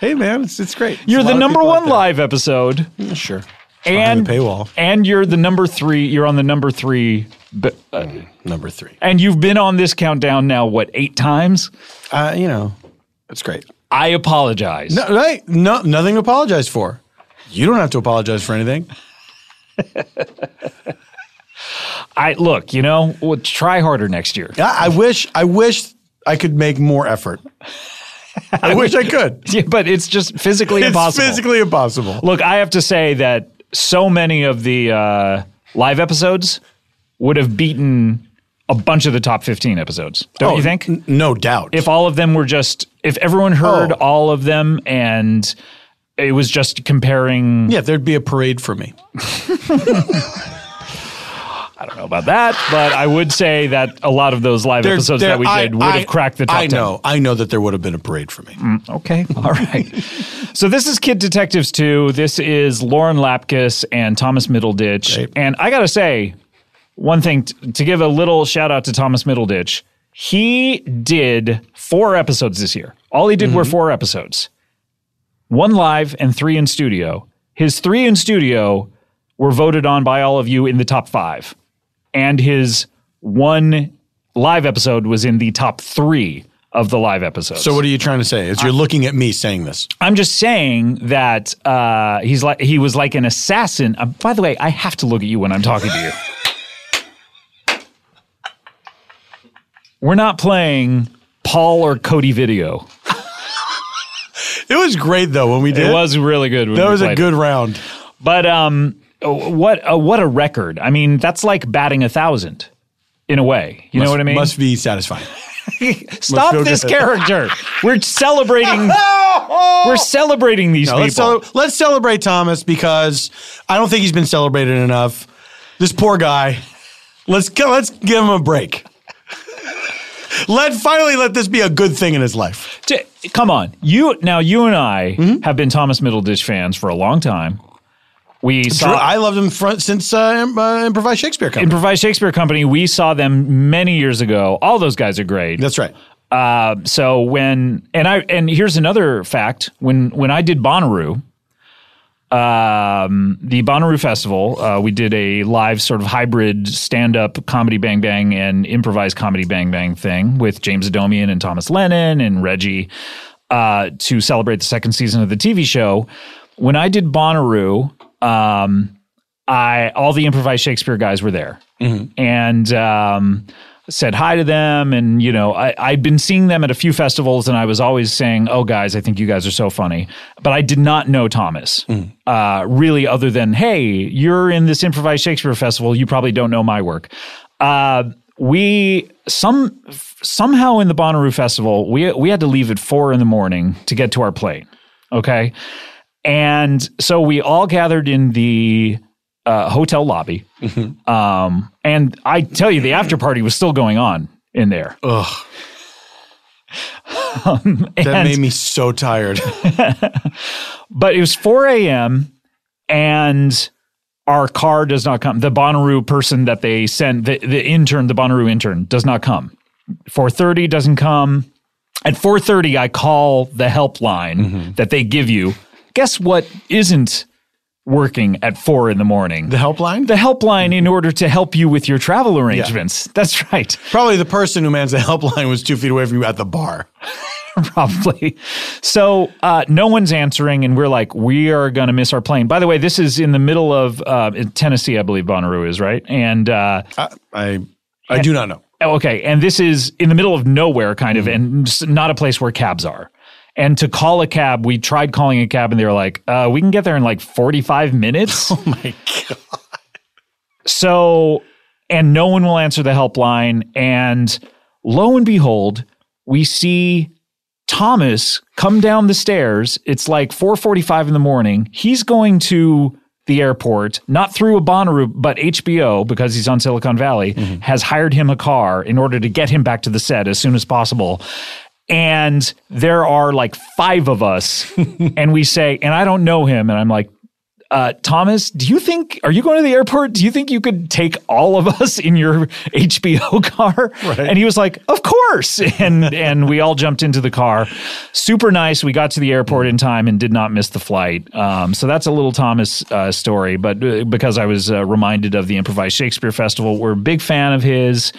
[SPEAKER 2] Hey man, it's it's great.
[SPEAKER 1] You're
[SPEAKER 2] It's a
[SPEAKER 1] the
[SPEAKER 2] lot of
[SPEAKER 1] number
[SPEAKER 2] people out
[SPEAKER 1] one live episode.
[SPEAKER 2] there. Sure.
[SPEAKER 1] And
[SPEAKER 2] paywall.
[SPEAKER 1] And you're the number three. You're on the number three. b- uh,
[SPEAKER 2] Mm, Number three.
[SPEAKER 1] and you've been on this countdown now, what, eight times?
[SPEAKER 2] Uh, you know, that's great.
[SPEAKER 1] I apologize.
[SPEAKER 2] No, right? No, nothing to apologize for. You don't have to apologize for anything.
[SPEAKER 1] I look, you know, we'll try harder next year.
[SPEAKER 2] I, I wish. I wish I could make more effort. I wish I could.
[SPEAKER 1] Yeah, but it's just physically
[SPEAKER 2] It's
[SPEAKER 1] impossible.
[SPEAKER 2] physically impossible.
[SPEAKER 1] Look, I have to say that so many of the uh, live episodes would have beaten a bunch of the top 15 episodes. Don't
[SPEAKER 2] Oh,
[SPEAKER 1] you think?
[SPEAKER 2] n- no doubt. Oh.
[SPEAKER 1] If all of them were just, if everyone heard all of them and it was just comparing.
[SPEAKER 2] Yeah, there'd be a parade for me.
[SPEAKER 1] I don't know about that, but I would say that a lot of those live
[SPEAKER 2] There-
[SPEAKER 1] episodes
[SPEAKER 2] there-
[SPEAKER 1] that we
[SPEAKER 2] I-
[SPEAKER 1] did would
[SPEAKER 2] I-
[SPEAKER 1] have cracked the top
[SPEAKER 2] I
[SPEAKER 1] 10.
[SPEAKER 2] know. I know that there would have been a parade for me.
[SPEAKER 1] Mm, okay. All right. so this is Kid Detectives 2. This is Lauren Lapkus and Thomas Middleditch. And I got to say, one thing t- to give a little shout out to Thomas Middleditch. He did four episodes this year. All he did were four episodes one live and three in studio. His three in studio were voted on by all of you in the top five. And his one live episode was in the top three of the live episodes.
[SPEAKER 2] So what are you trying to say? Is you're looking at me saying this?
[SPEAKER 1] I'm just saying that uh, he's like he was like an assassin. Uh, by the way, I have to look at you when I'm talking to you. We're not playing Paul or Cody video.
[SPEAKER 2] It was great though when we did.
[SPEAKER 1] It was really good. when
[SPEAKER 2] That
[SPEAKER 1] we
[SPEAKER 2] was a
[SPEAKER 1] played
[SPEAKER 2] good
[SPEAKER 1] it.
[SPEAKER 2] round.
[SPEAKER 1] But um, what uh, what a record! I mean, that's like batting a thousand in a way. You know
[SPEAKER 2] Must-
[SPEAKER 1] what I mean?
[SPEAKER 2] Must be satisfying.
[SPEAKER 1] Stop
[SPEAKER 2] feel
[SPEAKER 1] this
[SPEAKER 2] good.
[SPEAKER 1] character. We're celebrating. we're celebrating these
[SPEAKER 2] No,
[SPEAKER 1] people.
[SPEAKER 2] let's, cele- let's celebrate Thomas because I don't think he's been celebrated enough. This poor guy. Let's go, let's give him a break. let finally let this be a good thing in his life.
[SPEAKER 1] T- come on, you now. You and I have been Thomas Middleditch fans for a long time. We saw
[SPEAKER 2] Drew- I loved him front, since uh, Im- uh, improvised Shakespeare company.
[SPEAKER 1] Improvised Shakespeare Company. We saw them many years ago. All those guys are great.
[SPEAKER 2] That's right.
[SPEAKER 1] Uh, so when and I and here's another fact when when I did Bonnaroo, um, the Bonnaroo Festival, uh, we did a live sort of hybrid stand up comedy bang bang and improvised comedy bang bang thing with James Adomian and Thomas Lennon and Reggie uh, to celebrate the second season of the TV show. When I did Bonnaroo, um, I all the improvised Shakespeare guys were there and um, said hi to them. And, you know, I, I'd been seeing them at a few festivals and I was always saying, oh, guys, I think you guys are so funny. But I did not know Thomas uh, really, other than, hey, you're in this improvised Shakespeare festival. You probably don't know my work. Uh, we some somehow in the Bonnaroo Festival, we we had to leave at four in the morning to get to our plane. Okay, and so we all gathered in the uh, hotel lobby.
[SPEAKER 2] Mm-hmm.
[SPEAKER 1] Um, and I tell you, the after party was still going on in there. Um,
[SPEAKER 2] Ugh.
[SPEAKER 1] and-
[SPEAKER 2] that made me so tired.
[SPEAKER 1] But it was 4 a.m. and our car does not come. The Bonnaroo person that they sent, the, the intern, the Bonnaroo intern, does not come. 4:30 doesn't come. At 4:30, I call the helpline
[SPEAKER 2] Mm-hmm.
[SPEAKER 1] that they give you. Guess what isn't working at four in the morning? The
[SPEAKER 2] helpline. Mm-hmm.
[SPEAKER 1] The helpline in order to help you with your travel arrangements. That's right.
[SPEAKER 2] Probably the person who mans the helpline was two feet away from you at the bar.
[SPEAKER 1] probably. So uh, no one's answering, and we're like, we are going to miss our plane. By the way, this is in the middle of uh, in Tennessee, I believe Bonnaroo is right, and uh, Oh,
[SPEAKER 2] I I do not know. Mm-hmm.
[SPEAKER 1] Okay, and this is in the middle of nowhere, kind of, and s- not a place where cabs are. And to call a cab, we tried calling a cab, and they were like, uh, "We can get there in like forty-five minutes." Oh my god! So, and no one will answer the helpline. And lo and behold, we see Thomas come down the stairs. It's like 4:45 in the morning. He's going to the airport, not through a Bonnaroo, but HBO because he's on Silicon Valley has hired him a car in order to get him back to the set as soon as possible. And there are like five of us, and we say, and I don't know him, and I'm like, uh, Thomas, do you think are you going to the airport? Do you think you could take all of us in your HBO car? And he was like, "Of course!" And and we all jumped into the car. Super nice. We got to the airport in time and did not miss the flight. Um, so that's a little Thomas uh, story. But uh, because I was uh, reminded of the improvised Shakespeare Festival, we're a big fan of his.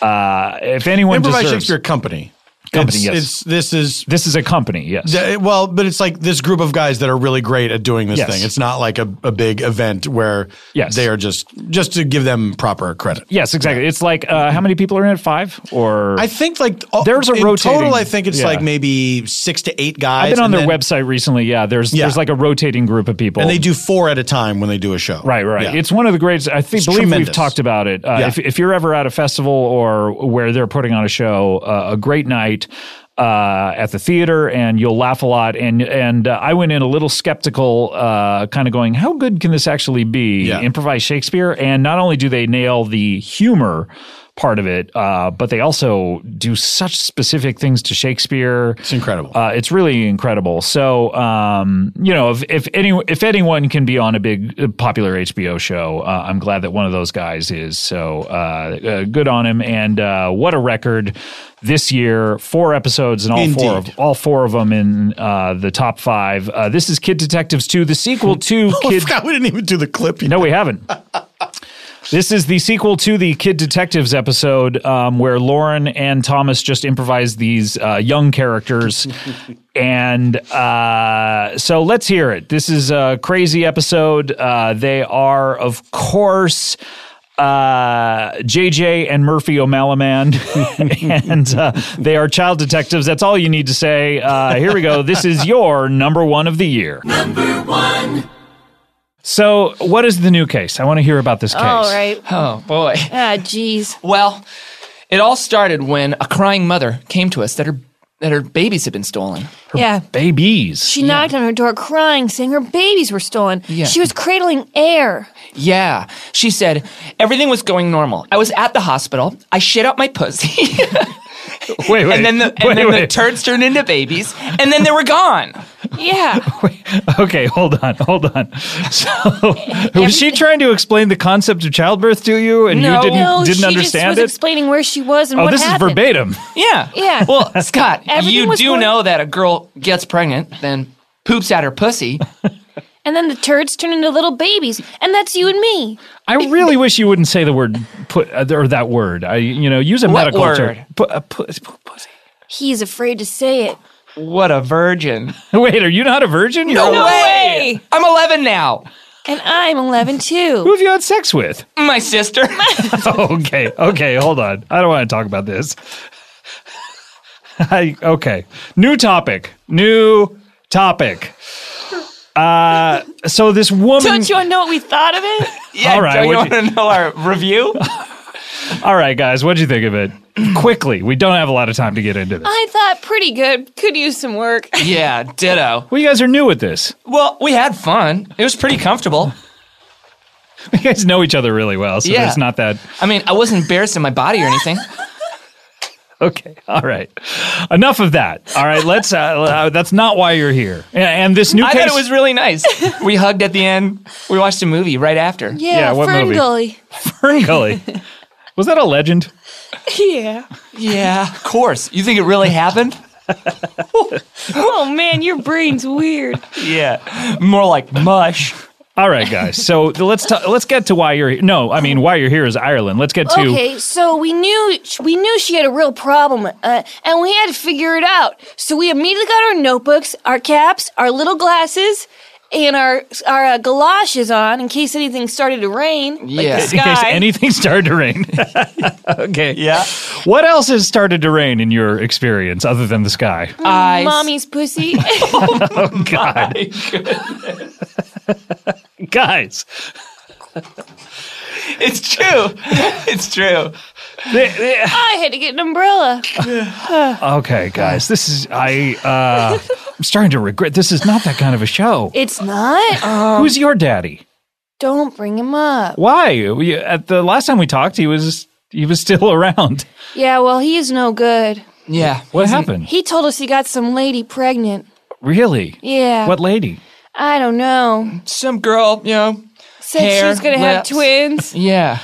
[SPEAKER 1] Uh, if anyone
[SPEAKER 2] Improvised
[SPEAKER 1] deserves-
[SPEAKER 2] Shakespeare Company.
[SPEAKER 1] company,
[SPEAKER 2] It's-
[SPEAKER 1] yes,
[SPEAKER 2] it's- this is
[SPEAKER 1] this is a company, yes.
[SPEAKER 2] Yeah, well, but it's like this group of guys that are really great at doing this
[SPEAKER 1] Yes.
[SPEAKER 2] thing. It's not like a, a big event where
[SPEAKER 1] Yes.
[SPEAKER 2] they are just just to give them proper credit.
[SPEAKER 1] Yes, exactly. It's like uh, how many people are in it? Five or
[SPEAKER 2] I think like all-
[SPEAKER 1] there's a
[SPEAKER 2] Oh, in
[SPEAKER 1] rotating
[SPEAKER 2] total. I think it's
[SPEAKER 1] yeah.
[SPEAKER 2] like maybe six to eight guys.
[SPEAKER 1] I've been on
[SPEAKER 2] and
[SPEAKER 1] their
[SPEAKER 2] then-
[SPEAKER 1] website recently. Yeah, there's
[SPEAKER 2] Yeah.
[SPEAKER 1] there's like a rotating group of people,
[SPEAKER 2] and they do four at a time when they do a show.
[SPEAKER 1] Right, right.
[SPEAKER 2] Yeah.
[SPEAKER 1] It's one of the greatest. I think
[SPEAKER 2] It's
[SPEAKER 1] believe we've
[SPEAKER 2] tremendous.
[SPEAKER 1] talked about it. Uh,
[SPEAKER 2] Yeah.
[SPEAKER 1] if, if you're ever at a festival or where they're putting on a show, uh, a great night. uh, at the theater, and you'll laugh a lot. And and uh, I went in a little skeptical, uh, kind of going, "How good can this actually be?" Improvised Shakespeare, and not only do they nail the humor part of it, uh, but they also do such specific things to Shakespeare. It's incredible. Uh, it's really incredible. So um, you know, if if any if anyone can be on a big uh, popular HBO show, uh, I'm glad that one of those guys is. So uh, uh, good on him, and uh, what a record this year! Four episodes and all four of
[SPEAKER 27] Indeed.
[SPEAKER 1] all four of them in uh, the top five. Uh, this is Kid Detectives Two, the sequel to Kid. Oh, we didn't even do the clip. No, we haven't. This is the sequel to the Kid Detectives episode um, where Lauren and Thomas just improvised these uh, young characters. and uh, so let's hear it. This is a crazy episode. Uh, they are, of course, uh, JJ and Murphy O'Malaman. and uh, they are child detectives. That's all you need to say. Uh, here we go. This is your number one of the year. Number one. So, what is the new case? I want to hear about this case.
[SPEAKER 10] All right.
[SPEAKER 18] Oh, boy.
[SPEAKER 10] Ah, jeez.
[SPEAKER 18] Well, it all started when a crying mother came to us that her that her babies had been stolen.
[SPEAKER 10] yeah.
[SPEAKER 1] Babies.
[SPEAKER 10] She knocked on her door crying, saying her babies were stolen.
[SPEAKER 18] Yeah.
[SPEAKER 10] She was cradling air.
[SPEAKER 18] Yeah. She said everything was going normal. I was at the hospital. I shit out my pussy.
[SPEAKER 1] Wait, wait.
[SPEAKER 18] And then the and
[SPEAKER 1] Wait,
[SPEAKER 18] then
[SPEAKER 1] wait.
[SPEAKER 18] the turds turned into babies, and then they were gone.
[SPEAKER 10] Yeah.
[SPEAKER 1] Okay, hold on, hold on. So, was she trying to explain the concept of childbirth to you, and you didn't
[SPEAKER 10] no,
[SPEAKER 1] didn't
[SPEAKER 10] she
[SPEAKER 1] understand
[SPEAKER 10] just was
[SPEAKER 1] it?
[SPEAKER 10] explaining where she was and
[SPEAKER 1] Oh,
[SPEAKER 10] what
[SPEAKER 1] this
[SPEAKER 10] happened.
[SPEAKER 1] is verbatim.
[SPEAKER 18] Yeah.
[SPEAKER 10] Yeah.
[SPEAKER 18] Well, Scott,
[SPEAKER 10] Everything
[SPEAKER 18] you
[SPEAKER 10] was
[SPEAKER 18] do
[SPEAKER 10] going-
[SPEAKER 18] know that a girl gets pregnant, then poops out her pussy.
[SPEAKER 10] And then the turds turn into little babies, and that's you and me.
[SPEAKER 1] I really wish you wouldn't say the word put uh, or that word. I you know use a
[SPEAKER 18] What
[SPEAKER 1] medical term.
[SPEAKER 18] word?
[SPEAKER 1] Pu- uh, pu- pu-
[SPEAKER 10] He's afraid to say it.
[SPEAKER 18] What a virgin.
[SPEAKER 1] Wait, are you not a virgin?
[SPEAKER 18] No,
[SPEAKER 10] No
[SPEAKER 18] way. I'm 11 now.
[SPEAKER 10] And I'm 11 too.
[SPEAKER 1] Who have you had sex with?
[SPEAKER 18] My sister.
[SPEAKER 1] okay, okay, hold on. I don't want to talk about this. I, okay, new topic. New topic. Uh, so this woman.
[SPEAKER 10] Don't you want to know what we thought of it?
[SPEAKER 1] All right,
[SPEAKER 18] don't you
[SPEAKER 1] what'd
[SPEAKER 18] want to know our review?
[SPEAKER 1] All right, guys, what'd you think of it? Quickly, we don't have a lot of time to get into this.
[SPEAKER 10] I thought pretty good. Could use some work.
[SPEAKER 18] yeah, ditto.
[SPEAKER 1] Well, you guys are new with this.
[SPEAKER 18] Well, we had fun. It was pretty comfortable.
[SPEAKER 1] You guys know each other really well, so
[SPEAKER 18] Yeah.
[SPEAKER 1] there's not that.
[SPEAKER 18] I mean, I wasn't embarrassed in my body or anything.
[SPEAKER 1] Okay, all right. Enough of that. All right, let's. Uh, uh, that's not why you're here. And, and this new
[SPEAKER 18] I
[SPEAKER 1] case.
[SPEAKER 18] thought it was really nice. we hugged at the end. We watched a movie right after.
[SPEAKER 10] Yeah, Fern Gully.
[SPEAKER 1] Fern Gully. Was that a legend?
[SPEAKER 10] Yeah.
[SPEAKER 18] Yeah, of course. You think it really happened?
[SPEAKER 10] Oh man, your brain's weird.
[SPEAKER 18] yeah, more like mush.
[SPEAKER 1] All right, guys. So th- let's ta- let's get to why you're here. No, I mean why you're here is Ireland. Let's get to.
[SPEAKER 10] Okay, so we knew we knew she had a real problem, uh, and we had to figure it out. So we immediately got our notebooks, our caps, our little glasses, and our our uh, galoshes on in case anything started to rain.
[SPEAKER 1] In
[SPEAKER 10] like the
[SPEAKER 1] case
[SPEAKER 10] sky.
[SPEAKER 1] anything started to rain. okay. Yeah. What else has started to rain in your experience other than the sky?
[SPEAKER 10] Mm, mommy's pussy.
[SPEAKER 1] oh God, guys.
[SPEAKER 18] It's true. It's true.
[SPEAKER 10] I had to get an umbrella.
[SPEAKER 1] Okay, guys. This is I. Uh, I'm starting to regret. This is not that kind of a show.
[SPEAKER 10] it's not.
[SPEAKER 18] Um,
[SPEAKER 10] Um,
[SPEAKER 1] Who's your daddy?
[SPEAKER 10] Don't bring him up.
[SPEAKER 1] Why? We, at the last time we talked, he was he was still around.
[SPEAKER 10] Yeah, well, he is no good.
[SPEAKER 18] Yeah.
[SPEAKER 1] What happened?
[SPEAKER 10] He told us he got some lady pregnant.
[SPEAKER 1] Really?
[SPEAKER 10] Yeah.
[SPEAKER 1] What lady?
[SPEAKER 10] I don't know.
[SPEAKER 18] Some girl, you know.
[SPEAKER 10] Said
[SPEAKER 18] hair,
[SPEAKER 10] she's gonna have
[SPEAKER 18] lips.
[SPEAKER 10] twins.
[SPEAKER 18] Yeah.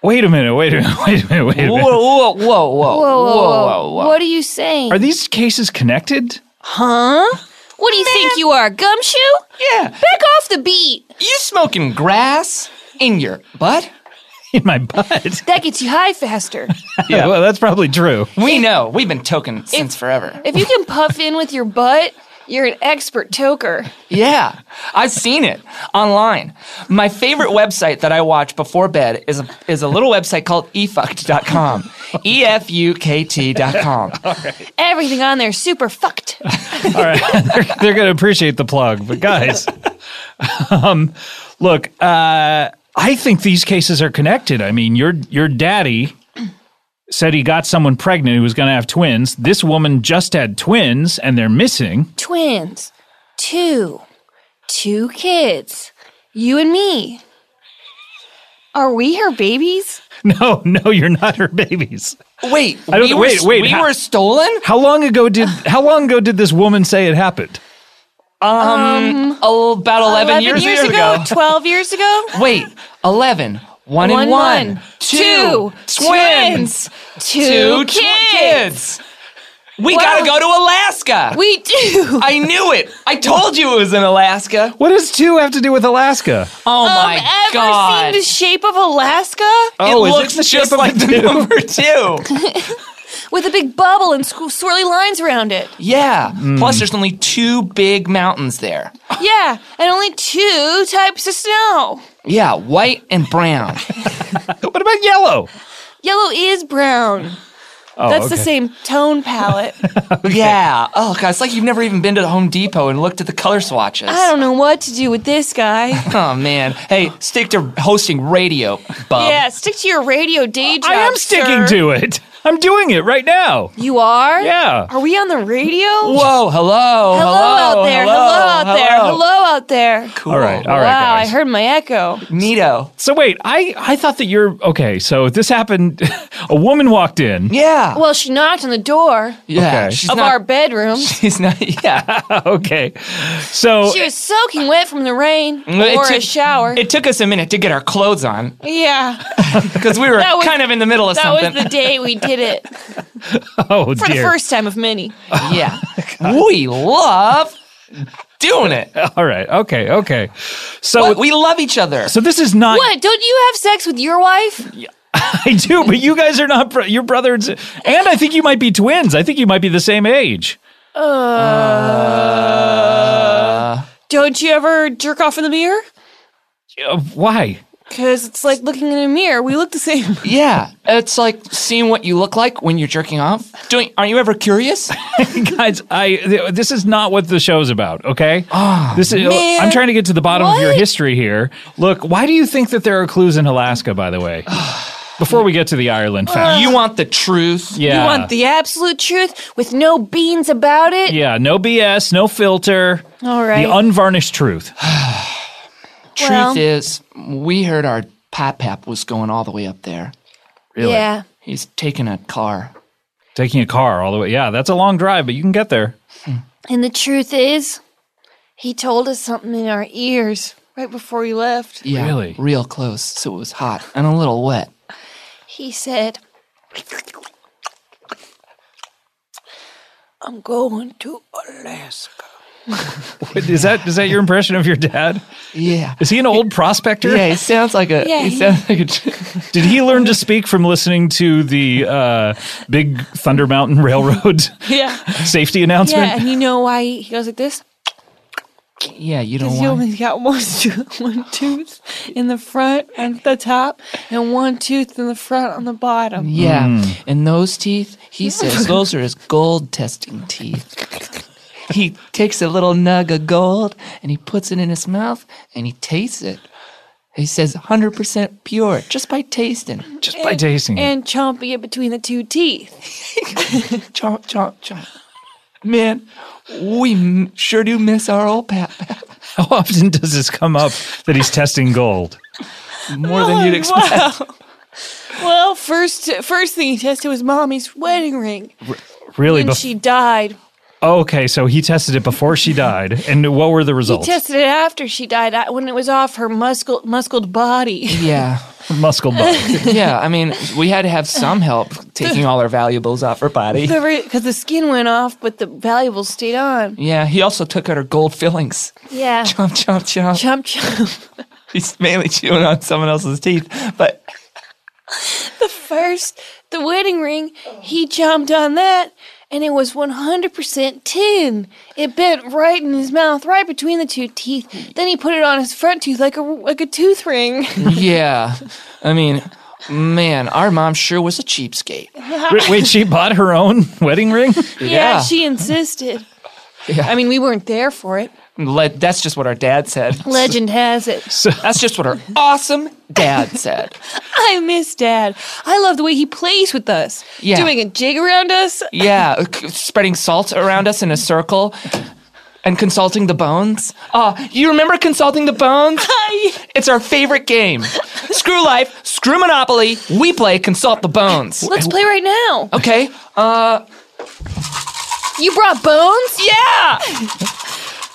[SPEAKER 1] Wait a minute. Wait a minute. Wait a minute. Wait a minute.
[SPEAKER 18] Whoa, whoa, whoa,
[SPEAKER 10] Whoa,
[SPEAKER 18] whoa,
[SPEAKER 10] whoa, whoa.
[SPEAKER 18] whoa, whoa.
[SPEAKER 10] What are you saying?
[SPEAKER 1] Are these cases connected?
[SPEAKER 10] Huh? What do you think you are, gumshoe?
[SPEAKER 18] Yeah.
[SPEAKER 10] Back off the beat.
[SPEAKER 18] You smoking grass in your butt?
[SPEAKER 1] In my butt.
[SPEAKER 10] That gets you high faster.
[SPEAKER 1] Yeah. well, that's probably true.
[SPEAKER 18] We know. We've been token since forever.
[SPEAKER 10] if you can puff in with your butt, you're an expert toker.
[SPEAKER 18] Yeah, I've seen it online. My favorite website that I watch before bed is a, is a little website called e efucked.com. E F U K T.com.
[SPEAKER 10] Everything on there is super fucked.
[SPEAKER 1] All right. they're going to appreciate the plug. But guys, um, look, uh, I think these cases are connected. I mean, your your daddy said he got someone pregnant who was going to have twins. This woman just had twins and they're missing.
[SPEAKER 10] Twins. Two. Two kids. You and me. Are we her babies?
[SPEAKER 1] No, no, you're not her babies.
[SPEAKER 18] Wait,
[SPEAKER 1] I don't-
[SPEAKER 18] we
[SPEAKER 1] wait,
[SPEAKER 18] were,
[SPEAKER 1] wait,
[SPEAKER 18] We
[SPEAKER 1] how-
[SPEAKER 18] were stolen?
[SPEAKER 1] How long ago did how long ago did this woman say it happened?
[SPEAKER 18] Um, oh, about 11, years, ago.
[SPEAKER 10] 12 years ago?
[SPEAKER 18] Wait, 11. One, and one. Two. Twins. Two
[SPEAKER 10] Two
[SPEAKER 18] tw- kids. We gotta go to Alaska.
[SPEAKER 10] We do.
[SPEAKER 18] I knew it. I told you it was in Alaska.
[SPEAKER 1] What does two have to do with Alaska?
[SPEAKER 18] Oh
[SPEAKER 10] Um,
[SPEAKER 18] my
[SPEAKER 10] ever
[SPEAKER 18] god.
[SPEAKER 10] seen the shape of Alaska?
[SPEAKER 1] Oh,
[SPEAKER 18] it
[SPEAKER 1] is it
[SPEAKER 18] looks
[SPEAKER 1] the shape
[SPEAKER 18] just
[SPEAKER 1] of
[SPEAKER 18] like
[SPEAKER 1] the
[SPEAKER 18] the
[SPEAKER 1] two?
[SPEAKER 18] number two.
[SPEAKER 10] With a big bubble and squ- swirly lines around it.
[SPEAKER 18] Yeah.
[SPEAKER 10] Mm.
[SPEAKER 18] Plus, there's only two big mountains there.
[SPEAKER 10] Yeah, and only two types of snow.
[SPEAKER 18] Yeah, white and brown.
[SPEAKER 1] what about yellow?
[SPEAKER 10] Yellow is brown.
[SPEAKER 18] Oh,
[SPEAKER 10] That's the
[SPEAKER 18] okay.
[SPEAKER 10] same tone palette.
[SPEAKER 18] Yeah. Oh god, it's like you've never even been to Home Depot and looked at the color swatches.
[SPEAKER 10] I don't know what to do with this guy.
[SPEAKER 18] Oh man. Hey, stick to hosting radio, bub.
[SPEAKER 10] yeah, stick to your radio day job.
[SPEAKER 1] I am sticking to it. I'm doing it right now.
[SPEAKER 10] You are?
[SPEAKER 1] Yeah.
[SPEAKER 10] Are we on the radio?
[SPEAKER 18] Whoa, hello. Hello,
[SPEAKER 10] out there. Hello, out there.
[SPEAKER 18] hello.
[SPEAKER 10] Hello out there. Cool.
[SPEAKER 1] All right, all right,
[SPEAKER 10] Wow,
[SPEAKER 1] guys.
[SPEAKER 10] I heard my echo.
[SPEAKER 18] Neato.
[SPEAKER 1] So wait, I I thought that you're okay. So this happened. a woman walked in.
[SPEAKER 18] Yeah.
[SPEAKER 10] Well, she knocked on the door
[SPEAKER 1] Yeah, Okay. she's
[SPEAKER 10] of
[SPEAKER 1] not-
[SPEAKER 10] our bedroom.
[SPEAKER 18] She's not. Yeah.
[SPEAKER 1] okay. So
[SPEAKER 10] She was soaking wet from the rain
[SPEAKER 18] Mm, It
[SPEAKER 10] or a
[SPEAKER 18] took-
[SPEAKER 10] shower.
[SPEAKER 18] It took us a minute to get our clothes on
[SPEAKER 10] yeah,
[SPEAKER 18] because we were
[SPEAKER 10] That was-
[SPEAKER 18] kind of in the middle of
[SPEAKER 10] that
[SPEAKER 18] something.
[SPEAKER 10] was the day we did it
[SPEAKER 1] oh
[SPEAKER 10] for the first time of many.
[SPEAKER 18] yeah. we love doing it.
[SPEAKER 1] All right. Okay. Okay. So
[SPEAKER 18] we love each other.
[SPEAKER 1] So this is
[SPEAKER 18] Uh,
[SPEAKER 1] not.
[SPEAKER 10] What? Don't you have sex with your wife?
[SPEAKER 1] I do, but you guys are not. Bro- your brothers, and I think you might be twins. I think you might be the same age.
[SPEAKER 10] Uh,
[SPEAKER 18] Uh.
[SPEAKER 10] don't you ever jerk off in the mirror?
[SPEAKER 1] Uh, why?
[SPEAKER 10] Because it's like looking in a mirror. We look the same.
[SPEAKER 18] Yeah, it's like seeing what you look like when you're jerking off. Doing, aren't you ever curious?
[SPEAKER 1] guys, I th- this is not what the show's about. Okay, Ah, this is.
[SPEAKER 18] Ah, man.
[SPEAKER 1] I'm trying to get to the bottom of your history here. Look, why do you think that there are clues in Alaska? By the way, before we get to the Ireland fact,
[SPEAKER 18] Ah. You want the truth.
[SPEAKER 1] Yeah.
[SPEAKER 10] You want the absolute truth with no beans about it?
[SPEAKER 1] yeah, no BS, no filter.
[SPEAKER 10] All right.
[SPEAKER 1] the unvarnished truth.
[SPEAKER 18] Truth
[SPEAKER 10] Well-
[SPEAKER 18] is, we heard our pap pap was going all the way up there.
[SPEAKER 1] Really?
[SPEAKER 10] Yeah.
[SPEAKER 18] He's taking a car.
[SPEAKER 1] Taking a car all the way. Yeah, that's a long drive, but you can get there.
[SPEAKER 10] And the truth is, he told us something in our ears right before he left.
[SPEAKER 18] Yeah, really? Real close. So it was hot and a little wet.
[SPEAKER 10] He said, I'm going to Alaska.
[SPEAKER 1] Wait, Is that is that your impression of your dad?
[SPEAKER 18] Yeah.
[SPEAKER 1] Is he an old prospector?
[SPEAKER 18] Yeah, he sounds like a.
[SPEAKER 10] Yeah,
[SPEAKER 18] he
[SPEAKER 10] he-
[SPEAKER 18] sounds like a.
[SPEAKER 1] Did he learn to speak from listening to the uh, Big Thunder Mountain Railroad
[SPEAKER 10] Yeah.
[SPEAKER 1] safety announcement?
[SPEAKER 10] Yeah, and you know why he he goes like this?
[SPEAKER 18] Yeah, you
[SPEAKER 10] Because he only got one, tooth- one tooth in the front and the top, and one tooth in the front on the bottom.
[SPEAKER 18] Yeah, and those teeth, he says, those are his gold testing teeth. He takes a little nug of gold and he puts it in his mouth and he tastes it. He says 100% pure just by tasting.
[SPEAKER 1] Just
[SPEAKER 10] And- And chomping it between the two teeth.
[SPEAKER 18] chomp, chomp, chomp. Man, we m- sure do miss our old pap pap
[SPEAKER 1] How often does this come up that he's testing gold?
[SPEAKER 18] more than you'd expect.
[SPEAKER 10] Wow. Well, first first thing he tested was mommy's wedding ring.
[SPEAKER 1] Really?
[SPEAKER 10] And
[SPEAKER 1] bef-
[SPEAKER 10] she died.
[SPEAKER 1] okay, so he tested it before she died, and what were the results?
[SPEAKER 10] He tested it after she died uh, when it was off her muscle, muscled body.
[SPEAKER 18] Yeah.
[SPEAKER 1] Muscle body.
[SPEAKER 18] yeah, I mean, we had to have some help taking all our valuables off her body.
[SPEAKER 10] Because the skin went off, but the valuables stayed on.
[SPEAKER 18] Yeah, he also took out her gold fillings.
[SPEAKER 10] Yeah.
[SPEAKER 18] Chomp, chomp, chomp.
[SPEAKER 10] Chomp, chomp.
[SPEAKER 18] He's mainly chewing on someone else's teeth, but
[SPEAKER 10] The first, the wedding ring, he chomped on that, and it was 100% tin. It bent right in his mouth, right between the two teeth. Then he put it on his front tooth like a, like a tooth ring.
[SPEAKER 18] yeah. I mean, man, our mom sure was a cheapskate.
[SPEAKER 1] Wait, wait, she bought her own wedding ring?
[SPEAKER 10] Yeah, she insisted.
[SPEAKER 18] Yeah.
[SPEAKER 10] I mean, we weren't there for it.
[SPEAKER 18] Le- that's just what our dad said.
[SPEAKER 10] Legend has it.
[SPEAKER 18] that's just what our awesome dad said.
[SPEAKER 10] I miss Dad. I love the way he plays with us.
[SPEAKER 18] Yeah.
[SPEAKER 10] Doing a jig around us.
[SPEAKER 18] Yeah, uh, c- spreading salt around us in a circle and consulting the bones. Ah, you remember consulting the bones? It's our favorite game. screw life, screw Monopoly. We play consult the bones.
[SPEAKER 10] Let's play right now.
[SPEAKER 18] Okay. Uh
[SPEAKER 10] You brought bones?
[SPEAKER 18] Yeah.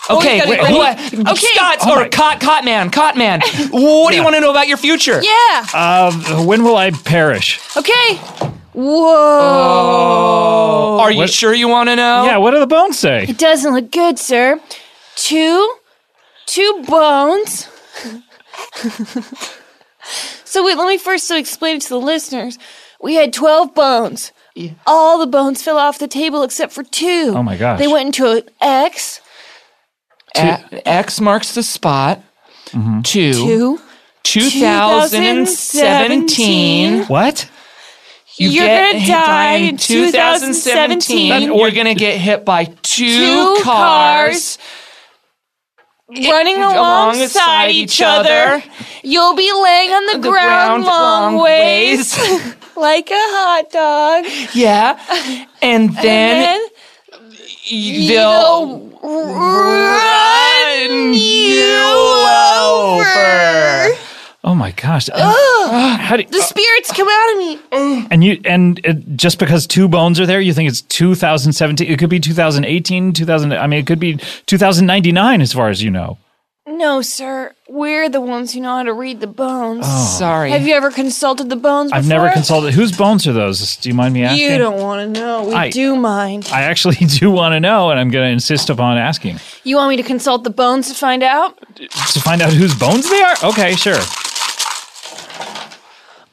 [SPEAKER 18] Okay,
[SPEAKER 10] Oh, he's
[SPEAKER 18] wait,
[SPEAKER 10] gotta
[SPEAKER 18] who
[SPEAKER 10] go.
[SPEAKER 18] I- Scott
[SPEAKER 10] Oh
[SPEAKER 18] or Cot Cotman, Cotman. What do you
[SPEAKER 1] Yeah.
[SPEAKER 18] want to know about your future?
[SPEAKER 10] Yeah.
[SPEAKER 1] Uh, when will I perish?
[SPEAKER 10] Okay. Whoa.
[SPEAKER 18] Are you
[SPEAKER 1] What-
[SPEAKER 18] sure you want to know?
[SPEAKER 1] Yeah, what do the bones say?
[SPEAKER 10] It doesn't look good, sir. Two, two bones. so wait, let me first so explain it to the listeners. We had twelve bones. All the bones fell off the table except for two.
[SPEAKER 18] Oh my gosh.
[SPEAKER 10] They went into an X.
[SPEAKER 18] A- X marks the spot.
[SPEAKER 1] Mm-hmm.
[SPEAKER 18] Two.
[SPEAKER 10] Two.
[SPEAKER 18] 2017.
[SPEAKER 1] What?
[SPEAKER 18] You
[SPEAKER 10] You're
[SPEAKER 18] get
[SPEAKER 10] gonna
[SPEAKER 18] hit by
[SPEAKER 10] die in 2017.
[SPEAKER 18] That- Or you're gonna get hit by two,
[SPEAKER 10] Two
[SPEAKER 18] cars.
[SPEAKER 10] running alongside each other. You'll be laying on the,
[SPEAKER 18] ground
[SPEAKER 10] ground, long,
[SPEAKER 18] long
[SPEAKER 10] ways, like a hot dog.
[SPEAKER 18] Yeah. And then,
[SPEAKER 10] and
[SPEAKER 18] y- they'll
[SPEAKER 10] run you over.
[SPEAKER 1] Oh my gosh. And, ah,
[SPEAKER 10] Ugh.
[SPEAKER 1] How do- Uh,
[SPEAKER 10] the spirits come out of me.
[SPEAKER 1] and you and it, just because two bones are there, you think it's 2017? It could be 2018, 2000. I mean, it could be 2099, as far as you know.
[SPEAKER 10] No, sir. We're the ones who know how to read the bones.
[SPEAKER 1] Oh. Sorry.
[SPEAKER 10] Have you ever consulted the bones before?
[SPEAKER 1] I've never consulted. Whose bones are those? Do you mind me asking?
[SPEAKER 10] You don't want to know. We
[SPEAKER 1] I-
[SPEAKER 10] do mind.
[SPEAKER 1] I actually do want to know, and I'm going to insist upon asking
[SPEAKER 10] You want me to consult the bones to find out?
[SPEAKER 1] to find out whose bones they are. Okay, sure.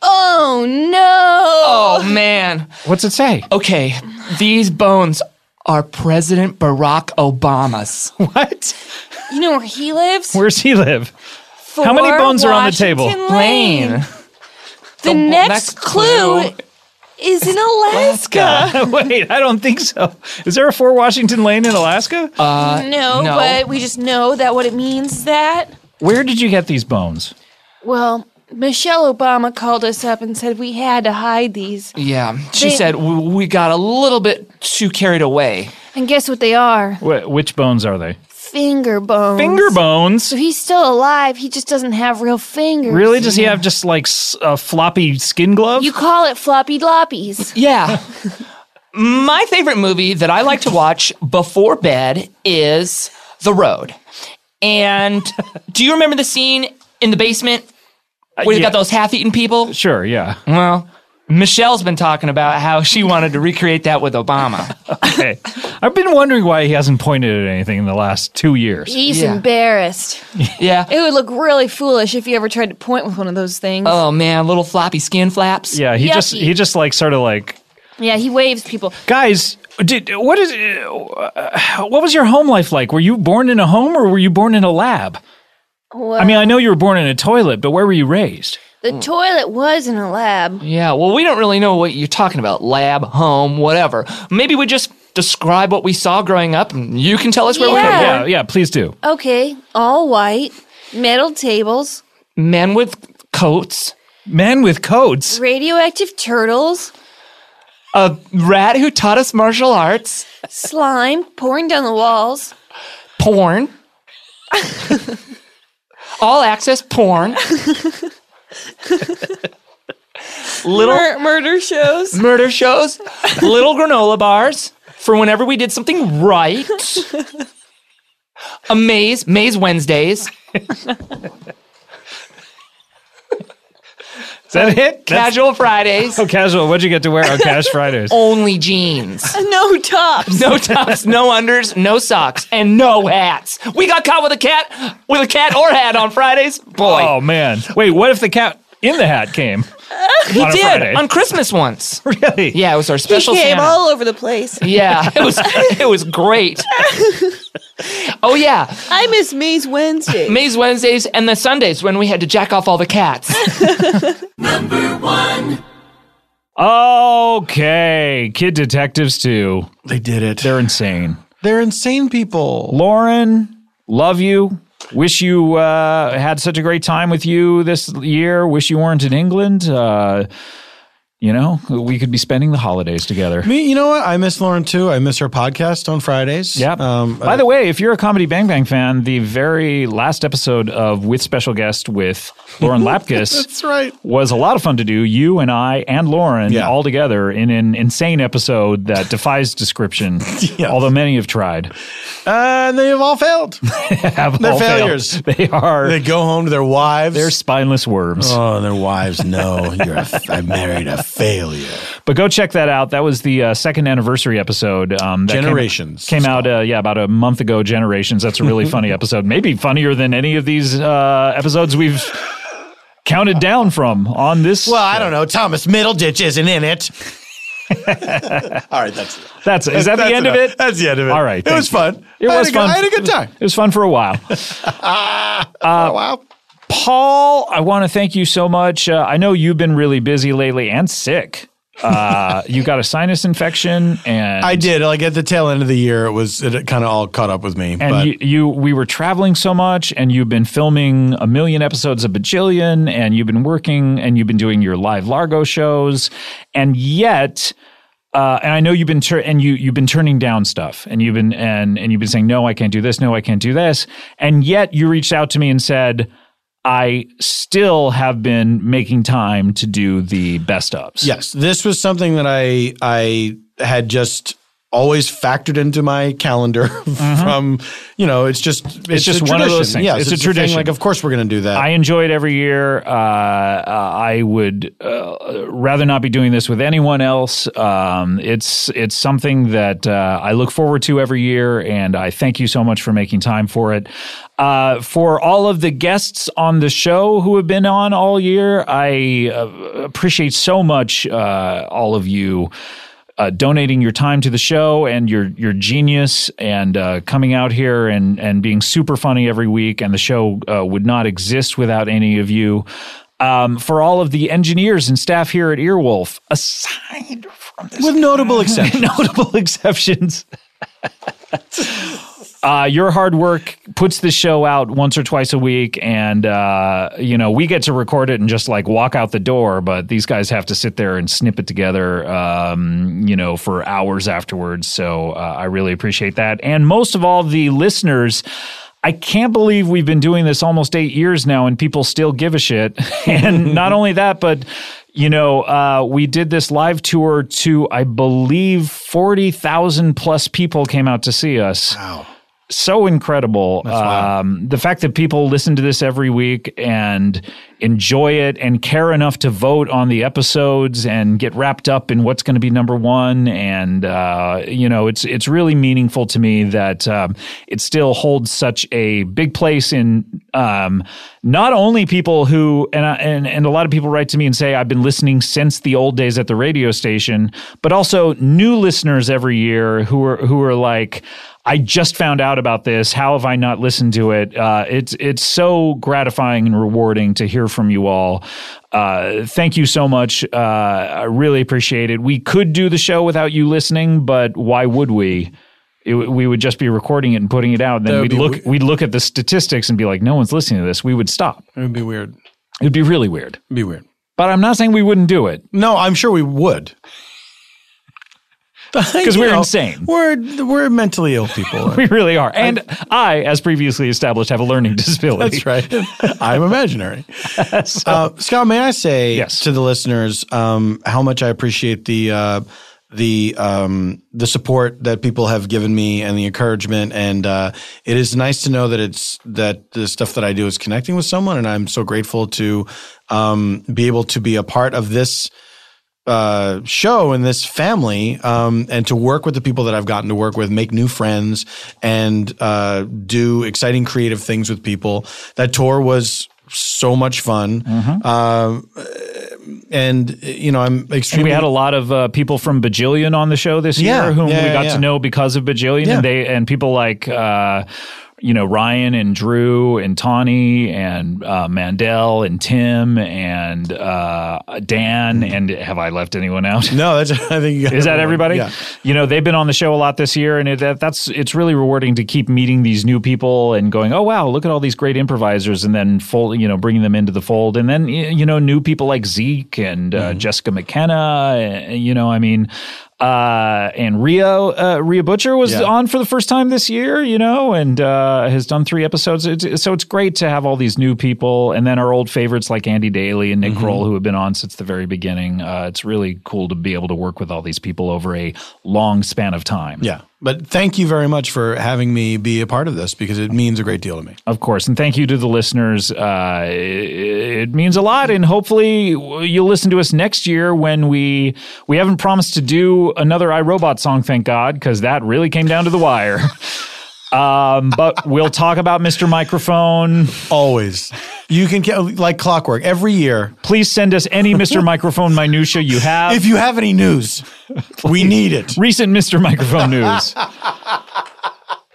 [SPEAKER 10] Oh no!
[SPEAKER 18] Oh man.
[SPEAKER 1] What's it say?
[SPEAKER 18] Okay, these bones are President Barack Obama's.
[SPEAKER 1] What?
[SPEAKER 10] You know where he lives?
[SPEAKER 1] Where's he live? How many
[SPEAKER 10] For
[SPEAKER 1] bones are on the table?
[SPEAKER 10] Washington Lane. The,
[SPEAKER 1] w-
[SPEAKER 10] next,
[SPEAKER 1] next
[SPEAKER 10] clue, is in Alaska.
[SPEAKER 1] Wait, I don't think so. Is there a Fort Washington Lane in Alaska? Uh,
[SPEAKER 10] no, but we just know that what it means is that.
[SPEAKER 1] where did you get these bones?
[SPEAKER 10] Well, Michelle Obama called us up and said we had to hide these.
[SPEAKER 18] Yeah, she
[SPEAKER 10] They-
[SPEAKER 18] said "W- we got a little bit too carried away.
[SPEAKER 10] And guess what they are?
[SPEAKER 1] Wh- which bones are they?
[SPEAKER 10] Finger bones.
[SPEAKER 1] Finger bones.
[SPEAKER 10] So he's still alive. He just doesn't have real fingers.
[SPEAKER 1] Really? Does he have just like s- a floppy skin glove?
[SPEAKER 10] You call it floppy loppies.
[SPEAKER 18] Yeah. My favorite movie that I like to watch before bed is The Road. And do you remember the scene in the basement where you
[SPEAKER 1] Uh, yeah.
[SPEAKER 18] got those half-eaten people?
[SPEAKER 1] Sure, yeah.
[SPEAKER 18] Well, Michelle's been talking about how she wanted to recreate that with Obama.
[SPEAKER 1] okay. I've been wondering why he hasn't pointed at anything in the last two years.
[SPEAKER 10] He's embarrassed.
[SPEAKER 18] Yeah.
[SPEAKER 10] It would look really foolish if you ever tried to point with one of those things.
[SPEAKER 18] Oh man, little floppy skin flaps.
[SPEAKER 1] Yeah, he just
[SPEAKER 10] Yucky.
[SPEAKER 1] he just like sort of like
[SPEAKER 10] Yeah, he waves people.
[SPEAKER 1] guys. Did what is uh, what was your home life like? Were you born in a home or were you born in a lab?
[SPEAKER 10] Well,
[SPEAKER 1] I mean, I know you were born in a toilet, but where were you raised?
[SPEAKER 10] the toilet was in a lab.
[SPEAKER 18] Yeah, well, we don't really know what you're talking about lab, home, whatever. Maybe we just describe what we saw growing up and you can tell us where
[SPEAKER 10] Yeah.
[SPEAKER 18] we were
[SPEAKER 10] Yeah,
[SPEAKER 18] born.
[SPEAKER 1] yeah, please do.
[SPEAKER 10] Okay, all white, metal tables,
[SPEAKER 18] Men with coats,
[SPEAKER 1] men with coats,
[SPEAKER 10] radioactive turtles,
[SPEAKER 18] a rat who taught us martial arts,
[SPEAKER 10] slime pouring down the walls.
[SPEAKER 18] porn, all access porn, little
[SPEAKER 10] Mur- murder shows.
[SPEAKER 18] murder shows, little granola bars for whenever we did something right, a maze, maze Wednesdays.
[SPEAKER 1] Is that it?
[SPEAKER 18] Casual Fridays.
[SPEAKER 1] Oh, casual. What'd you get to wear on Cash Fridays?
[SPEAKER 18] Only jeans.
[SPEAKER 10] Uh, No tops.
[SPEAKER 18] No tops, no unders, no socks, and no hats. We got caught with a cat, with a cat or hat on Fridays. Boy,
[SPEAKER 1] Oh man! Wait, what if the cat in the hat came?
[SPEAKER 18] he
[SPEAKER 1] on a
[SPEAKER 18] did
[SPEAKER 1] Friday?
[SPEAKER 18] on Christmas once.
[SPEAKER 1] Really?
[SPEAKER 18] Yeah, it was our
[SPEAKER 10] Uh, He
[SPEAKER 18] special.
[SPEAKER 10] came
[SPEAKER 18] Santa.
[SPEAKER 10] all over the place.
[SPEAKER 18] Yeah, it was it was great. oh yeah,
[SPEAKER 10] I miss Maze Wednesday.
[SPEAKER 18] Maze Wednesdays and the Sundays when we had to jack off all the cats.
[SPEAKER 1] Okay, Kid Detectives 2. They did it. They're insane.
[SPEAKER 28] They're insane people.
[SPEAKER 1] Lauren Love you. Wish you uh, had such a great time with you this year. Wish you weren't in England. Uh, you know, we could be spending the holidays together.
[SPEAKER 2] Me, you know what? I miss Lauren too. I miss her podcast on Fridays. Yeah. Um,
[SPEAKER 1] By the way, if you're a Comedy Bang Bang fan, the very last episode of With Special Guest with Lauren Lapkus
[SPEAKER 2] That's right.
[SPEAKER 1] was a lot of fun to do. You and I and Lauren all together in an insane episode that defies description, although many have tried.
[SPEAKER 2] and they have all failed.
[SPEAKER 1] Have
[SPEAKER 2] They're
[SPEAKER 1] all failed.
[SPEAKER 2] failures.
[SPEAKER 1] They are.
[SPEAKER 2] They go home to their wives. They're
[SPEAKER 1] spineless worms.
[SPEAKER 2] Oh, their wives know you're. A, I married a failure.
[SPEAKER 1] But go check that out. That was the uh, second anniversary episode. Um, that came-
[SPEAKER 2] Generations.
[SPEAKER 1] came, out, uh, yeah, about a month ago. Generations. That's a really funny episode. Maybe funnier than any of these uh, episodes we've counted down from on this. Well,
[SPEAKER 2] I don't know. Thomas Middleditch isn't in it.
[SPEAKER 1] All right, that's that's is that
[SPEAKER 2] That's
[SPEAKER 1] the end of
[SPEAKER 2] enough.
[SPEAKER 1] it?
[SPEAKER 2] That's the end of it.
[SPEAKER 1] All right,
[SPEAKER 2] It was
[SPEAKER 1] thank you.
[SPEAKER 2] fun.
[SPEAKER 1] It
[SPEAKER 2] I had
[SPEAKER 1] was
[SPEAKER 2] a good-
[SPEAKER 1] fun.
[SPEAKER 2] I had a good time.
[SPEAKER 1] It was fun for a while. Uh, Paul, I want to thank you so much. Uh, I know you've been really busy lately and sick. Uh, you got a sinus infection, and
[SPEAKER 2] I did. Like at the tail end of the year, it was it kind of all caught up with me. but
[SPEAKER 1] and you, you, we were traveling so much, and you've been filming a million episodes of Bajillion, and you've been working, and you've been doing your live Largo shows, and yet, uh, and I know you've been tur- and you you've been turning down stuff, and you've been and and you've been saying no, I can't do this, no, I can't do this, and yet you reached out to me and said. I still have been making time to do the best ups.
[SPEAKER 2] Yes, this was something that I I had just always factored into my calendar from you know it's just Mm-hmm. it's,
[SPEAKER 1] just
[SPEAKER 2] a
[SPEAKER 1] one of
[SPEAKER 2] tradition.
[SPEAKER 1] those things.
[SPEAKER 2] Yes,
[SPEAKER 1] It's a
[SPEAKER 2] the thing,
[SPEAKER 1] tradition.
[SPEAKER 2] Like of course we're going to do that.
[SPEAKER 1] I enjoy it every year. Uh, uh, I would uh, rather not be doing this with anyone else. Um, it's it's something that uh, I look forward to every year, and I thank you so much for making time for it. Uh, for all of the guests on the show who have been on all year, I uh, appreciate so much uh, all of you uh, donating your time to the show and your your genius and uh, coming out here and and being super funny every week. And the show uh, would not exist without any of you. Um, for all of the engineers and staff here at Earwolf, aside from this,
[SPEAKER 2] with notable exceptions,
[SPEAKER 1] notable exceptions. Uh, your hard work puts the show out once or twice a week, and uh, you know we get to record it and just like walk out the door. But these guys have to sit there and snip it together, um, you know, for hours afterwards. So uh, I really appreciate that, and most of all, the listeners. I can't believe we've been doing this almost eight years now, and people still give a shit. and not only that, but you know, uh, we did this live tour to, I believe, forty thousand plus people came out to see us. Wow so incredible. Um, the fact that people listen to this every week and enjoy it and care enough to vote on the episodes and get wrapped up in what's going to be number one. And, uh, you know, it's, it's really meaningful to me that um, it still holds such a big place in um, not only people who, and, I, and, and a lot of people write to me and say, I've been listening since the old days at the radio station, but also new listeners every year who are, who are like, I just found out about this. How have I not listened to it? Uh, it's it's so gratifying and rewarding to hear from you all. Uh, thank you so much. Uh, I really appreciate it. We could do the show without you listening, but why would we? It, w- we would just be recording it and putting it out. And
[SPEAKER 2] That
[SPEAKER 1] then
[SPEAKER 2] would
[SPEAKER 1] we'd
[SPEAKER 2] be
[SPEAKER 1] look
[SPEAKER 2] we-
[SPEAKER 1] we'd look at the statistics and be like, no one's listening to this. We would stop.
[SPEAKER 2] it would be weird.
[SPEAKER 1] It'd be really weird.
[SPEAKER 2] It'd be weird.
[SPEAKER 1] But I'm not saying we wouldn't do it.
[SPEAKER 2] No, I'm sure we would.
[SPEAKER 1] Because
[SPEAKER 2] You
[SPEAKER 1] we're
[SPEAKER 2] know,
[SPEAKER 1] insane.
[SPEAKER 2] We're we're mentally ill people.
[SPEAKER 1] We really are. And I, as previously established, have a learning disability.
[SPEAKER 2] That's right. I'm imaginary. uh, Scott, may I say to the listeners um, how much I appreciate the uh, the um, the support that people have given me and the encouragement, and uh, it is nice to know that it's that the stuff that I do is connecting with someone, and I'm so grateful to um, be able to be a part of this uh, show and this family, um, and to work with the people that I've gotten to work with, make new friends, and uh, do exciting creative things with people. That tour was so much fun, Um, and you know I'm
[SPEAKER 1] Mm-hmm. And
[SPEAKER 2] extremely.
[SPEAKER 1] we had a lot of uh, people from Bajillion on the show this
[SPEAKER 2] Yeah,
[SPEAKER 1] year, whom
[SPEAKER 2] yeah,
[SPEAKER 1] we
[SPEAKER 2] yeah,
[SPEAKER 1] got
[SPEAKER 2] yeah.
[SPEAKER 1] to know because of Bajillion,
[SPEAKER 2] Yeah.
[SPEAKER 1] and they and people like uh, you know Ryan and Drew and Tawny and uh, Mandel and Tim and uh, Dan and have I left anyone out?
[SPEAKER 2] No, that's I think
[SPEAKER 1] is that
[SPEAKER 2] everyone.
[SPEAKER 1] everybody?
[SPEAKER 2] Yeah.
[SPEAKER 1] You know they've been on the show a lot this year, and it, that, that's it's really rewarding to keep meeting these new people and going, oh wow, look at all these great improvisers, and then fold, you know, bringing them into the fold, and then y- you know new people like Zeke and uh, Jessica McKenna, uh, you know, I mean. Uh, and Rio, uh, Rhea Butcher was
[SPEAKER 20] Yeah.
[SPEAKER 1] on for the first time this year, you know, and uh, has done three episodes. It's, so it's great to have all these new people, and then our old favorites like Andy Daly and Nick Kroll, who have been on since the very beginning. Uh, it's really cool to be able to work with all these people over a long span of time.
[SPEAKER 2] Yeah. But thank you very much for having me be a part of this because it means a great deal to me.
[SPEAKER 1] Of course. And thank you to the listeners. Uh, it, it means a lot. And hopefully you'll listen to us next year when we we haven't promised to do another iRobot song, thank God, because that really came down to the wire. um, but we'll talk about Mr. Microphone.
[SPEAKER 2] Always. You can, ca- like clockwork, every year.
[SPEAKER 1] Please send us any Mr. Microphone minutia you have.
[SPEAKER 2] If you have any news, we need it.
[SPEAKER 1] Recent Mr. Microphone news.
[SPEAKER 16] Ah.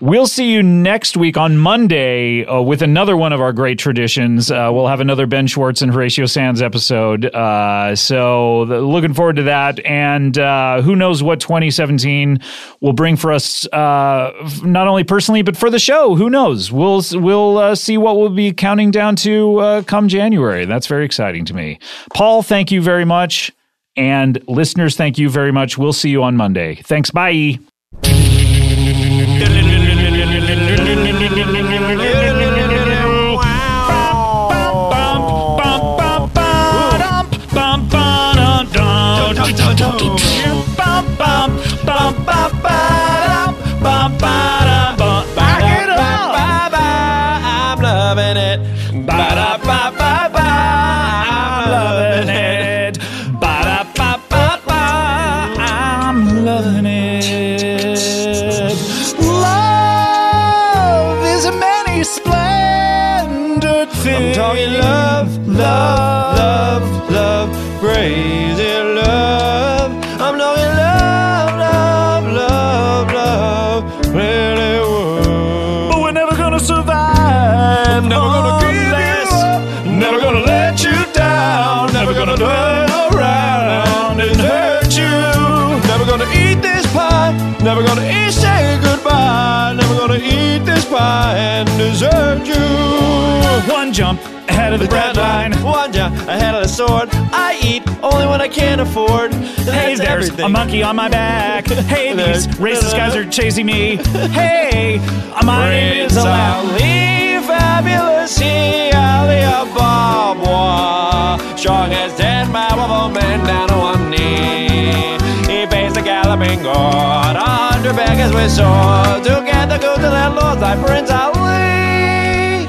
[SPEAKER 1] We'll see you next week on Monday uh, with another one of our great traditions. Uh, we'll have another Ben Schwartz and Horatio Sands episode. Uh, so, th- looking forward to that. And uh, who knows what 2017 will bring for us, uh, f- not only personally, but for the show. Who knows? We'll, s- we'll uh, see what we'll be counting down to uh, come January. That's very exciting to me. Paul, thank you very much. And listeners, thank you very much. We'll see you on Monday. Thanks. Bye.
[SPEAKER 3] Back it up. I'm loving it. Ba-da-ba-ba-ba. I'm loving it. Ba-da-ba-ba-ba. I'm loving it. Love is a many splendid thing. I'm talking love, love, love, love, crazy love. I'm talking love, love, love, love, really world. But we're never gonna survive. Never
[SPEAKER 1] Oh,
[SPEAKER 3] gonna give you up. Never gonna let you down. Never gonna turn around and hurt you. Never gonna eat this pie. Never gonna eat, say goodbye. Never gonna eat this pie and desert you.
[SPEAKER 1] One jump ahead of the bread line.
[SPEAKER 3] One jump ahead of the sword. I eat only what I can afford.
[SPEAKER 1] Hey,
[SPEAKER 3] That's
[SPEAKER 1] there's
[SPEAKER 3] everything.
[SPEAKER 1] a monkey on my back. Hey, these racist guys are chasing me. Hey, my name is Ali.
[SPEAKER 3] Ali, fabulous he, Ali Ababwa. Strong as dead, my woman man down on one knee. He faced the galloping god, a hundred beggars with swords. Who get the goods and landlords like Prince Ali?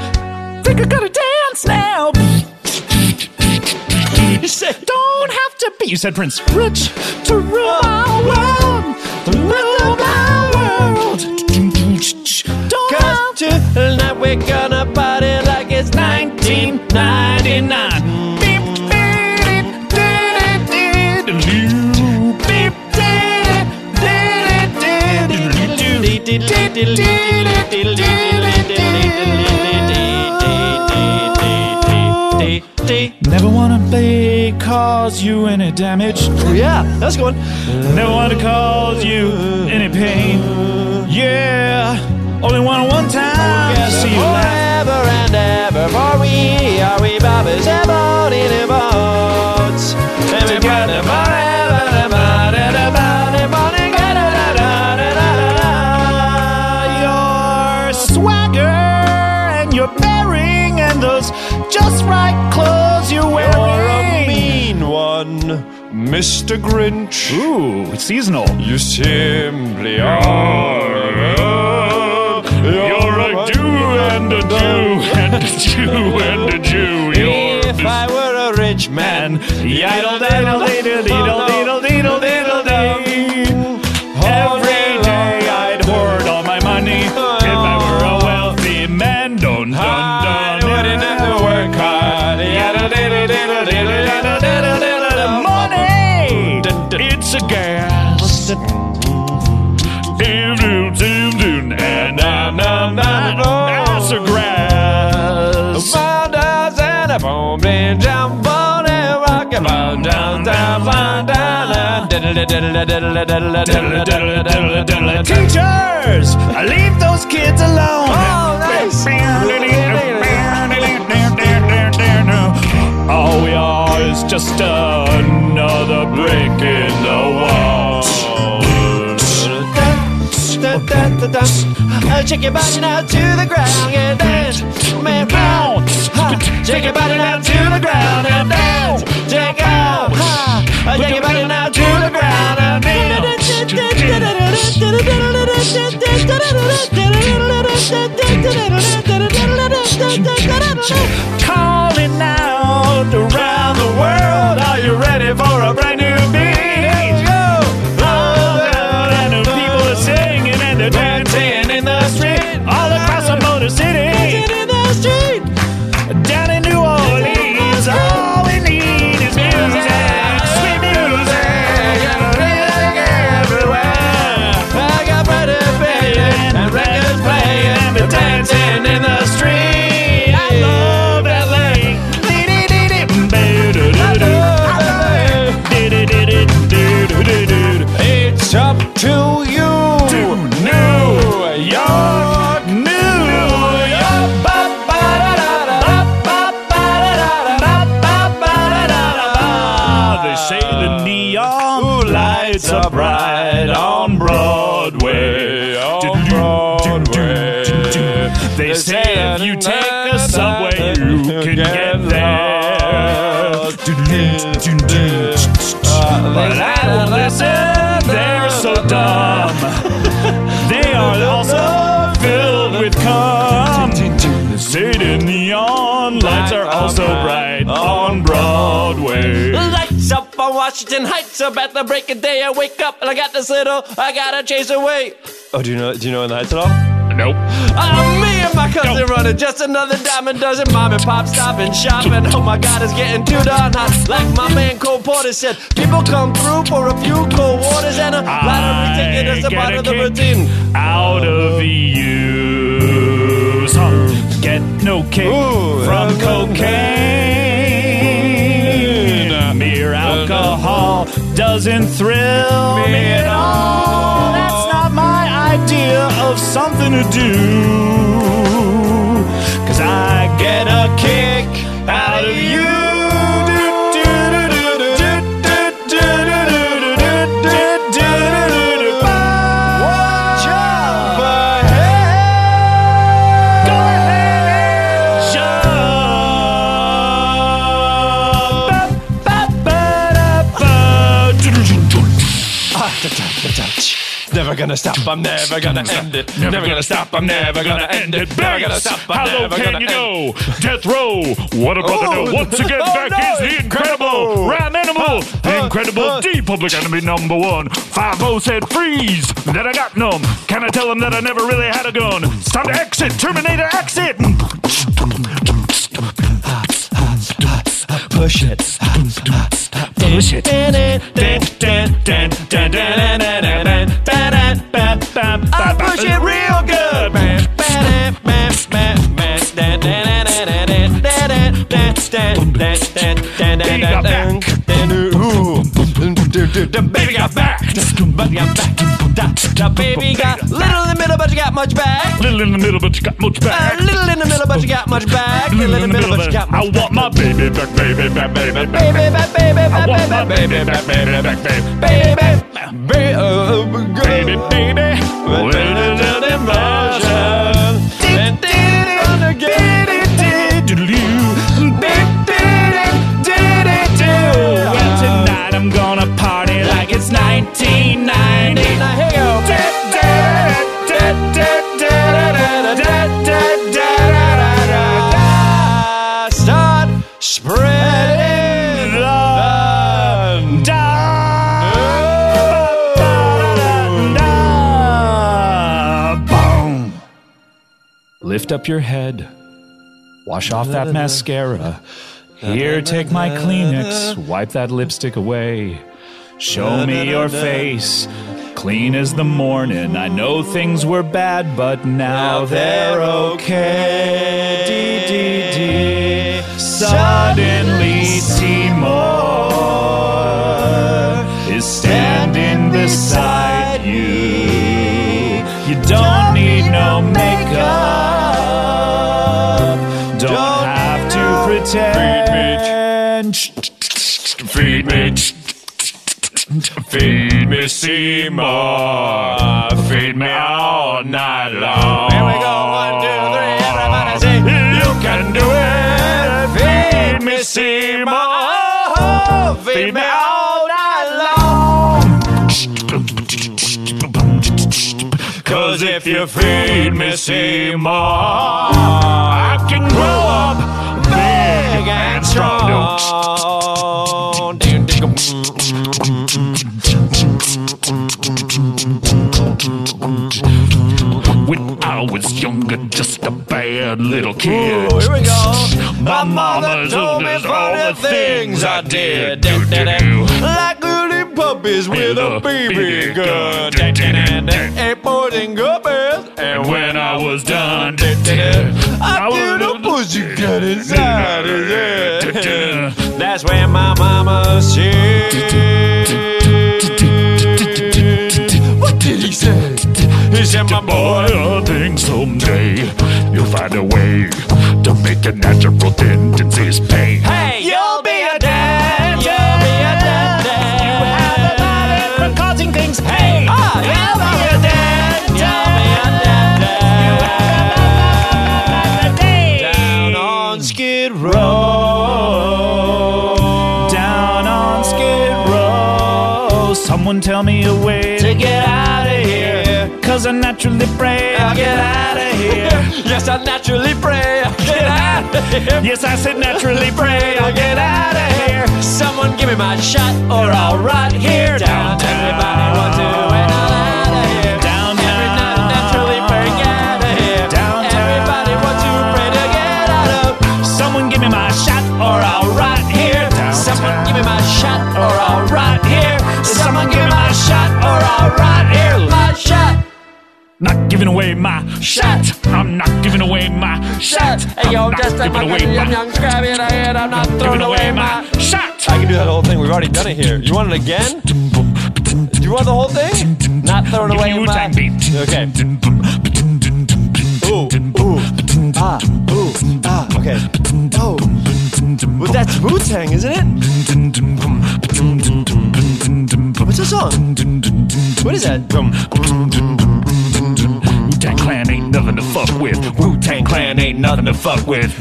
[SPEAKER 3] Think I gotta dance now. You said, don't have to be.
[SPEAKER 1] You said Prince.
[SPEAKER 3] Rich to rule my world, to rule my world. Don't Cause tonight we're gonna party like it's 1999. Beep, dee, dee, dee, dee, dee, doo. Beep, dee, dee, dee, dee, dee, doo. Dee, dee, dee, dee, dee, dee, dee, dee, dee, dee, dee, dee, dee, dee, dee, dee, dee, dee, dee.
[SPEAKER 20] Never wanna be cause you any damage. Oh,
[SPEAKER 3] Yeah, that's good.
[SPEAKER 20] Never wanna cause you any pain. Yeah, only wanna one time. see you
[SPEAKER 3] forever and ever, for we are we bobbers about in a boat. And we've got a forever and about and about and about and da da da da da da
[SPEAKER 20] Your swagger and your bearing and those just right clothes you're
[SPEAKER 3] You're a
[SPEAKER 20] wearing.
[SPEAKER 3] mean one, Mr. Grinch.
[SPEAKER 1] Ooh, it's seasonal.
[SPEAKER 3] You simply are. You're a do and a do and a do and a do. If I were a rich man, yiddle diddle diddle diddle diddle diddle diddle day. Every day I'd hoard all my money. If I were a wealthy man, don't dun dun. I wouldn't have to work hard. Yiddle diddle diddle diddle diddle diddle diddle diddle. Money, it's a gas. Doom doom doom doom. Na na na na. step on, then jump on and rock and roll, down, down, down, down, down. Teachers, leave those kids alone. Oh, All we are is just another brick in the wall. Da, da, da, da. Uh, Shake your body now to the ground and dance, man, round. Ha. Shake your body now to the ground and dance, check out. Ha. Uh, Shake your body now to the ground and dance. Calling out around the world. Are you ready for a brand new beat? Go loud Oh, and the people are singing and they're dancing in the street all across the motor city. Dancing in the street down in New Orleans. All we need is music, sweet music, and music everywhere. I got pretty feeling and records playing and we're dancing in the street. I love LA. It's up to you. New York, New York. They say the neon lights are bright on Broadway. On Broadway. They say if you take a subway, you can get there. But I don't listen. They're so dumb. They are also filled with cum. They say the neon lights are also bright on Broadway. Lights up on Washington Heights. About the break of day, I wake up and I got this little, I gotta chase away.
[SPEAKER 12] Oh, do you know? Do you know in the Heights at all? Nope.
[SPEAKER 3] Oh, me and my cousin running just another diamond dozen. Mom and pop stopping shopping. Oh my God, it's getting too darn hot. Like my man Cole Porter said, people come through for a few cold waters and a lottery ticket is a part of the routine.
[SPEAKER 12] Out of the use. Huh. Get no kick
[SPEAKER 3] from cocaine. Mere alcohol doesn't thrill me at all. That's not my idea of something to do. Cause I get a kick out of you. Watch out for Never gonna stop, I'm never gonna end it.
[SPEAKER 12] Never gonna stop, I'm never gonna end it. Never gonna stop, I'm How low
[SPEAKER 3] never
[SPEAKER 12] can
[SPEAKER 3] gonna
[SPEAKER 12] you go? Death row. What about
[SPEAKER 3] Oh.
[SPEAKER 12] the no? Once again,
[SPEAKER 3] Oh,
[SPEAKER 12] back
[SPEAKER 3] no.
[SPEAKER 12] is the incredible
[SPEAKER 3] Incredible.
[SPEAKER 12] Ram Animal, the incredible D Public Enemy number one. Five O said freeze. Then I got numb. Can I tell him that I never really had a gun? It's time to exit. Terminator exit.
[SPEAKER 3] Push it. Push it. I push it real good, man. Baby got back. Baby got back. Baby got back. The baby got little in the middle, but you got much back.
[SPEAKER 12] Little in the middle, but you got much back.
[SPEAKER 3] A little in the middle, but you got much back. Little in the middle, but you got
[SPEAKER 12] I want my baby back, baby back, baby back.
[SPEAKER 3] baby back, baby
[SPEAKER 12] I
[SPEAKER 3] back,
[SPEAKER 12] want
[SPEAKER 3] baby
[SPEAKER 12] my
[SPEAKER 3] back,
[SPEAKER 12] baby back, baby back, baby.
[SPEAKER 3] baby baby uh, baby baby. Well, tonight I'm gonna party like it's 1990. Here you go. Start spreading love.
[SPEAKER 12] Uh,
[SPEAKER 1] Lift up your head. Wash off that mascara. Here, take my Kleenex. Wipe that lipstick away. Show me your face. Clean as the morning. I know things were bad, but now they're okay.
[SPEAKER 3] okay. Dee, dee, dee. So attention. Feed me. Feed me Seymour. Feed me all night long. Here we go. One, two, three. Everybody say, You can do it. Feed me Seymour. Feed me all night long. Cause if you feed me Seymour, I can grow up big and strong.
[SPEAKER 19] When I was younger, just a bad little kid.
[SPEAKER 3] Ooh, here we go.
[SPEAKER 19] My mama told me all the things I did. Do, do, do.
[SPEAKER 3] Like goody puppies with a baby gun. And poison guppies.
[SPEAKER 19] And when I was done,
[SPEAKER 3] I did a pussycat inside his head. That's when my mama said. What did he say? He said, my boy,
[SPEAKER 19] I think someday you'll find a way to make your natural tendencies pay.
[SPEAKER 3] Hey, you'll be a dad. You'll be a dad. You have a talent for causing things pain. Oh, you'll be a dad. You'll be a dad. You have a day. Down on Skid Row. Down on Skid Row.
[SPEAKER 29] Someone tell me a way
[SPEAKER 3] To get out of here.
[SPEAKER 29] Cause I naturally pray
[SPEAKER 3] I'll get out of here. yes, I naturally pray. I'll get out of here. Yes, I said naturally pray. I'll get out of here. Someone give me my shot or I'll rot here. Down, everybody wants to and I'll out of here. Down, every night I naturally pray. Get out of here. Down, everybody wants to pray to get out of. Someone give me my shot or I'll rot here. Someone give me my shot or I'll rot here. Someone give me my shot or I'll rot here. My shot.
[SPEAKER 19] Not giving away my shot. I'm not giving away my shot.
[SPEAKER 3] Hey, yo,
[SPEAKER 19] I'm not
[SPEAKER 3] just a
[SPEAKER 19] giving away
[SPEAKER 3] fucking
[SPEAKER 19] my
[SPEAKER 3] young, young scrap in the head. I'm not throwing
[SPEAKER 19] giving
[SPEAKER 3] away
[SPEAKER 19] away
[SPEAKER 3] my
[SPEAKER 19] my shot.
[SPEAKER 14] I can do that whole thing. We've already done it here. You want it again? Do you want the whole thing? Not throwing away my. Okay. Ooh, ooh, ah, ooh, ah. Okay. Oh, well, that's Wu Tang, isn't it? What's that song? What is that?
[SPEAKER 19] Wu Tang Clan ain't nothing to fuck with. Wu Tang Clan ain't nothing to fuck with.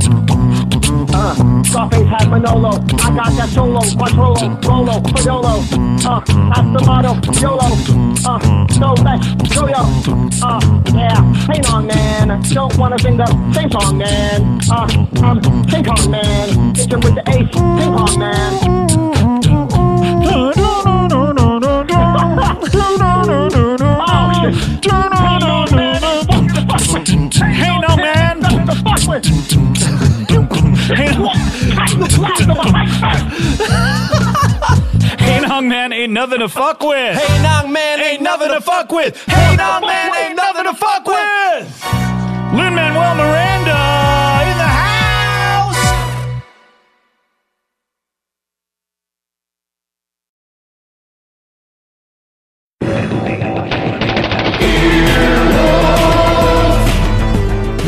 [SPEAKER 30] Uh, Scarface had Manolo. I got that solo. Patrolo, Rolo, Padolo. Uh, that's the motto. YOLO. Uh, so let's go yo. Uh, yeah. Hang on, man. Don't wanna sing the same song, man. Uh, um, sing song, man. Kitchen with the ace. Sing song, man. oh, shit. Hang on, man. Fuck the fuck with. Hang on, man. Fuck the fuck with.
[SPEAKER 29] Hey, Nong Man ain't nothing to fuck with.
[SPEAKER 3] Hey, Nong Man ain't nothing to fuck with. Hey, Nong Man ain't nothing to fuck with. Lin Manuel Miranda in the house.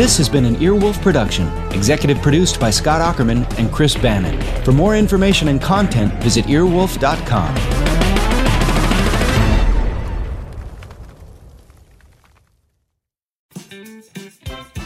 [SPEAKER 1] This has been an Earwolf production, executive produced by Scott Ackerman and Chris Bannon. For more information and content, visit earwolf.com.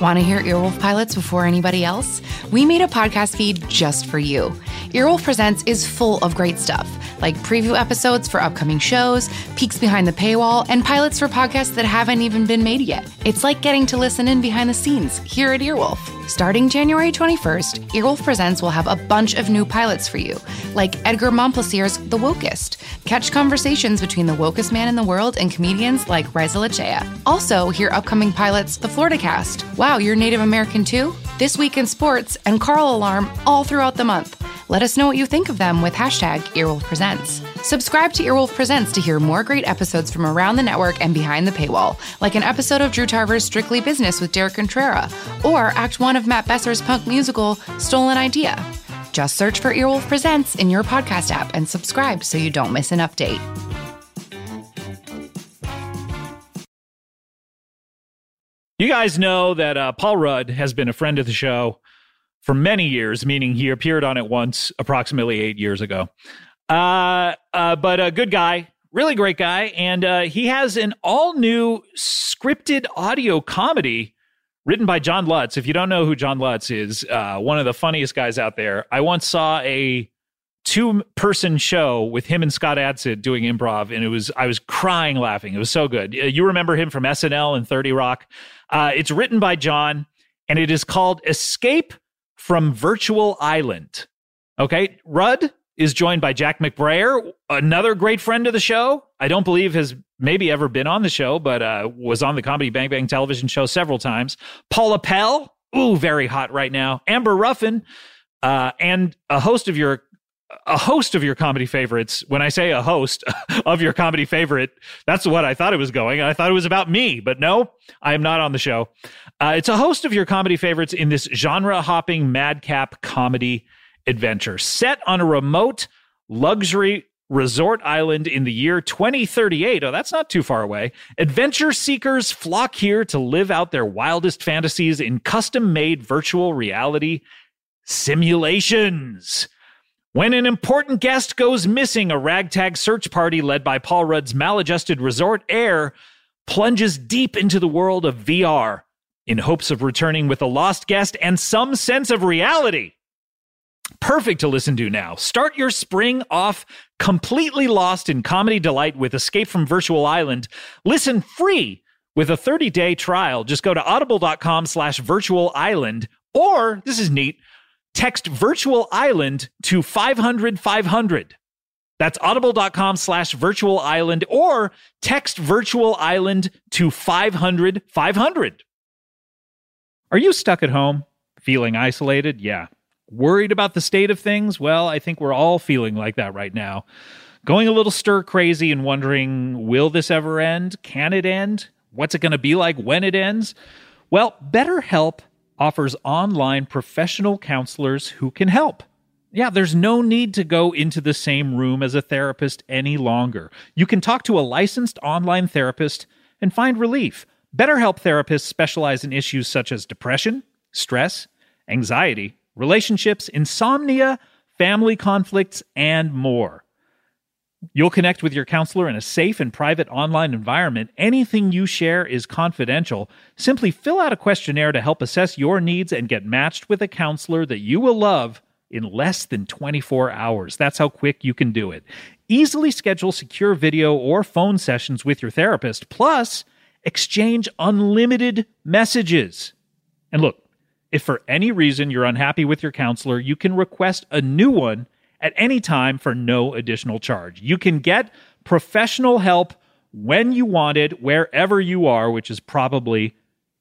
[SPEAKER 13] Want to hear Earwolf pilots before anybody else? We made a podcast feed just for you. Earwolf Presents is full of great stuff, like preview episodes for upcoming shows, peeks behind the paywall, and pilots for podcasts that haven't even been made yet. It's like getting to listen in behind the scenes here at Earwolf. Starting January 21st, Earwolf Presents will have a bunch of new pilots for you, like Edgar Montplaisir's The Wokest. Catch conversations between the wokest man in the world and comedians like Reza Lachea. Also, hear upcoming pilots The Florida Cast, Wow, you're Native American too? This Week in Sports and Carl Alarm all throughout the month. Let us know what you think of them with hashtag Earwolf Presents. Subscribe to Earwolf Presents to hear more great episodes from around the network and behind the paywall, like an episode of Drew Tarver's Strictly Business with Derek Contrera, or Act 1 of Matt Besser's punk musical Stolen Idea. Just search for Earwolf Presents in your podcast app and subscribe so you don't miss an update.
[SPEAKER 1] You guys know that uh, Paul Rudd has been a friend of the show for many years, meaning he appeared on it once approximately eight years ago. Uh, uh, but a good guy, really great guy. And uh, he has an all new scripted audio comedy written by John Lutz. If you don't know who John Lutz is, uh, one of the funniest guys out there. I once saw a two person show with him and Scott Adsit doing improv, and it was I was crying laughing. It was so good. Uh, You remember him from SNL and Thirty Rock. Uh, it's written by John, and it is called Escape from Virtual Island. Okay, Rudd is joined by Jack McBrayer, another great friend of the show. I don't believe has maybe ever been on the show, but uh, was on the Comedy Bang Bang television show several times. Paula Pell, ooh, very hot right now. Amber Ruffin, uh, and a host of your a host of your comedy favorites. When I say a host of your comedy favorite, that's what I thought it was going. I thought it was about me, but no, I am not on the show. Uh, it's a host of your comedy favorites in this genre hopping madcap comedy adventure set on a remote luxury resort island in the year 2038. Oh, that's not too far away. Adventure seekers flock here to live out their wildest fantasies in custom made virtual reality simulations. When an important guest goes missing, a ragtag search party led by Paul Rudd's maladjusted resort heir plunges deep into the world of VR in hopes of returning with a lost guest and some sense of reality. Perfect to listen to now. Start your spring off completely lost in comedy delight with Escape from Virtual Island. Listen free with a 30-day trial. Just go to audible.com slash virtual island or, this is neat, text virtual island to 500 500. That's audible.com slash virtual island or text virtual island to 500 500. Are you stuck at home? Feeling isolated? Yeah. Worried about the state of things? Well, I think we're all feeling like that right now. Going a little stir crazy and wondering, will this ever end? Can it end? What's it going to be like when it ends? Well, BetterHelp offers online professional counselors who can help. Yeah, there's no need to go into the same room as a therapist any longer. You can talk to a licensed online therapist and find relief. BetterHelp therapists specialize in issues such as depression, stress, anxiety, relationships, insomnia, family conflicts, and more. You'll connect with your counselor in a safe and private online environment. Anything you share is confidential. Simply fill out a questionnaire to help assess your needs and get matched with a counselor that you will love in less than 24 hours. That's how quick you can do it. Easily schedule secure video or phone sessions with your therapist, plus, exchange unlimited messages. And look, if for any reason you're unhappy with your counselor, you can request a new one at any time for no additional charge. You can get professional help when you want it, wherever you are, which is probably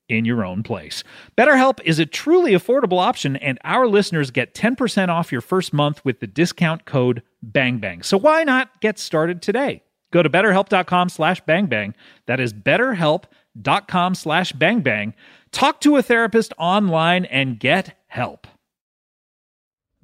[SPEAKER 1] in your own place. BetterHelp is a truly affordable option, and our listeners get 10% off your first month with the discount code BANGBANG. So why not get started today? Go to betterhelp.com slash bangbang. That is betterhelp.com slash bangbang. Talk to a therapist online and get help.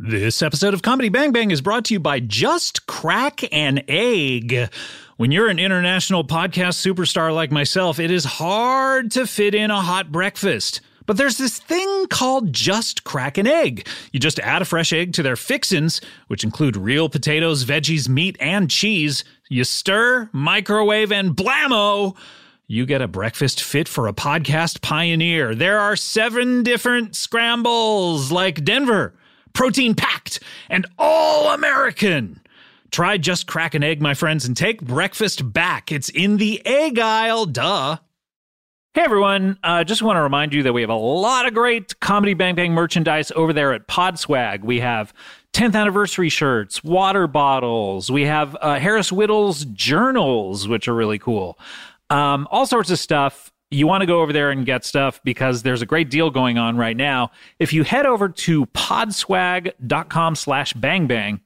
[SPEAKER 1] This episode of Comedy Bang Bang is brought to you by Just Crack an Egg. When you're an international podcast superstar like myself, it is hard to fit in a hot breakfast. But there's this thing called Just Crack an Egg. You just add a fresh egg to their fixins, which include real potatoes, veggies, meat, and cheese. You stir, microwave, and blammo! You get a breakfast fit for a podcast pioneer. There are seven different scrambles, like Denver, protein packed, and all American. Try Just Crack an Egg, my friends, and take breakfast back. It's in the egg aisle, duh. Hey everyone, uh, just want to remind you that we have a lot of great Comedy Bang Bang merchandise over there at Podswag. We have 10th anniversary shirts, water bottles, we have uh, Harris Whittle's journals, which are really cool. Um, all sorts of stuff. You want to go over there and get stuff because there's a great deal going on right now. If you head over to podswag.com slash bangbang,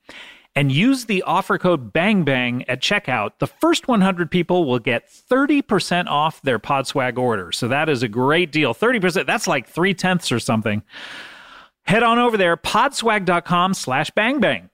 [SPEAKER 1] and use the offer code BANGBANG at checkout, the first 100 people will get 30% off their Podswag order. So that is a great deal. 30%, that's like three tenths or something. Head on over there, podswag.com slash bangbang.